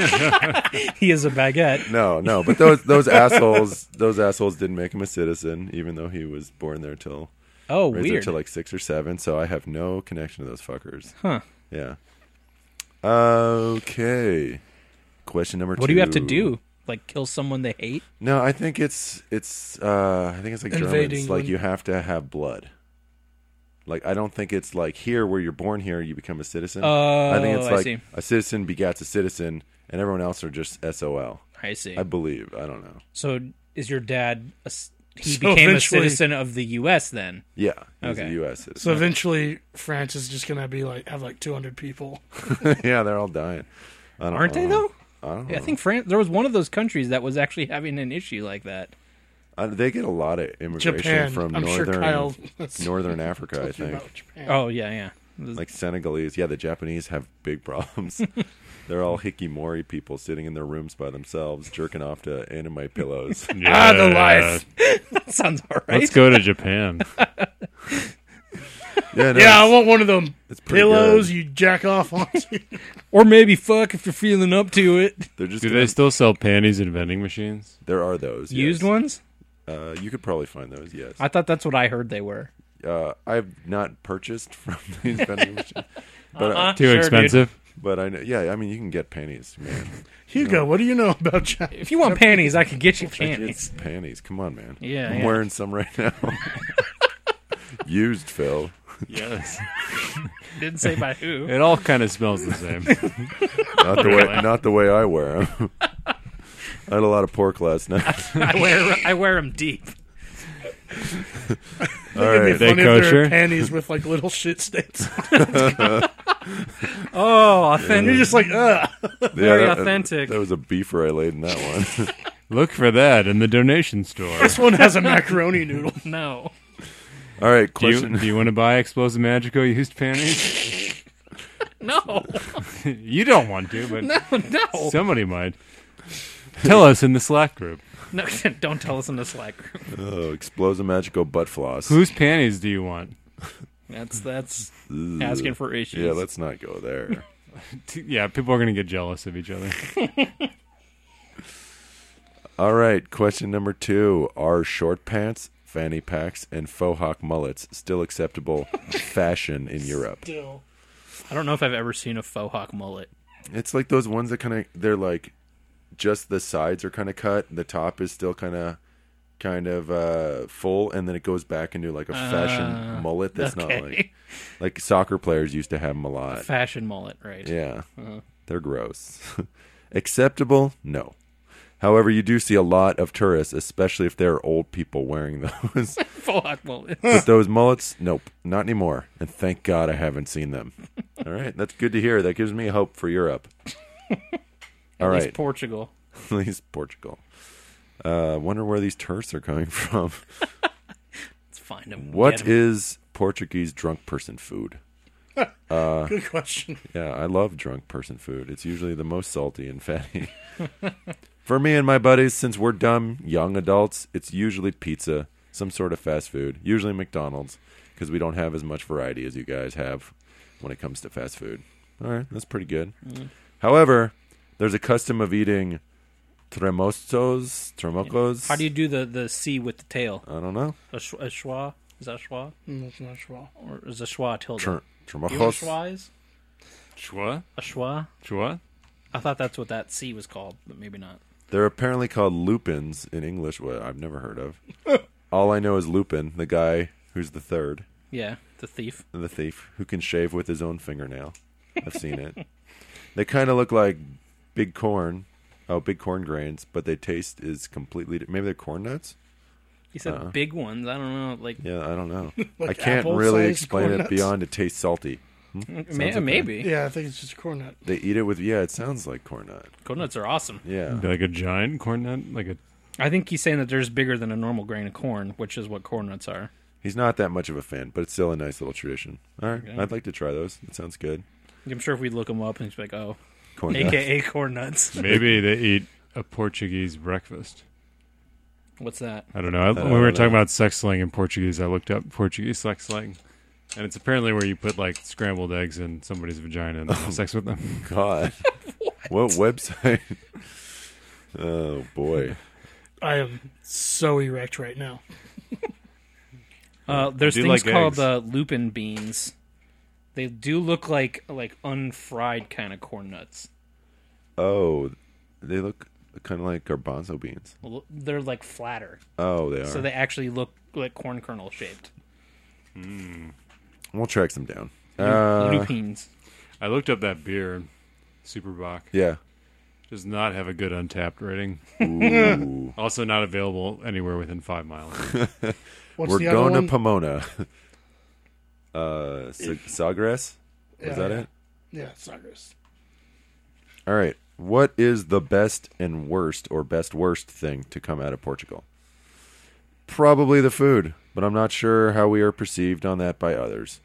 [SPEAKER 6] He is a baguette.
[SPEAKER 4] no, no. But those those assholes those assholes didn't make him a citizen, even though he was born there till
[SPEAKER 6] Oh,
[SPEAKER 4] raised there
[SPEAKER 6] weird.
[SPEAKER 4] till like six or seven. So I have no connection to those fuckers.
[SPEAKER 6] huh.
[SPEAKER 4] Yeah. Okay. Question number two.
[SPEAKER 6] What do you have to do?
[SPEAKER 3] like kill someone they hate?
[SPEAKER 4] No, I think it's it's uh I think it's like
[SPEAKER 2] Invading
[SPEAKER 4] Germans. Like
[SPEAKER 2] when-
[SPEAKER 4] you have to have blood. Like I don't think it's like here where you're born here you become a citizen. I think it's
[SPEAKER 3] Oh, I
[SPEAKER 4] like
[SPEAKER 3] see.
[SPEAKER 4] a citizen begats a citizen and everyone else are just SOL.
[SPEAKER 3] I see.
[SPEAKER 4] I believe. I don't know.
[SPEAKER 3] so is your dad? A, s- he
[SPEAKER 2] So
[SPEAKER 3] became a
[SPEAKER 2] eventually-
[SPEAKER 3] citizen of the U.S. Then.
[SPEAKER 4] Yeah. He's
[SPEAKER 3] Okay.
[SPEAKER 4] a US citizen.
[SPEAKER 2] So eventually, France is just gonna be like have like 200 people.
[SPEAKER 4] yeah, they're all dying. I don't,
[SPEAKER 3] Aren't
[SPEAKER 4] I
[SPEAKER 3] they
[SPEAKER 4] don't
[SPEAKER 3] though?
[SPEAKER 4] know. I don't
[SPEAKER 3] Yeah, I
[SPEAKER 4] know.
[SPEAKER 3] think France. There was one of those countries that was actually having an issue like that.
[SPEAKER 4] I, Uh, they get a lot of immigration
[SPEAKER 2] Japan.
[SPEAKER 4] from
[SPEAKER 2] I'm sure
[SPEAKER 4] northern
[SPEAKER 2] Kyle.
[SPEAKER 4] northern Africa. I think
[SPEAKER 2] About Japan.
[SPEAKER 3] Oh yeah, yeah. This-
[SPEAKER 4] like Senegalese. Yeah, the Japanese have big problems. They're all hikimori people sitting in their rooms by themselves, jerking off to anime pillows.
[SPEAKER 2] Ah,
[SPEAKER 1] Yeah.
[SPEAKER 3] the life. That sounds all right.
[SPEAKER 1] Let's go to Japan.
[SPEAKER 4] yeah, no,
[SPEAKER 2] Yeah, I want one of them
[SPEAKER 4] it's pretty
[SPEAKER 2] pillows
[SPEAKER 4] good.
[SPEAKER 2] you jack off onto.
[SPEAKER 3] Or maybe fuck if you're feeling up to it.
[SPEAKER 4] They're just
[SPEAKER 1] Do
[SPEAKER 4] gonna-
[SPEAKER 1] they still sell panties in vending machines?
[SPEAKER 4] there are those
[SPEAKER 3] Used
[SPEAKER 4] yes.
[SPEAKER 3] ones?
[SPEAKER 4] Uh, you could probably find those. Yes,
[SPEAKER 3] I thought that's what I heard they were.
[SPEAKER 4] uh, I've not purchased from these vending machines, but uh
[SPEAKER 1] Too
[SPEAKER 3] Sure, dude.
[SPEAKER 1] expensive.
[SPEAKER 4] but I know. Yeah, I mean you can get panties, man.
[SPEAKER 2] Hugo, what do you know about Japan?
[SPEAKER 3] If you want panties, I could get you
[SPEAKER 4] It's
[SPEAKER 3] panties.
[SPEAKER 4] panties. Come on, man.
[SPEAKER 3] Yeah,
[SPEAKER 4] I'm
[SPEAKER 3] yeah.
[SPEAKER 4] wearing some right now. Used, Phil.
[SPEAKER 1] Yes.
[SPEAKER 3] Didn't say by who.
[SPEAKER 1] It all kind of smells the same.
[SPEAKER 4] Not the way. Not the way I wear them. I had a lot of pork last night.
[SPEAKER 3] I wear I wear them deep.
[SPEAKER 4] All
[SPEAKER 1] They
[SPEAKER 2] Funny
[SPEAKER 4] right.
[SPEAKER 2] if there
[SPEAKER 1] kosher?
[SPEAKER 2] are panties with like little shit stains.
[SPEAKER 3] Oh, authentic.
[SPEAKER 2] You're just like, ugh.
[SPEAKER 4] very
[SPEAKER 3] authentic.
[SPEAKER 4] That was a beefer I laid in that one.
[SPEAKER 1] Look for that in the donation store.
[SPEAKER 2] This one has a macaroni noodle.
[SPEAKER 3] No.
[SPEAKER 4] All right,
[SPEAKER 1] Do
[SPEAKER 4] question.
[SPEAKER 1] you, do you want to buy Explosive Magico used panties?
[SPEAKER 3] No.
[SPEAKER 1] You don't want to, but
[SPEAKER 3] No.
[SPEAKER 1] somebody might. Tell us in the Slack group.
[SPEAKER 3] No, don't tell us in the Slack group.
[SPEAKER 4] oh, explosive magical butt floss.
[SPEAKER 1] Whose panties do you want?
[SPEAKER 3] That's that's
[SPEAKER 4] Ugh.
[SPEAKER 3] asking for issues.
[SPEAKER 4] Yeah, let's not go there.
[SPEAKER 1] T- Yeah, people are going to get jealous of each other.
[SPEAKER 4] All right, question number two: Are short pants, fanny packs, and faux hawk mullets still acceptable fashion in Europe?
[SPEAKER 3] I don't know if I've ever seen a faux hawk mullet.
[SPEAKER 4] It's like those ones that kind of they're like just the sides are kind of cut, the top is still kind of kind of uh full and then it goes back into like a fashion mullet that's
[SPEAKER 3] Ah, okay.
[SPEAKER 4] not like like soccer players used to have them a lot.
[SPEAKER 3] Fashion mullet, right?
[SPEAKER 4] Yeah.
[SPEAKER 3] Uh-huh.
[SPEAKER 4] They're gross. Acceptable? No. However, you do see a lot of tourists, especially if they're old people wearing those.
[SPEAKER 3] Faux hawk mullet.
[SPEAKER 4] but those mullets, nope, not anymore. And thank God I haven't seen them. All right, that's good to hear. That gives me hope for Europe. All
[SPEAKER 3] At least
[SPEAKER 4] right,
[SPEAKER 3] Portugal.
[SPEAKER 4] at least Portugal. Uh, wonder where these tourists are coming from.
[SPEAKER 3] Let's find them.
[SPEAKER 4] What is Portuguese drunk person food?
[SPEAKER 2] Good question.
[SPEAKER 4] Yeah, I love drunk person food. It's usually the most salty and fatty. For me and my buddies, since we're dumb, young adults, it's usually pizza, some sort of fast food, usually McDonald's, because we don't have as much variety as you guys have when it comes to fast food. All right, that's pretty good.
[SPEAKER 3] Mm.
[SPEAKER 4] However, there's a custom of eating tremostos, tremocos.
[SPEAKER 3] How do you do the the C with the tail?
[SPEAKER 4] I don't know.
[SPEAKER 3] A, sh- a schwa? Is that a schwa?
[SPEAKER 2] Mm, that's not sure.
[SPEAKER 3] Or is a schwa a tilde?
[SPEAKER 4] Tre-
[SPEAKER 3] Do you know what a
[SPEAKER 4] tremojos.
[SPEAKER 3] schwa is?
[SPEAKER 1] Chua?
[SPEAKER 3] A schwa?
[SPEAKER 1] Chua?
[SPEAKER 3] I thought that's what that C was called, but maybe not.
[SPEAKER 4] They're apparently called lupins in English, what I've never heard of. All I know is Lupin, the guy who's the third,
[SPEAKER 3] Yeah, the thief.
[SPEAKER 4] the thief, who can shave with his own fingernail. I've seen it. They kind of look like big corn, oh, big corn grains, but they taste is completely. di- Maybe they're corn nuts.
[SPEAKER 3] He said
[SPEAKER 4] Uh-huh.
[SPEAKER 3] big ones. I don't know, like
[SPEAKER 4] Yeah, I don't know.
[SPEAKER 2] Like
[SPEAKER 4] I can't
[SPEAKER 2] apple-sized
[SPEAKER 4] really explain
[SPEAKER 2] corn
[SPEAKER 4] it
[SPEAKER 2] nuts?
[SPEAKER 4] beyond it tastes salty.
[SPEAKER 3] may-
[SPEAKER 4] okay.
[SPEAKER 3] maybe.
[SPEAKER 2] Yeah, I think it's just a corn nut.
[SPEAKER 4] They eat it with yeah. It sounds like corn nut.
[SPEAKER 3] Corn nuts are awesome.
[SPEAKER 4] Yeah,
[SPEAKER 1] Like a giant corn nut? Like a
[SPEAKER 3] I think he's saying that there's bigger than a normal grain of corn, which is what corn nuts are.
[SPEAKER 4] he's not that much of a fan, but it's still a nice little tradition. All right, I'd like to try those. It sounds good.
[SPEAKER 3] I'm sure if we look them up and he's like, oh,
[SPEAKER 4] Corn nuts.
[SPEAKER 3] AKA corn nuts.
[SPEAKER 1] maybe they eat a Portuguese breakfast.
[SPEAKER 3] What's that?
[SPEAKER 1] I don't know. I,
[SPEAKER 4] don't
[SPEAKER 1] when we were
[SPEAKER 4] know.
[SPEAKER 1] talking about sex slang in Portuguese, I looked up Portuguese sex slang, and it's apparently where you put like scrambled eggs in somebody's vagina and
[SPEAKER 4] Oh.
[SPEAKER 1] have sex with them.
[SPEAKER 4] God. what? website? oh boy.
[SPEAKER 2] I am so erect right now.
[SPEAKER 3] Uh, there's
[SPEAKER 1] do
[SPEAKER 3] things
[SPEAKER 1] like
[SPEAKER 3] called
[SPEAKER 1] eggs.
[SPEAKER 3] uh, lupin beans. They do look like like unfried kind of corn nuts.
[SPEAKER 4] Oh, they look kind of like garbanzo beans.
[SPEAKER 6] L- They're like flatter,
[SPEAKER 4] Oh, they are.
[SPEAKER 6] so they actually look like corn kernel shaped.
[SPEAKER 4] we'll track them down. Uh,
[SPEAKER 6] Lupines.
[SPEAKER 1] I looked up that beer, Superbach.
[SPEAKER 4] yeah.
[SPEAKER 1] Does not have a good untapped rating.
[SPEAKER 4] Ooh.
[SPEAKER 1] Also, not available anywhere within five miles.
[SPEAKER 2] What's
[SPEAKER 4] We're
[SPEAKER 2] the other
[SPEAKER 4] going
[SPEAKER 2] one?
[SPEAKER 4] to Pomona. uh, Sa- Sawgrass?
[SPEAKER 2] Yeah,
[SPEAKER 4] Is that
[SPEAKER 2] yeah.
[SPEAKER 4] it?
[SPEAKER 2] Yeah, Sagres.
[SPEAKER 4] All right. What is the best and worst or best worst thing to come out of Portugal? Probably the food, but I'm not sure how we are perceived on that by others.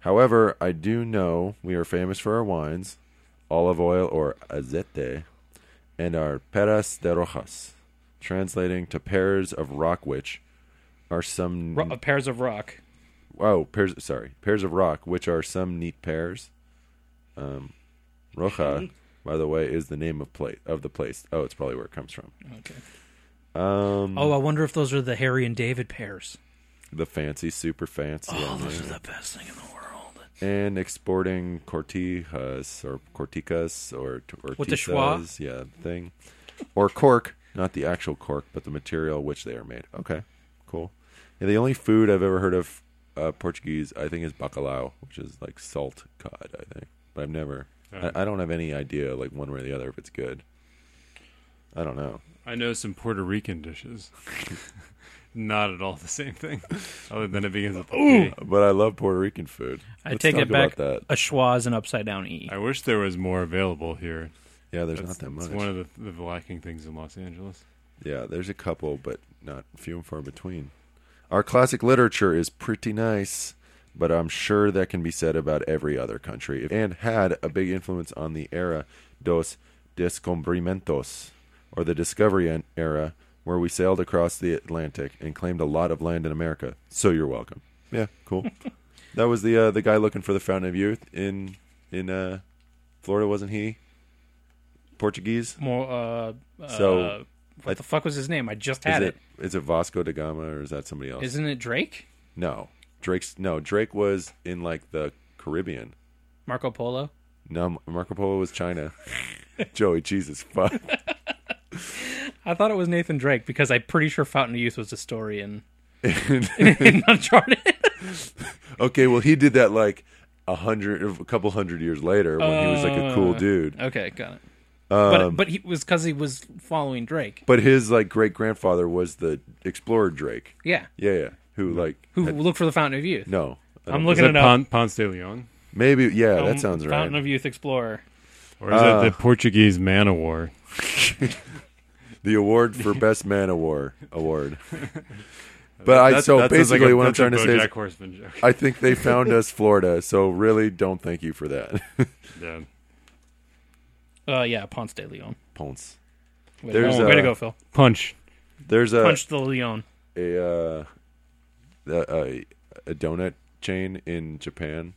[SPEAKER 4] However, I do know we are famous for our wines, olive oil or azete, and our peras de rojas, translating to pears of rock, which are some
[SPEAKER 6] Ro- uh, pairs of rock.
[SPEAKER 4] oh pears sorry pears of rock which are some neat pears um roja by the way is the name of plate of the place oh it's probably where it comes from
[SPEAKER 6] Okay.
[SPEAKER 4] Um,
[SPEAKER 3] Oh, I wonder if those are the Harry and David pairs.
[SPEAKER 4] the fancy super fancy
[SPEAKER 3] Oh,
[SPEAKER 4] one
[SPEAKER 3] those
[SPEAKER 4] there.
[SPEAKER 3] are the best thing in the world.
[SPEAKER 4] and exporting cortijas or corticas or t- or
[SPEAKER 3] What, the schwa?
[SPEAKER 4] tisas, yeah thing or cork not the actual cork but the material which they are made okay cool yeah, the only food i've ever heard of uh, portuguese i think is bacalhau which is like salt cod i think but i've never I, I don't have any idea like one way or the other if it's good i don't know
[SPEAKER 1] I know some Puerto Rican dishes. Not at all the same thing, other than it begins with P.
[SPEAKER 4] but i love puerto rican food
[SPEAKER 3] I
[SPEAKER 4] Let's
[SPEAKER 3] take
[SPEAKER 4] talk
[SPEAKER 3] it back.
[SPEAKER 4] about that
[SPEAKER 3] A schwa is an upside down e.
[SPEAKER 1] I wish there was more available here.
[SPEAKER 4] yeah there's
[SPEAKER 1] That's,
[SPEAKER 4] not that much
[SPEAKER 1] that's one of the, the lacking things in Los Angeles.
[SPEAKER 4] Yeah, there's a couple, but not few and far between. Our classic literature is pretty nice, but I'm sure that can be said about every other country and had a big influence on the era dos descubrimientos, or the discovery en- era, where we sailed across the Atlantic and claimed a lot of land in America. So you're welcome. Yeah, cool. that was the uh, the guy looking for the Fountain of Youth in in uh, Florida, wasn't he? Portuguese.
[SPEAKER 6] More. Uh,
[SPEAKER 4] So,
[SPEAKER 6] uh, what
[SPEAKER 4] I-
[SPEAKER 6] the fuck was his name? I just
[SPEAKER 4] Is
[SPEAKER 6] had
[SPEAKER 4] it is it Vasco da Gama or is that somebody else?
[SPEAKER 6] it. Isn't it Drake?
[SPEAKER 4] No, Drake's no. Drake was in like the Caribbean.
[SPEAKER 6] Marco Polo.
[SPEAKER 4] No, Marco Polo was China. Joey, Jesus, fuck.
[SPEAKER 6] I thought it was Nathan Drake because I'm pretty sure Fountain of Youth was a story in, in, in Uncharted.
[SPEAKER 4] Okay, well, he did that like a hundred, a couple hundred years later when he was like a
[SPEAKER 6] Uh.
[SPEAKER 4] cool dude.
[SPEAKER 6] okay, got it. but
[SPEAKER 4] Um,
[SPEAKER 6] but he was because he was following Drake.
[SPEAKER 4] But his like great grandfather was the explorer Drake.
[SPEAKER 6] Yeah,
[SPEAKER 4] Yeah, yeah. Who like?
[SPEAKER 6] who
[SPEAKER 4] had-
[SPEAKER 6] looked for the Fountain of Youth?
[SPEAKER 4] no, I
[SPEAKER 6] Mm. I'm
[SPEAKER 4] don't-
[SPEAKER 1] Is
[SPEAKER 6] looking
[SPEAKER 1] that
[SPEAKER 6] it up.
[SPEAKER 1] Pon- Ponce de Leon?
[SPEAKER 4] Maybe yeah,
[SPEAKER 6] Um,
[SPEAKER 4] that sounds
[SPEAKER 6] Fountain
[SPEAKER 4] right.
[SPEAKER 6] of Youth Explorer.
[SPEAKER 1] Or is
[SPEAKER 4] Uh,
[SPEAKER 1] it the Portuguese man of war?
[SPEAKER 4] the award for best man of war award. But I
[SPEAKER 1] That's-
[SPEAKER 4] so
[SPEAKER 1] that sounds like
[SPEAKER 4] basically
[SPEAKER 1] a-
[SPEAKER 4] what I'm
[SPEAKER 1] that's a
[SPEAKER 4] trying to say is
[SPEAKER 1] BoJack Horseman joke.
[SPEAKER 4] I think they found us Florida, so really don't thank you for that.
[SPEAKER 1] Yeah.
[SPEAKER 6] Uh, yeah, Ponce de Leon.
[SPEAKER 4] Ponce.
[SPEAKER 6] Way,
[SPEAKER 4] There's,
[SPEAKER 6] to, go. way to
[SPEAKER 4] uh,
[SPEAKER 6] go, Phil.
[SPEAKER 1] Punch.
[SPEAKER 4] There's a
[SPEAKER 6] Punch the Leon.
[SPEAKER 4] a, uh, a, a a donut chain in Japan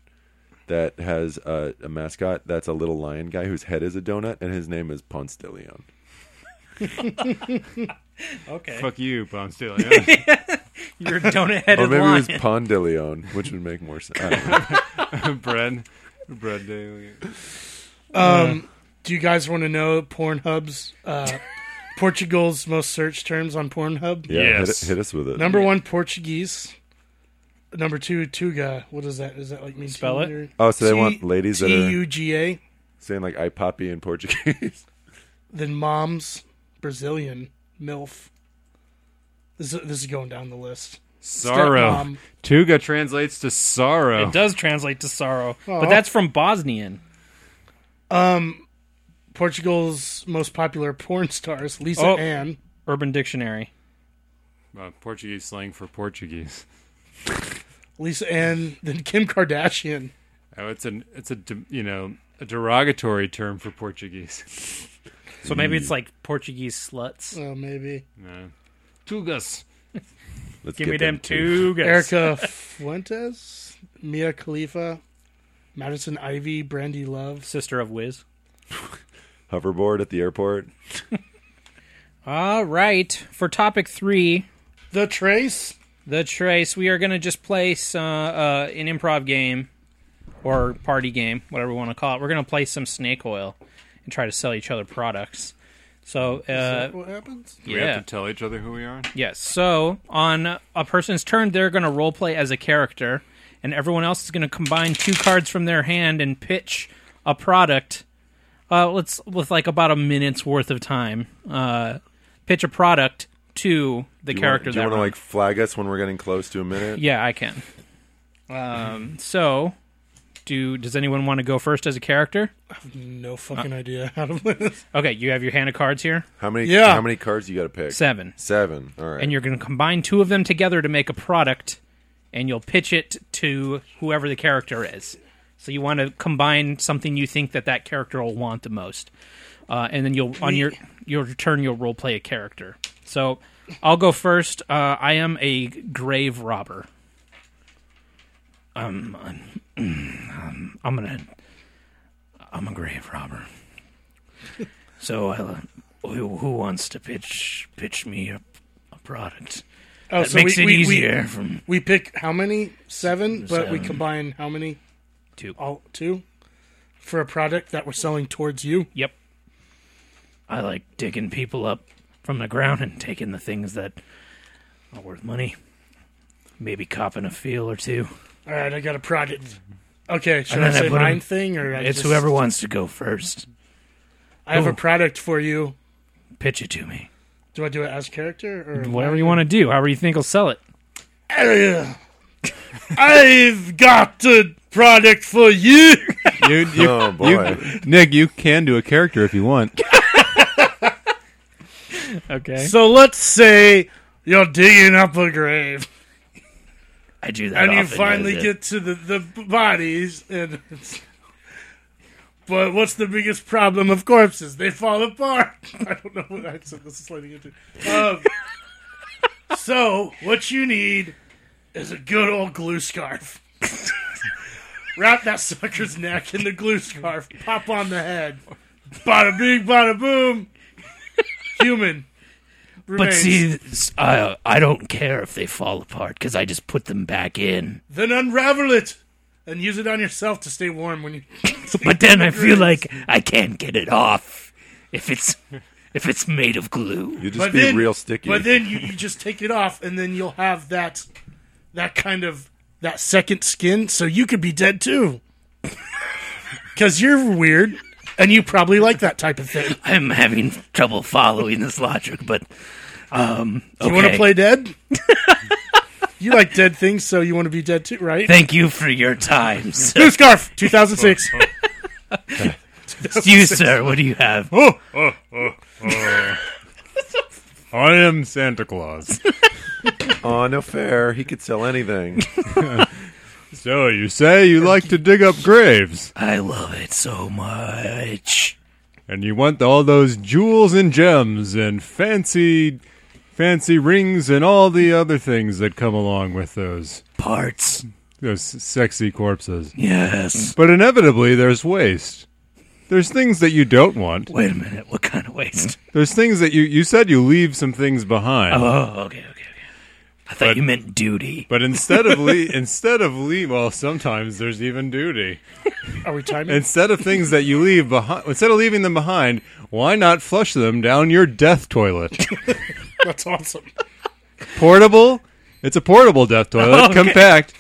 [SPEAKER 4] that has uh, a mascot that's a little lion guy whose head is a donut, and his name is Ponce de Leon.
[SPEAKER 6] Okay,
[SPEAKER 1] Fuck you, Ponce de Leon.
[SPEAKER 6] you're a donut
[SPEAKER 4] Or
[SPEAKER 6] headed
[SPEAKER 4] maybe
[SPEAKER 6] lion.
[SPEAKER 4] it was Pon de Leon, which would make more sense. I don't know.
[SPEAKER 1] Bread. Bread de Leon.
[SPEAKER 2] Um, Do you guys want to know Pornhub's uh, Portugal's most searched terms on Pornhub?
[SPEAKER 4] Yeah,
[SPEAKER 1] Yes.
[SPEAKER 4] hit, hit us with it.
[SPEAKER 2] Number one, Portuguese. Number two, Tuga. What is that? Is that like mean
[SPEAKER 6] Spell it?
[SPEAKER 2] Tinder?
[SPEAKER 4] Oh, so they
[SPEAKER 2] T-
[SPEAKER 4] want ladies that are
[SPEAKER 2] T-U-G-A.
[SPEAKER 4] saying like "I poppy" in Portuguese.
[SPEAKER 2] Then mom's Brazilian milf. This is, this is going down the list.
[SPEAKER 1] Sorrow.
[SPEAKER 2] Stepmom.
[SPEAKER 1] Tuga translates to sorrow.
[SPEAKER 6] It does translate to sorrow,
[SPEAKER 2] Aw.
[SPEAKER 6] but that's from Bosnian.
[SPEAKER 2] Portugal's most popular porn stars, Lisa
[SPEAKER 6] Oh.
[SPEAKER 2] Ann.
[SPEAKER 6] Urban Dictionary.
[SPEAKER 1] Uh, Portuguese slang for Portuguese.
[SPEAKER 2] Lisa Ann, then Kim Kardashian.
[SPEAKER 1] Oh, it's an it's a de- you know a derogatory term for Portuguese.
[SPEAKER 6] So maybe it's like Portuguese sluts.
[SPEAKER 2] Oh, maybe.
[SPEAKER 1] No. Tugas.
[SPEAKER 4] Let's
[SPEAKER 6] Give
[SPEAKER 4] get
[SPEAKER 6] me them
[SPEAKER 4] two.
[SPEAKER 6] two guys.
[SPEAKER 2] Erica Fuentes, Mia Khalifa, Madison Ivy, Brandy Love.
[SPEAKER 6] Sister of Wiz.
[SPEAKER 4] Hoverboard at the airport.
[SPEAKER 6] All right, for topic three,
[SPEAKER 2] The Trace.
[SPEAKER 6] The Trace. We are going to just play s- uh, uh, an improv game or party game, whatever we want to call it. We're going to play some snake oil and try to sell each other products.
[SPEAKER 3] So, uh,
[SPEAKER 2] what happens?
[SPEAKER 1] Do we
[SPEAKER 3] yeah.
[SPEAKER 1] have to tell each other who we are?
[SPEAKER 3] Yes. So on a person's turn, they're going to role play as a character, and everyone else is going to combine two cards from their hand and pitch a product. Uh, let's with like about a minute's worth of time. Uh, pitch a product to the
[SPEAKER 4] Do you
[SPEAKER 3] character
[SPEAKER 4] want, do you
[SPEAKER 3] that
[SPEAKER 4] want to
[SPEAKER 3] round.
[SPEAKER 4] like flag us when we're getting close to a minute?
[SPEAKER 3] Yeah, I can. Um, so, do does anyone want to go first as a character?
[SPEAKER 2] No fucking idea how to play this.
[SPEAKER 3] Okay, you have your hand of cards here,
[SPEAKER 4] How many?
[SPEAKER 2] Yeah.
[SPEAKER 4] How many cards you got to pick?
[SPEAKER 3] seven,
[SPEAKER 4] Seven. All right.
[SPEAKER 3] and you're going to combine two of them together to make a product, and you'll pitch it to whoever the character is. So you want to combine something you think that that character will want the most, uh, and then you'll on your your turn you'll role play a character. So I'll go first. Uh, I am a grave robber. Um, I'm gonna. I'm a grave robber. so uh, who, who wants to pitch pitch me a, a product
[SPEAKER 2] Oh,
[SPEAKER 3] that makes it easier? from
[SPEAKER 2] We, pick how many? Seven, but we combine how many?
[SPEAKER 3] Two.
[SPEAKER 2] All two for a product that we're selling towards you.
[SPEAKER 3] yep. I like digging people up from the ground and taking the things that are worth money. Maybe copping a feel or two.
[SPEAKER 2] All right, I got a product. Okay, should
[SPEAKER 3] And
[SPEAKER 2] I
[SPEAKER 3] then I
[SPEAKER 2] say
[SPEAKER 3] put 'em-
[SPEAKER 2] mine thing or I
[SPEAKER 3] It's
[SPEAKER 2] just-
[SPEAKER 3] whoever wants to go first.
[SPEAKER 2] I have a
[SPEAKER 3] Ooh.
[SPEAKER 2] product for you.
[SPEAKER 3] Pitch it to me.
[SPEAKER 2] Do I do it as character or
[SPEAKER 3] Whatever you want to do, however you think will sell it.
[SPEAKER 2] Ugh. I've got a product for you.
[SPEAKER 1] You, you,
[SPEAKER 4] oh boy.
[SPEAKER 1] Nick, you can do a character if you want.
[SPEAKER 3] Okay.
[SPEAKER 2] So let's say you're digging up a grave.
[SPEAKER 3] I do that.
[SPEAKER 2] and you
[SPEAKER 3] often,
[SPEAKER 2] finally
[SPEAKER 3] uh,
[SPEAKER 2] get to the, the b- bodies and it's- but what's the biggest problem of corpses they fall apart i don't know what accent this is sliding into um, so what you need is a good old glue scarf wrap that sucker's neck in the glue scarf pop on the head bada bing bada boom human
[SPEAKER 3] But
[SPEAKER 2] remains.
[SPEAKER 3] see, s- I I don't care if they fall apart because I just put them back in.
[SPEAKER 2] then unravel it and use it on yourself to stay warm when you
[SPEAKER 3] But then I feel like I can't get it off if it's if it's made of glue.
[SPEAKER 4] You just
[SPEAKER 2] But
[SPEAKER 4] be
[SPEAKER 2] then-
[SPEAKER 4] real sticky.
[SPEAKER 2] But then you, you just take it off, and then you'll have that that kind of that second skin, so you could be dead too. Because you're weird, and you probably like that type of thing.
[SPEAKER 3] I'm having trouble following this logic, but um,
[SPEAKER 2] You want to play dead? you like dead things, so you want to be dead too, right?
[SPEAKER 3] Thank you for your time, sir.
[SPEAKER 2] Blue scarf, 2006.
[SPEAKER 3] you, sir. What do you have?
[SPEAKER 1] I am Santa Claus.
[SPEAKER 4] oh, no fair. He could sell anything.
[SPEAKER 1] So you say you like to dig up graves,
[SPEAKER 3] I love it so much.
[SPEAKER 1] and you want all those jewels and gems and fancy, fancy rings and all the other things that come along with those
[SPEAKER 3] Parts,
[SPEAKER 1] those sexy corpses.
[SPEAKER 3] yes.
[SPEAKER 1] But inevitably, there's waste. There's things that you don't want.
[SPEAKER 3] Wait a minute. What kind of waste?
[SPEAKER 1] There's things that you you said you leave some things behind.
[SPEAKER 3] Oh, okay, okay, okay. I thought
[SPEAKER 1] Hmm. But-
[SPEAKER 3] you meant duty.
[SPEAKER 1] But instead of le- instead of leave, well, sometimes there's even duty.
[SPEAKER 2] Are we timing?
[SPEAKER 1] Instead of things that you leave behind, instead of leaving them behind, why not flush them down your death toilet?
[SPEAKER 2] That's awesome.
[SPEAKER 1] portable. It's a portable death toilet,
[SPEAKER 3] Okay.
[SPEAKER 1] compact.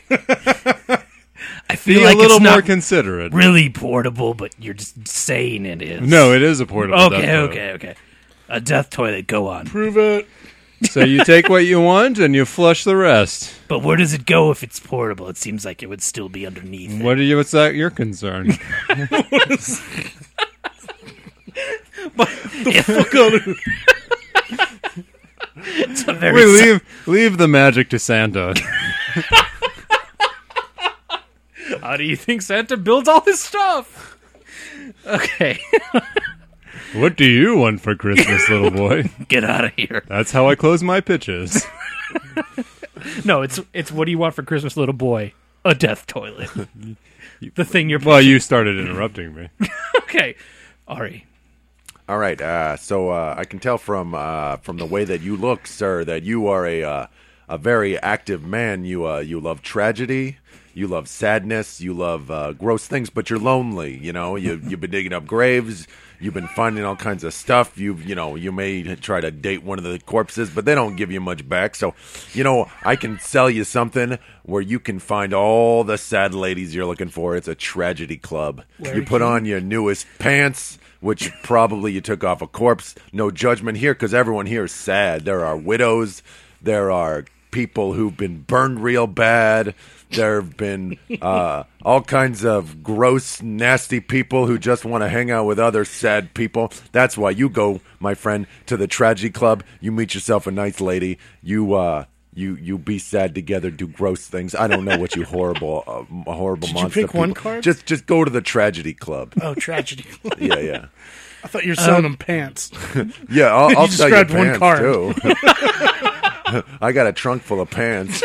[SPEAKER 3] I
[SPEAKER 1] Be
[SPEAKER 3] feel like
[SPEAKER 1] a little
[SPEAKER 3] it's
[SPEAKER 1] more
[SPEAKER 3] not
[SPEAKER 1] considerate.
[SPEAKER 3] really portable, but you're just saying it is.
[SPEAKER 1] No, it is a portable. death
[SPEAKER 3] Okay,
[SPEAKER 1] toilet.
[SPEAKER 3] okay, okay. A death toilet. Go on.
[SPEAKER 2] Prove it.
[SPEAKER 1] So you take what you want and you flush the rest.
[SPEAKER 3] But where does it go if it's portable? It seems like it would still be underneath.
[SPEAKER 1] What are you? What's that? Your concern?
[SPEAKER 3] It's a very
[SPEAKER 1] We
[SPEAKER 3] si-
[SPEAKER 1] leave leave the magic to Santa.
[SPEAKER 3] How do you think Santa builds all his stuff? Okay,
[SPEAKER 1] what do you want for Christmas, little boy?
[SPEAKER 3] get out of here.
[SPEAKER 1] That's how I close my pitches.
[SPEAKER 3] No, it's it's what do you want for Christmas, little boy? A death toilet. the thing you're
[SPEAKER 1] Well, you started interrupting me.
[SPEAKER 3] okay. Ari,
[SPEAKER 4] All right. Uh, so uh, I can tell from uh, from the way that you look, sir, that you are a uh, a very active man. You uh, you love tragedy, you love sadness, you love uh, gross things, but you're lonely. You know, you you've been digging up graves. You've been finding all kinds of stuff. You you know you may try to date one of the corpses, but they don't give you much back. So, you know I can sell you something where you can find all the sad ladies you're looking for. It's a tragedy club. you put on your newest pants which probably you took off a corpse. No judgment here because everyone here is sad. There are widows. There are people who've been burned real bad. There have been uh, all kinds of gross, nasty people who just want to hang out with other sad people. That's why you go, my friend, to the tragedy club. You meet yourself a nice lady. You, uh, you, you be sad together. Do gross things. I don't know what you horrible, uh, horrible
[SPEAKER 2] you
[SPEAKER 4] monster.
[SPEAKER 2] pick one
[SPEAKER 4] people-
[SPEAKER 2] card?
[SPEAKER 4] Just, just go to the tragedy club.
[SPEAKER 2] Oh, tragedy.
[SPEAKER 4] Yeah, yeah.
[SPEAKER 2] I thought you were selling
[SPEAKER 3] Um,
[SPEAKER 2] them pants.
[SPEAKER 4] Yeah, I'll, I'll sell you
[SPEAKER 2] described one
[SPEAKER 4] pants
[SPEAKER 2] card.
[SPEAKER 4] too. I got a trunk full of pants.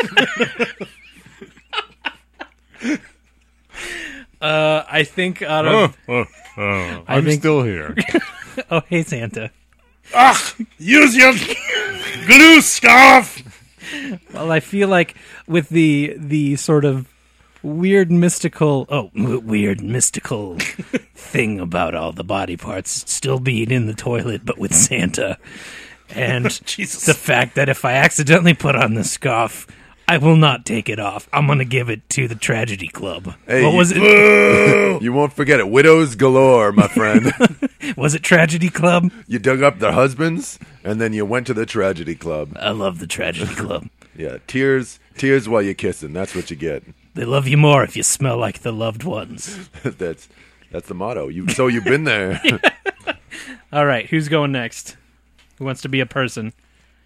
[SPEAKER 3] Uh, I think out of
[SPEAKER 1] Oh, oh, I'm
[SPEAKER 3] think-
[SPEAKER 1] still here.
[SPEAKER 3] oh hey Santa.
[SPEAKER 2] Use your glue scarf.
[SPEAKER 3] Well, I feel like with the the sort of weird mystical oh w- weird mystical thing about all the body parts still being in the toilet, but with Santa, and the fact that if I accidentally put on the scarf. I will not take it off. I'm gonna give it to the tragedy club.
[SPEAKER 4] Hey,
[SPEAKER 3] what
[SPEAKER 4] you-
[SPEAKER 3] was it?
[SPEAKER 4] You won't forget it. Widows galore, my friend.
[SPEAKER 3] was it tragedy club?
[SPEAKER 4] you dug up their husbands, and then you went to the tragedy club.
[SPEAKER 3] I love the tragedy club.
[SPEAKER 4] Yeah, tears, tears while you're kissing. That's what you get.
[SPEAKER 3] They love you more if you smell like the loved ones.
[SPEAKER 4] that's that's the motto. You so you've been there.
[SPEAKER 3] All right, who's going next? Who wants to be a person?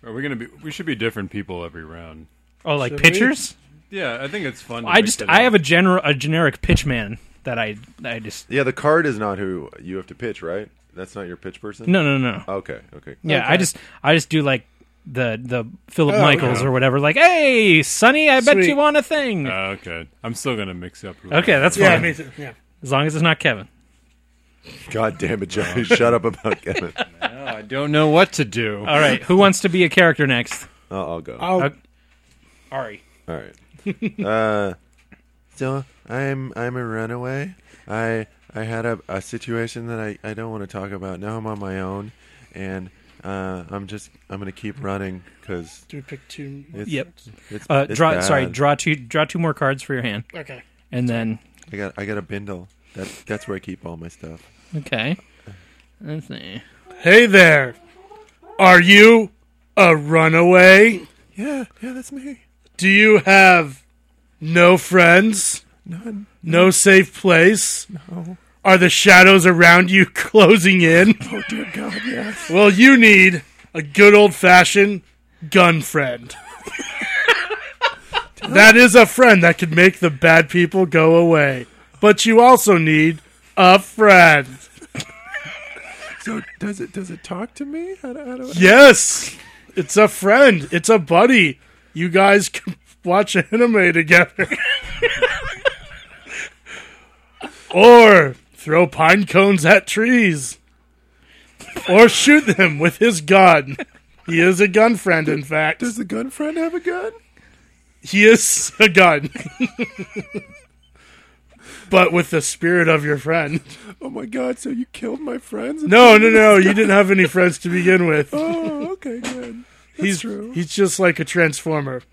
[SPEAKER 1] Are we gonna be? We should be different people every round.
[SPEAKER 3] Oh, like
[SPEAKER 2] Should we?
[SPEAKER 3] pitchers?
[SPEAKER 1] Yeah, I think it's fun. To
[SPEAKER 3] I just I have a general a generic pitchman that I I just
[SPEAKER 4] yeah, the card is not who you have to pitch, right? That's not your pitch person.
[SPEAKER 3] no no no.
[SPEAKER 2] Oh,
[SPEAKER 4] Okay. Okay.
[SPEAKER 3] Yeah, I just I just do like the the Philip Michaels
[SPEAKER 2] Oh, okay.
[SPEAKER 3] or whatever. Like, hey, Sonny, I bet
[SPEAKER 2] Sweet.
[SPEAKER 3] you want a thing.
[SPEAKER 1] Uh, okay, I'm still gonna mix up. who-
[SPEAKER 3] okay, that's fine.
[SPEAKER 2] Yeah, I mean, yeah.
[SPEAKER 3] as long as it's not Kevin.
[SPEAKER 4] God damn it, Johnny! Shut up about Kevin.
[SPEAKER 1] Oh, I don't know what to do.
[SPEAKER 3] All right, who wants to be a character next?
[SPEAKER 4] I'll, I'll go.
[SPEAKER 2] I'll,
[SPEAKER 3] Okay. Ari.
[SPEAKER 4] All right. uh, so I'm I'm a runaway. I I had a, a situation that I, I don't want to talk about. Now I'm on my own, and uh, I'm just I'm gonna keep running because
[SPEAKER 2] do we pick two?
[SPEAKER 4] it's
[SPEAKER 3] Yep.
[SPEAKER 4] It's,
[SPEAKER 3] Uh,
[SPEAKER 4] it's
[SPEAKER 3] draw. Sorry,
[SPEAKER 4] bad.
[SPEAKER 3] draw two draw two more cards for your hand,
[SPEAKER 2] Okay.
[SPEAKER 3] and then
[SPEAKER 4] I got I got a bindle. That's that's where I keep all my stuff.
[SPEAKER 3] okay. Let's see.
[SPEAKER 2] Hey there. Are you a runaway?
[SPEAKER 4] Yeah, yeah, that's me.
[SPEAKER 2] Do you have no friends?
[SPEAKER 4] None.
[SPEAKER 2] No safe place? No. Are the shadows around you closing in?
[SPEAKER 4] Oh dear God, yes.
[SPEAKER 2] Well, you need a good old fashioned gun friend. that is a friend that could make the bad people go away. But you also need a friend.
[SPEAKER 4] So does it does it talk to me? How do, how do I...
[SPEAKER 2] Yes, it's a friend. It's a buddy. You guys can watch anime together, or throw pine cones at trees, or shoot them with his gun. He is a gun friend. In fact,
[SPEAKER 4] Does the gun friend have a gun?
[SPEAKER 2] he is a gun. But with the spirit of your friend.
[SPEAKER 4] Oh my God! So you killed my friends?
[SPEAKER 2] No, no, no. You didn't have any friends to begin with.
[SPEAKER 4] Oh, okay, good.
[SPEAKER 2] he's
[SPEAKER 4] true.
[SPEAKER 2] he's just like a transformer.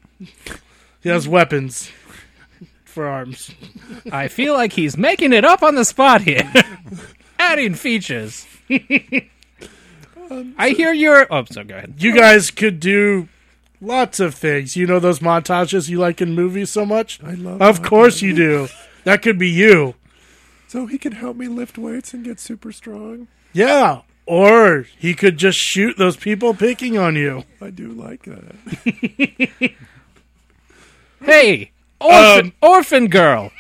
[SPEAKER 2] He has weapons for arms.
[SPEAKER 3] I feel like he's making it up on the spot here. Adding features. I hear you're. Oh, so go ahead.
[SPEAKER 2] You guys could do lots of things. You know those montages you like in movies so much?
[SPEAKER 4] I love.
[SPEAKER 2] Of course you do. That could be you.
[SPEAKER 4] So he can help me lift weights and get super strong.
[SPEAKER 2] Yeah. Or he could just shoot those people picking on you.
[SPEAKER 4] I do like that.
[SPEAKER 3] Hey, orphan, orphan girl.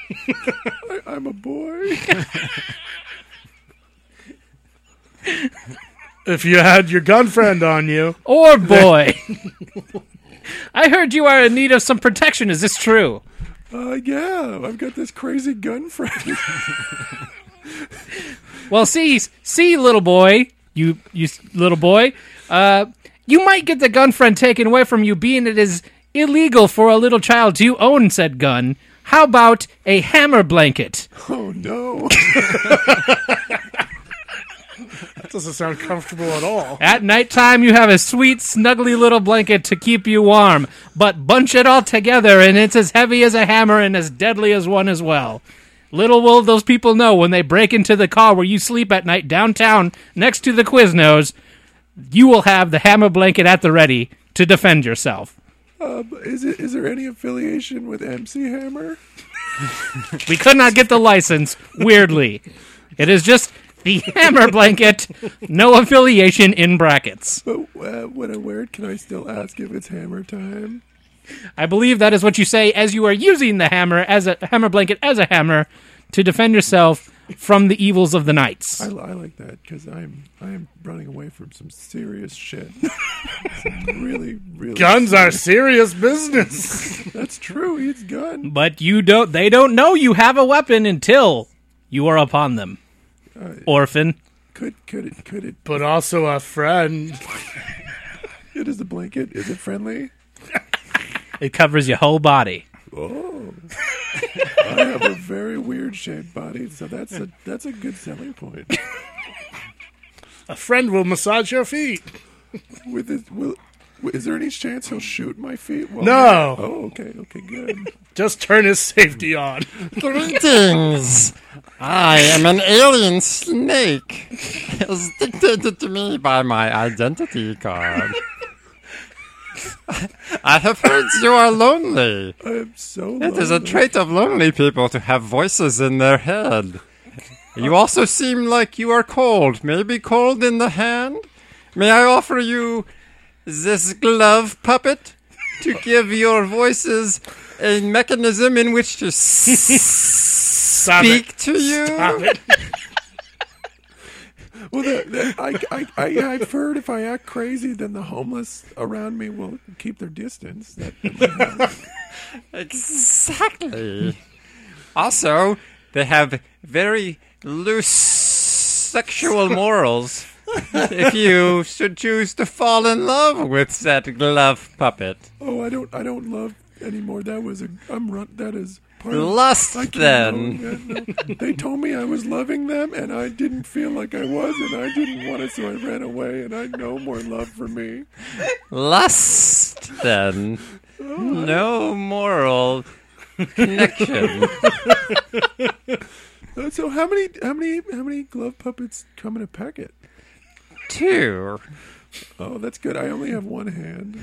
[SPEAKER 4] I'm a boy.
[SPEAKER 2] If you had your gun friend on you.
[SPEAKER 3] Or boy. I heard you are in need of some protection. Is this true?
[SPEAKER 4] Uh, yeah, I've got this crazy gun friend.
[SPEAKER 3] Well, see, see, little boy, you, you s- little boy, uh, you might get the gun friend taken away from you, being it is illegal for a little child to own said gun. How about a hammer blanket?
[SPEAKER 4] Oh no!
[SPEAKER 2] That doesn't sound comfortable at all.
[SPEAKER 3] At nighttime, you have a sweet, snuggly little blanket to keep you warm, but bunch it all together, and it's as heavy as a hammer and as deadly as one as well. Little will those people know when they break into the car where you sleep at night downtown next to the Quiznos, you will have the hammer blanket at the ready to defend yourself.
[SPEAKER 4] um, is it? Is there any affiliation with MC Hammer?
[SPEAKER 3] We could not get the license, weirdly. It is just the hammer blanket, no affiliation in brackets.
[SPEAKER 4] But uh, when I wear it, can I still ask if it's Hammer time?
[SPEAKER 3] I believe that is what you say as you are using the hammer as a hammer blanket as a hammer to defend yourself from the evils of the knights.
[SPEAKER 4] I, I like that because I'm I am running away from some serious shit. Some really, really
[SPEAKER 2] Guns are serious business.
[SPEAKER 4] That's true. He's gun.
[SPEAKER 3] But you don't they don't know you have a weapon until you are upon them. Orphan.
[SPEAKER 4] Could could it could it?
[SPEAKER 2] but also a friend.
[SPEAKER 4] It is a blanket. Is it friendly?
[SPEAKER 3] It covers your whole body.
[SPEAKER 4] Oh, I have a very weird shaped body, so that's a that's a good selling point.
[SPEAKER 2] A friend will massage your feet.
[SPEAKER 4] With it, will, is there any chance he'll shoot my feet? While
[SPEAKER 2] No.
[SPEAKER 4] Oh, okay, okay, good.
[SPEAKER 2] Just turn his safety
[SPEAKER 4] Hmm.
[SPEAKER 2] on.
[SPEAKER 1] Greetings! I am an alien snake, as dictated to me by my identity card. I have heard you are lonely.
[SPEAKER 4] I am so.
[SPEAKER 1] It is a
[SPEAKER 4] lonely.
[SPEAKER 1] trait of lonely people to have voices in their head. You also seem like you are cold, maybe cold in the hand. May I offer you this glove puppet to give your voices a mechanism in which to s- speak to you?
[SPEAKER 4] Well, the, the, I, I, I, I've heard if I act crazy, then the homeless around me will keep their distance. That,
[SPEAKER 1] Exactly. Also, they have very loose sexual morals. if you should choose to fall in love with that glove puppet,
[SPEAKER 4] oh, I don't, I don't love anymore. That was a, I'm run. That is part of I
[SPEAKER 1] lust
[SPEAKER 4] can't
[SPEAKER 1] then.
[SPEAKER 4] own that, no. they told me I was loving them, and I didn't feel like I was, and I didn't want it, so I ran away, and I no more love for me.
[SPEAKER 1] Lust then. No moral connection.
[SPEAKER 4] Uh, So how many, how many, how many glove puppets come in a packet?
[SPEAKER 1] Two.
[SPEAKER 4] Oh, that's good. I only have one hand.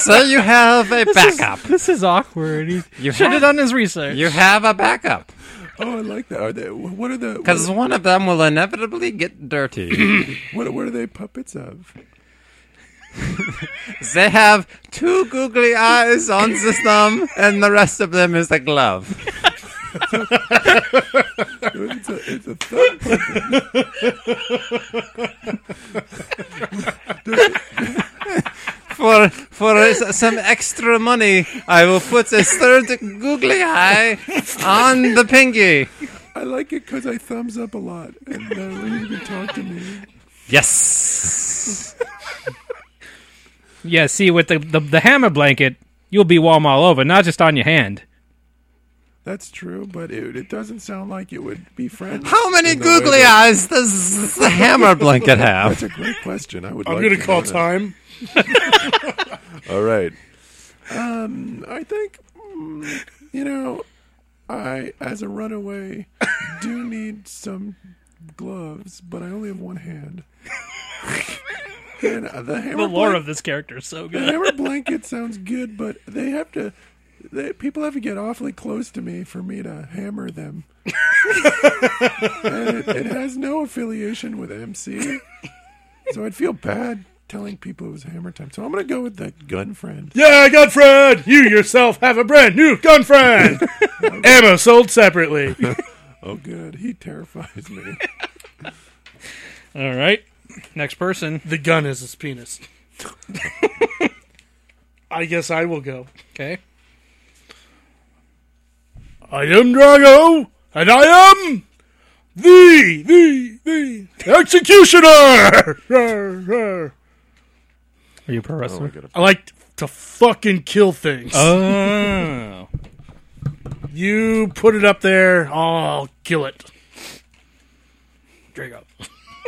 [SPEAKER 1] So you have a backup.
[SPEAKER 3] This is awkward. He
[SPEAKER 1] You
[SPEAKER 3] should have
[SPEAKER 1] have,
[SPEAKER 3] done his research.
[SPEAKER 1] you have a backup.
[SPEAKER 4] Oh, I like that. Are they? What are the?
[SPEAKER 1] Because
[SPEAKER 4] What,
[SPEAKER 1] one of them will inevitably get dirty.
[SPEAKER 4] what, what are they puppets of?
[SPEAKER 1] They have two googly eyes on the thumb, and the rest of them is a glove.
[SPEAKER 4] It's a, it's a thumb puppet.
[SPEAKER 1] For for s- some extra money, I will put a third googly eye on the pinky.
[SPEAKER 4] I like it because I thumbs up a lot, and uh, when you can talk to me.
[SPEAKER 1] Yes.
[SPEAKER 3] Yeah, see with the, the the hammer blanket, you'll be warm all over, not just on your hand.
[SPEAKER 4] That's true, but it, it doesn't sound like it would be friends.
[SPEAKER 1] How many
[SPEAKER 4] in the way
[SPEAKER 1] googly
[SPEAKER 4] that-
[SPEAKER 1] eyes does the hammer blanket
[SPEAKER 4] That's
[SPEAKER 1] have?
[SPEAKER 4] a great question. I would.
[SPEAKER 2] I'm
[SPEAKER 4] like
[SPEAKER 2] gonna
[SPEAKER 4] to
[SPEAKER 2] call
[SPEAKER 4] know that.
[SPEAKER 2] time.
[SPEAKER 4] All right. Um, I think mm, you know, I as a runaway do need some gloves, but I only have one hand. And uh, the hammer
[SPEAKER 3] The lore
[SPEAKER 4] blank-
[SPEAKER 3] of this character is so
[SPEAKER 4] the
[SPEAKER 3] good.
[SPEAKER 4] hammer blanket sounds good, but they have to. They, people have to get awfully close to me for me to hammer them. and it, it has no affiliation with MC, so I'd feel bad telling people it was hammer time. So I'm gonna go with the gun friend.
[SPEAKER 2] Yeah, gun friend. You yourself have a brand new gun friend. Ammo sold separately.
[SPEAKER 4] Oh, good. He terrifies me.
[SPEAKER 3] All right. Next person.
[SPEAKER 2] The gun is his penis. I guess I will go.
[SPEAKER 3] Okay.
[SPEAKER 2] I am Drago, and I am the the the executioner.
[SPEAKER 3] Are you pro wrestler?
[SPEAKER 2] I like to fucking kill things.
[SPEAKER 4] Uh?
[SPEAKER 3] Oh.
[SPEAKER 2] You put it up there, I'll kill it. Drago.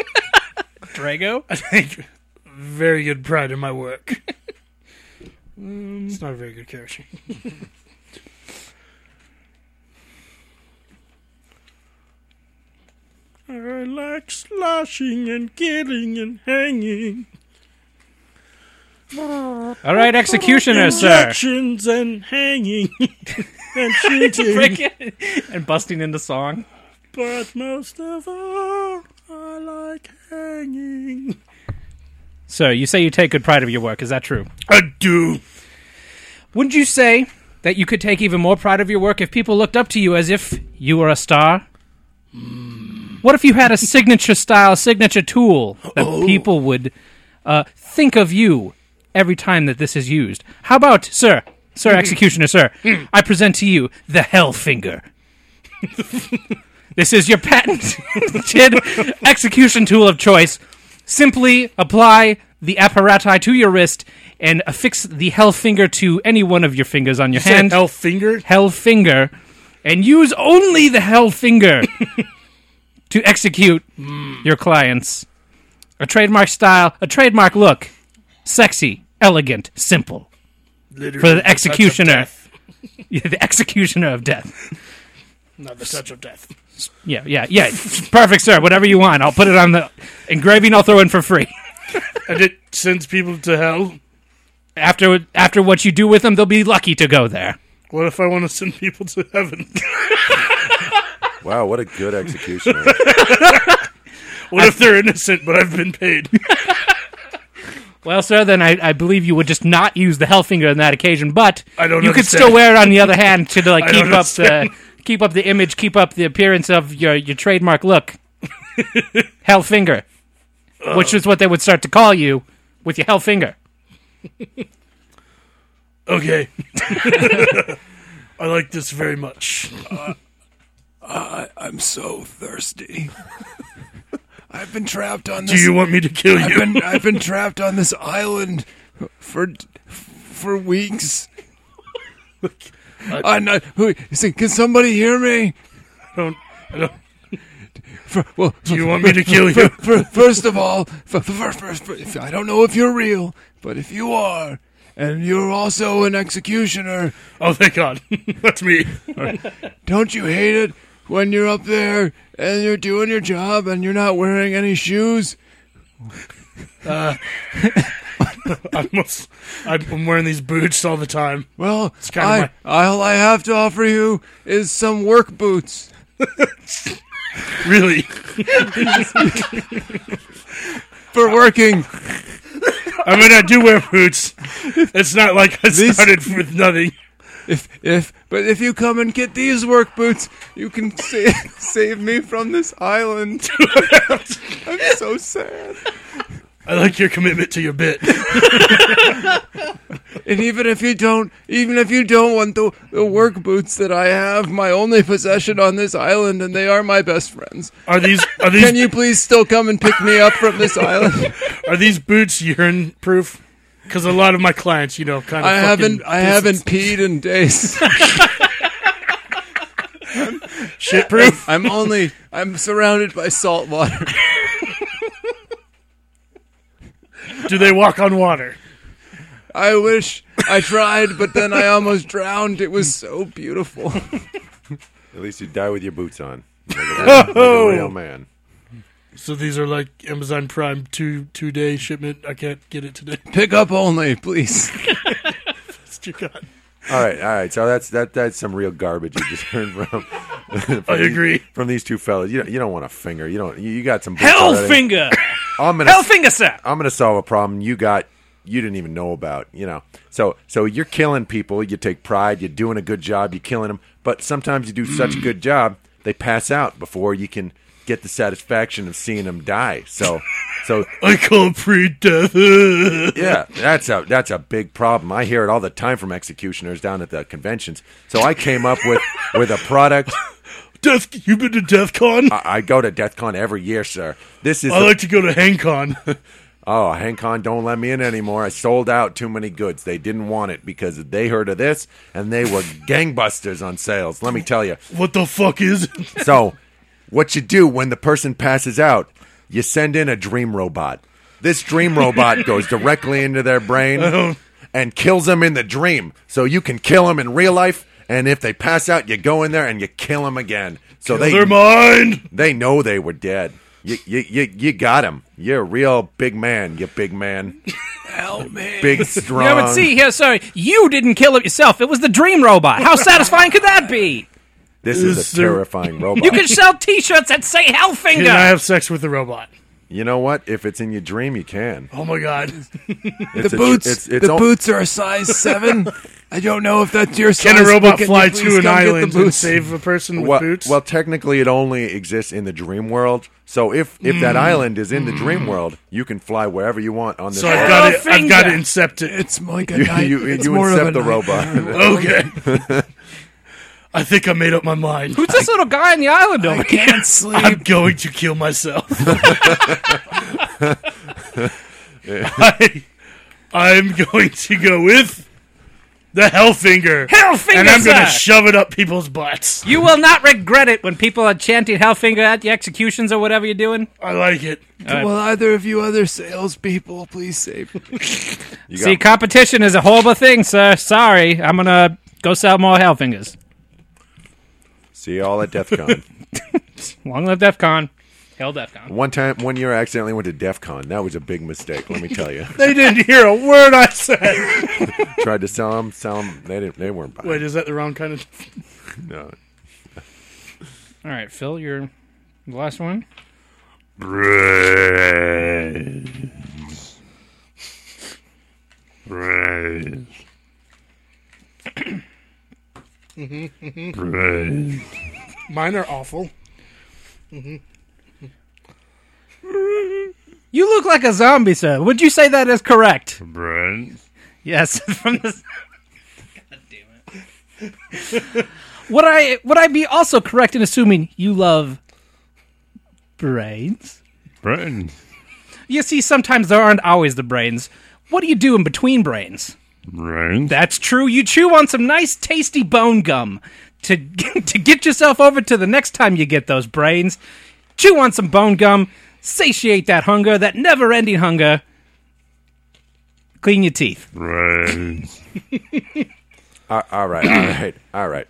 [SPEAKER 3] Drago?
[SPEAKER 2] I take very good pride in my work. it's not a very good character. I like sloshing and killing and hanging.
[SPEAKER 3] All right, executioner, sir.
[SPEAKER 2] Actions and hanging and shooting.
[SPEAKER 3] and busting into song.
[SPEAKER 2] but most of all, I like hanging.
[SPEAKER 3] Sir, you say you take good pride of your work. Is that true?
[SPEAKER 2] I do.
[SPEAKER 3] Wouldn't you say that you could take even more pride of your work if people looked up to you as if you were a star? What if you had a signature style, signature tool that people would uh, think of you every time that this is used? How about, sir, sir, executioner, sir, I present to you the Hellfinger. this is your patented execution tool of choice. Simply apply the apparati to your wrist and affix the hell finger to any one of your fingers on your hand.
[SPEAKER 2] Hell finger.
[SPEAKER 3] hell finger, and use only the hell finger to execute your clients. A trademark style, a trademark look, sexy, elegant, simple
[SPEAKER 2] Literally
[SPEAKER 3] for
[SPEAKER 2] the
[SPEAKER 3] the
[SPEAKER 2] touch of
[SPEAKER 3] executioner.
[SPEAKER 2] death.
[SPEAKER 3] Yeah, the executioner of death.
[SPEAKER 2] Not the touch of death.
[SPEAKER 3] Yeah, yeah, yeah. Perfect, sir. Whatever you want, I'll put it on the engraving. I'll throw in for free.
[SPEAKER 2] And it sends people to hell.
[SPEAKER 3] After after what you do with them, they'll be lucky to go there.
[SPEAKER 2] What if I want to send people to heaven?
[SPEAKER 4] Wow, what a good executioner.
[SPEAKER 2] What if they're innocent but I've been paid?
[SPEAKER 3] Well, sir, then I, I believe you would just not use the Hellfinger on that occasion, but
[SPEAKER 2] I don't
[SPEAKER 3] you could
[SPEAKER 2] understand.
[SPEAKER 3] still wear it on the other hand to like
[SPEAKER 2] I
[SPEAKER 3] keep
[SPEAKER 2] don't
[SPEAKER 3] up the keep up the image, keep up the appearance of your your trademark look, Hellfinger, which
[SPEAKER 2] Uh.
[SPEAKER 3] is what they would start to call you with your Hellfinger.
[SPEAKER 2] Okay. I like this very much.
[SPEAKER 1] I'm so thirsty. I've been trapped on
[SPEAKER 2] Do
[SPEAKER 1] this.
[SPEAKER 2] you want me to kill
[SPEAKER 1] I've
[SPEAKER 2] you?
[SPEAKER 1] been I've been trapped on this island for for weeks. I know. Who, see, can somebody hear me?
[SPEAKER 2] I don't, I don't,
[SPEAKER 1] For, well,
[SPEAKER 2] do you want me to kill you?
[SPEAKER 1] fir- first of all, f- f- fir- fir- fir- I don't know if you're real, but if you are, and you're also an executioner,
[SPEAKER 2] Oh, thank God. That's me.
[SPEAKER 1] Don't you hate it when you're up there and you're doing your job and you're not wearing any shoes?
[SPEAKER 2] I'm, almost- I'm wearing these boots all the time.
[SPEAKER 1] Well,
[SPEAKER 2] kinda
[SPEAKER 1] I, all I have to offer you is some work boots.
[SPEAKER 2] Really?
[SPEAKER 1] For working,
[SPEAKER 2] I mean, I do wear boots. It's not like I started with nothing.
[SPEAKER 1] if if but if you come and get these work boots, you can sa- save me from this island. I'm so sad.
[SPEAKER 2] I like your commitment to your bit.
[SPEAKER 1] And even if you don't, even if you don't want the, the work boots that I have, my only possession on this island, and they are my best friends.
[SPEAKER 2] Are these are
[SPEAKER 1] Can
[SPEAKER 2] these
[SPEAKER 1] you please still come and pick me up from this island?
[SPEAKER 2] are these boots urine proof? Because a lot of my clients, you know, kind of.
[SPEAKER 1] I haven't I haven't peed in days.
[SPEAKER 2] shit proof.
[SPEAKER 1] I'm only I'm surrounded by salt water.
[SPEAKER 2] Do they walk on water?
[SPEAKER 1] I wish I tried, but then I almost drowned. It was so beautiful.
[SPEAKER 4] At least you die with your boots on. Like a, like a real man.
[SPEAKER 2] So these are like Amazon Prime two two day shipment. I can't get it today.
[SPEAKER 1] Pick up only, please.
[SPEAKER 2] You got-
[SPEAKER 4] All right, all right. So that's that. That's some real garbage you just heard from.
[SPEAKER 2] I agree.
[SPEAKER 4] From these two fellas, you don't, you don't want a finger. You don't. You, you got some boots already.
[SPEAKER 3] Hellfinger,
[SPEAKER 4] I'm gonna
[SPEAKER 3] Hellfinger, sir.
[SPEAKER 4] I'm gonna solve a problem you got you didn't even know about. You know, so so you're killing people. You take pride. You're doing a good job. You're killing them. But sometimes you do such a good job, they pass out before you can get the satisfaction of seeing them die. So so
[SPEAKER 2] I call pre-death. uh,
[SPEAKER 4] yeah, that's a that's a big problem. I hear it all the time from executioners down at the conventions. So I came up with with a product.
[SPEAKER 2] Death. You've been to DEF CON.
[SPEAKER 4] I, I go to DeathCon every year, sir. This is
[SPEAKER 2] I
[SPEAKER 4] the
[SPEAKER 2] like to go to HangCon.
[SPEAKER 4] Oh, Hancon don't let me in anymore. I sold out too many goods. They didn't want it because they heard of this and they were gangbusters on sales. Let me tell you.
[SPEAKER 2] What the fuck is?
[SPEAKER 4] So, what you do when the person passes out, you send in a dream robot. This dream robot goes directly into their brain and kills them in the dream. So you can kill them in real life, and if they pass out, you go in there and you kill them again. So
[SPEAKER 2] Their
[SPEAKER 4] they
[SPEAKER 2] mind.
[SPEAKER 4] they know they were dead. You you you, you got him. You're a real big man. You big man.
[SPEAKER 3] Help me.
[SPEAKER 4] Big strong.
[SPEAKER 3] Yeah, but see here, sorry, you didn't kill it yourself. It was the dream robot. How satisfying could that be?
[SPEAKER 4] this is,
[SPEAKER 2] Is
[SPEAKER 4] a
[SPEAKER 2] there-
[SPEAKER 4] terrifying robot.
[SPEAKER 3] You could sell T-shirts that say Hellfinger.
[SPEAKER 2] Can I have sex with the robot?
[SPEAKER 4] You know what? If it's in your dream, you can.
[SPEAKER 2] Oh my god!
[SPEAKER 4] It's
[SPEAKER 7] the
[SPEAKER 4] a tr-
[SPEAKER 7] boots.
[SPEAKER 4] it's- it's
[SPEAKER 7] the
[SPEAKER 4] al-
[SPEAKER 7] boots are a size seven. I don't know if that's your size.
[SPEAKER 2] Can a
[SPEAKER 7] but
[SPEAKER 2] robot
[SPEAKER 7] can
[SPEAKER 2] fly
[SPEAKER 7] you please
[SPEAKER 2] to an
[SPEAKER 7] come get the
[SPEAKER 2] island and
[SPEAKER 7] boots?
[SPEAKER 2] save a person with
[SPEAKER 4] well,
[SPEAKER 2] boots?
[SPEAKER 4] well, technically, it only exists in the dream world. So if if that island is in the dream world, you can fly wherever you want on this.
[SPEAKER 2] so
[SPEAKER 4] world.
[SPEAKER 2] I've got to, I've
[SPEAKER 3] Finger.
[SPEAKER 2] got to incept it.
[SPEAKER 7] It's like a
[SPEAKER 4] you
[SPEAKER 7] night.
[SPEAKER 4] you,
[SPEAKER 7] it's
[SPEAKER 4] you
[SPEAKER 7] more of a
[SPEAKER 4] incept the
[SPEAKER 7] night-
[SPEAKER 4] robot.
[SPEAKER 2] Okay. I think I made up my mind.
[SPEAKER 3] Who's this little guy on the island over
[SPEAKER 7] I
[SPEAKER 3] here?
[SPEAKER 7] can't sleep.
[SPEAKER 2] I'm going to kill myself. I, I'm going to go with the Hellfinger,
[SPEAKER 3] Hellfinger,
[SPEAKER 2] and I'm going to
[SPEAKER 3] sir!
[SPEAKER 2] shove it up people's butts.
[SPEAKER 3] You will not regret it when people are chanting Hellfinger at the executions or whatever you're doing.
[SPEAKER 2] I like it.
[SPEAKER 7] Will either of you other salespeople please save? me?
[SPEAKER 4] You
[SPEAKER 3] See,
[SPEAKER 4] got-
[SPEAKER 3] competition is a horrible thing, sir. Sorry, I'm gonna go sell more Hellfingers.
[SPEAKER 4] see you all at DEF CON.
[SPEAKER 3] Long live DEF CON. Hell DEF CON.
[SPEAKER 4] one time, one year, I accidentally went to DEF CON. That was a big mistake. Let me tell you.
[SPEAKER 2] They didn't hear a word I said.
[SPEAKER 4] Tried to sell them, sell them. They didn't. They weren't buying.
[SPEAKER 2] Wait, is that the wrong kind of?
[SPEAKER 4] no.
[SPEAKER 3] All right, Phil, your last one.
[SPEAKER 2] Mine are awful.
[SPEAKER 3] You look like a zombie, sir. Would you say that is correct?
[SPEAKER 1] Brent.
[SPEAKER 3] Yes, from this. God damn it. would I would I be also correct in assuming you love brains?
[SPEAKER 1] Brent.
[SPEAKER 3] You see, sometimes there aren't always the brains. What do you do in between brains?
[SPEAKER 1] Brent.
[SPEAKER 3] That's true. You chew on some nice, tasty bone gum to to get yourself over to the next time you get those brains. Chew on some bone gum, satiate that hunger, that never-ending hunger. Clean your teeth.
[SPEAKER 1] Brent.
[SPEAKER 4] Uh, all right. All right. All right.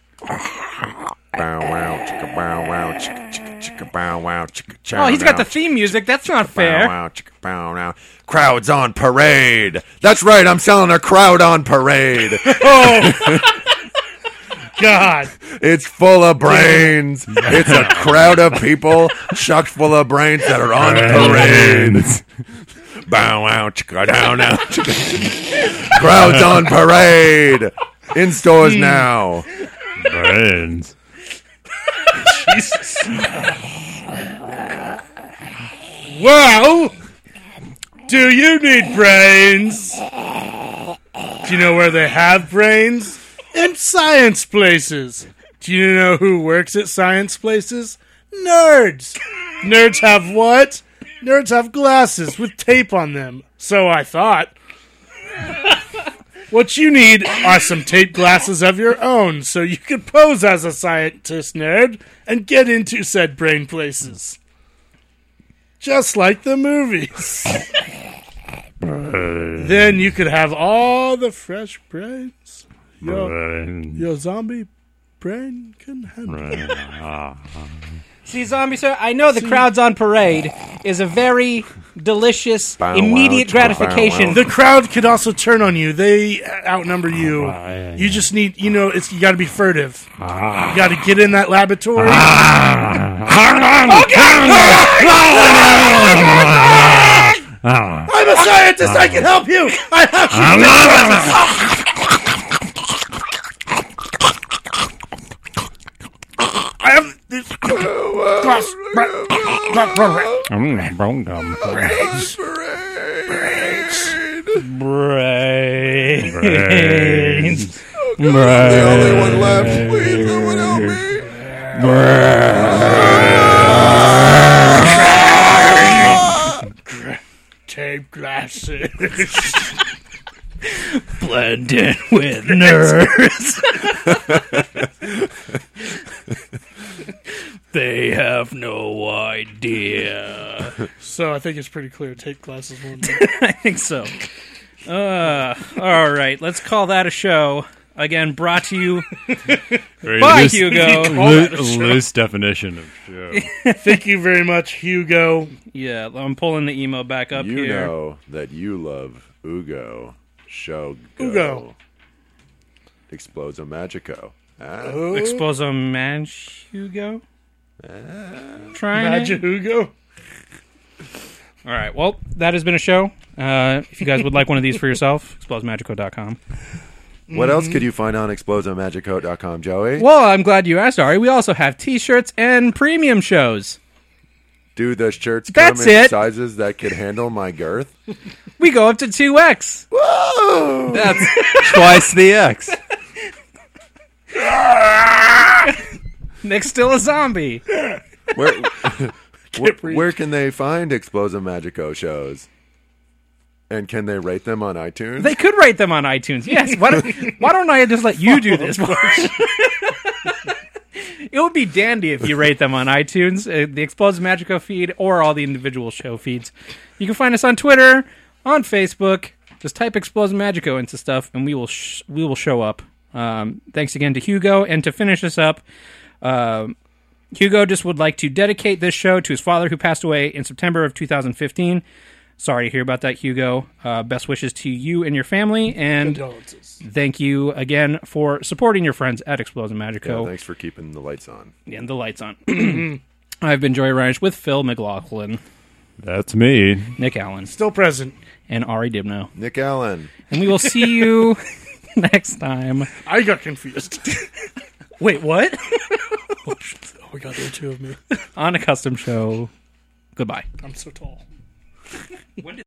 [SPEAKER 4] Bow wow, chicka bow wow, chicka chicka chicka bow wow, chicka chow
[SPEAKER 3] Oh, he's got
[SPEAKER 4] now,
[SPEAKER 3] the theme music. That's not
[SPEAKER 4] Bow,
[SPEAKER 3] fair.
[SPEAKER 4] wow, chicka, bow, wow. Crowds on parade. That's right, I'm selling a crowd on parade.
[SPEAKER 2] God,
[SPEAKER 4] it's full of brains. It's a crowd of people chucked full of brains that are on parade. Bow wow, chicka, down, now. chicka. Crowds on parade. In stores now.
[SPEAKER 1] Brent.
[SPEAKER 2] Well, do you need brains? Do you know where they have brains? In science places. Do you know who works at science places? Nerds. Nerds have what? Nerds have glasses with tape on them. So I thought. What you need are some tape glasses of your own so you can pose as a scientist nerd and get into said brain places just like the movies. then you could have all the fresh brains your,
[SPEAKER 1] Brent.
[SPEAKER 2] your zombie brain can handle.
[SPEAKER 3] See, zombie sir, I know the crowd's on parade is a very delicious,
[SPEAKER 4] Bow, wow,
[SPEAKER 3] immediate
[SPEAKER 4] chicka, bow, wow.
[SPEAKER 3] gratification.
[SPEAKER 2] The crowd could also turn on you. They outnumber you. You just need, you know, it's you got to be furtive. You got to get in that laboratory.
[SPEAKER 4] Ah.
[SPEAKER 2] I'm a scientist. I can help you. I have I have this glass.
[SPEAKER 1] Mm, Bone gum.
[SPEAKER 3] Brains.
[SPEAKER 1] Brains.
[SPEAKER 4] The only one left. Please, someone help me.
[SPEAKER 2] Tape glass.
[SPEAKER 3] blend in with nerds. they have no idea.
[SPEAKER 2] So I think it's pretty clear. Tape glasses one.
[SPEAKER 3] I think so. Uh, all right, let's call that a show. Again, brought to you
[SPEAKER 8] Very
[SPEAKER 3] by
[SPEAKER 8] loose-
[SPEAKER 3] Hugo.
[SPEAKER 8] loo- loose definition of show.
[SPEAKER 2] Thank you very much, Hugo.
[SPEAKER 3] yeah, I'm pulling the email back up
[SPEAKER 4] you
[SPEAKER 3] here.
[SPEAKER 4] know that you love Ugo. Show
[SPEAKER 2] Ugo.
[SPEAKER 4] Explodes Magico. Ah,
[SPEAKER 3] Exposo Manch Hugo. Trying it?
[SPEAKER 2] Imagine Hugo.
[SPEAKER 3] All right. Well, that has been a show. Uh, if you guys would like one of these for yourself, explosemagico.com.
[SPEAKER 4] What
[SPEAKER 3] Mm-hmm.
[SPEAKER 4] else could you find on explodesonmagico.com, Joey?
[SPEAKER 3] Well, I'm glad you asked, Ari. We also have t-shirts and premium shows.
[SPEAKER 4] Do the shirts
[SPEAKER 3] That's
[SPEAKER 4] come in
[SPEAKER 3] it.
[SPEAKER 4] sizes that could handle my girth?
[SPEAKER 3] We go up to 2x.
[SPEAKER 4] Whoa!
[SPEAKER 9] That's twice the X.
[SPEAKER 3] Nick's still a zombie.
[SPEAKER 4] Where, where, where can they find Explosion Magico shows? And can they rate them on iTunes?
[SPEAKER 3] They could rate them on iTunes. Yes. Why don't, why don't I just let you do this part? it would be dandy if you rate them on iTunes, uh, the Explosive Magico feed, or all the individual show feeds. You can find us on Twitter, on Facebook. Just type Explosive Magico into stuff, and we will sh- we will show up. Um, thanks again to Hugo, and to finish us up. Um, Hugo just would like to dedicate this show to his father who passed away in September of 2015. Sorry to hear about that, Hugo. Uh, best wishes to you and your family, and
[SPEAKER 2] Condolences.
[SPEAKER 3] thank you again for supporting your friends at Explosion
[SPEAKER 4] Yeah,
[SPEAKER 3] Magico
[SPEAKER 4] thanks for keeping the lights on.
[SPEAKER 3] and the lights on. I've been Joy Ryan with Phil McLaughlin,
[SPEAKER 8] That's me.
[SPEAKER 3] Nick Allen,
[SPEAKER 2] Still present.
[SPEAKER 3] and Ari Dibno,
[SPEAKER 4] Nick Allen.
[SPEAKER 3] and we will see you next time.
[SPEAKER 2] I got confused.
[SPEAKER 3] Wait, what?
[SPEAKER 2] oh my god, there are two of me.
[SPEAKER 3] On a custom show. Goodbye.
[SPEAKER 2] I'm so tall.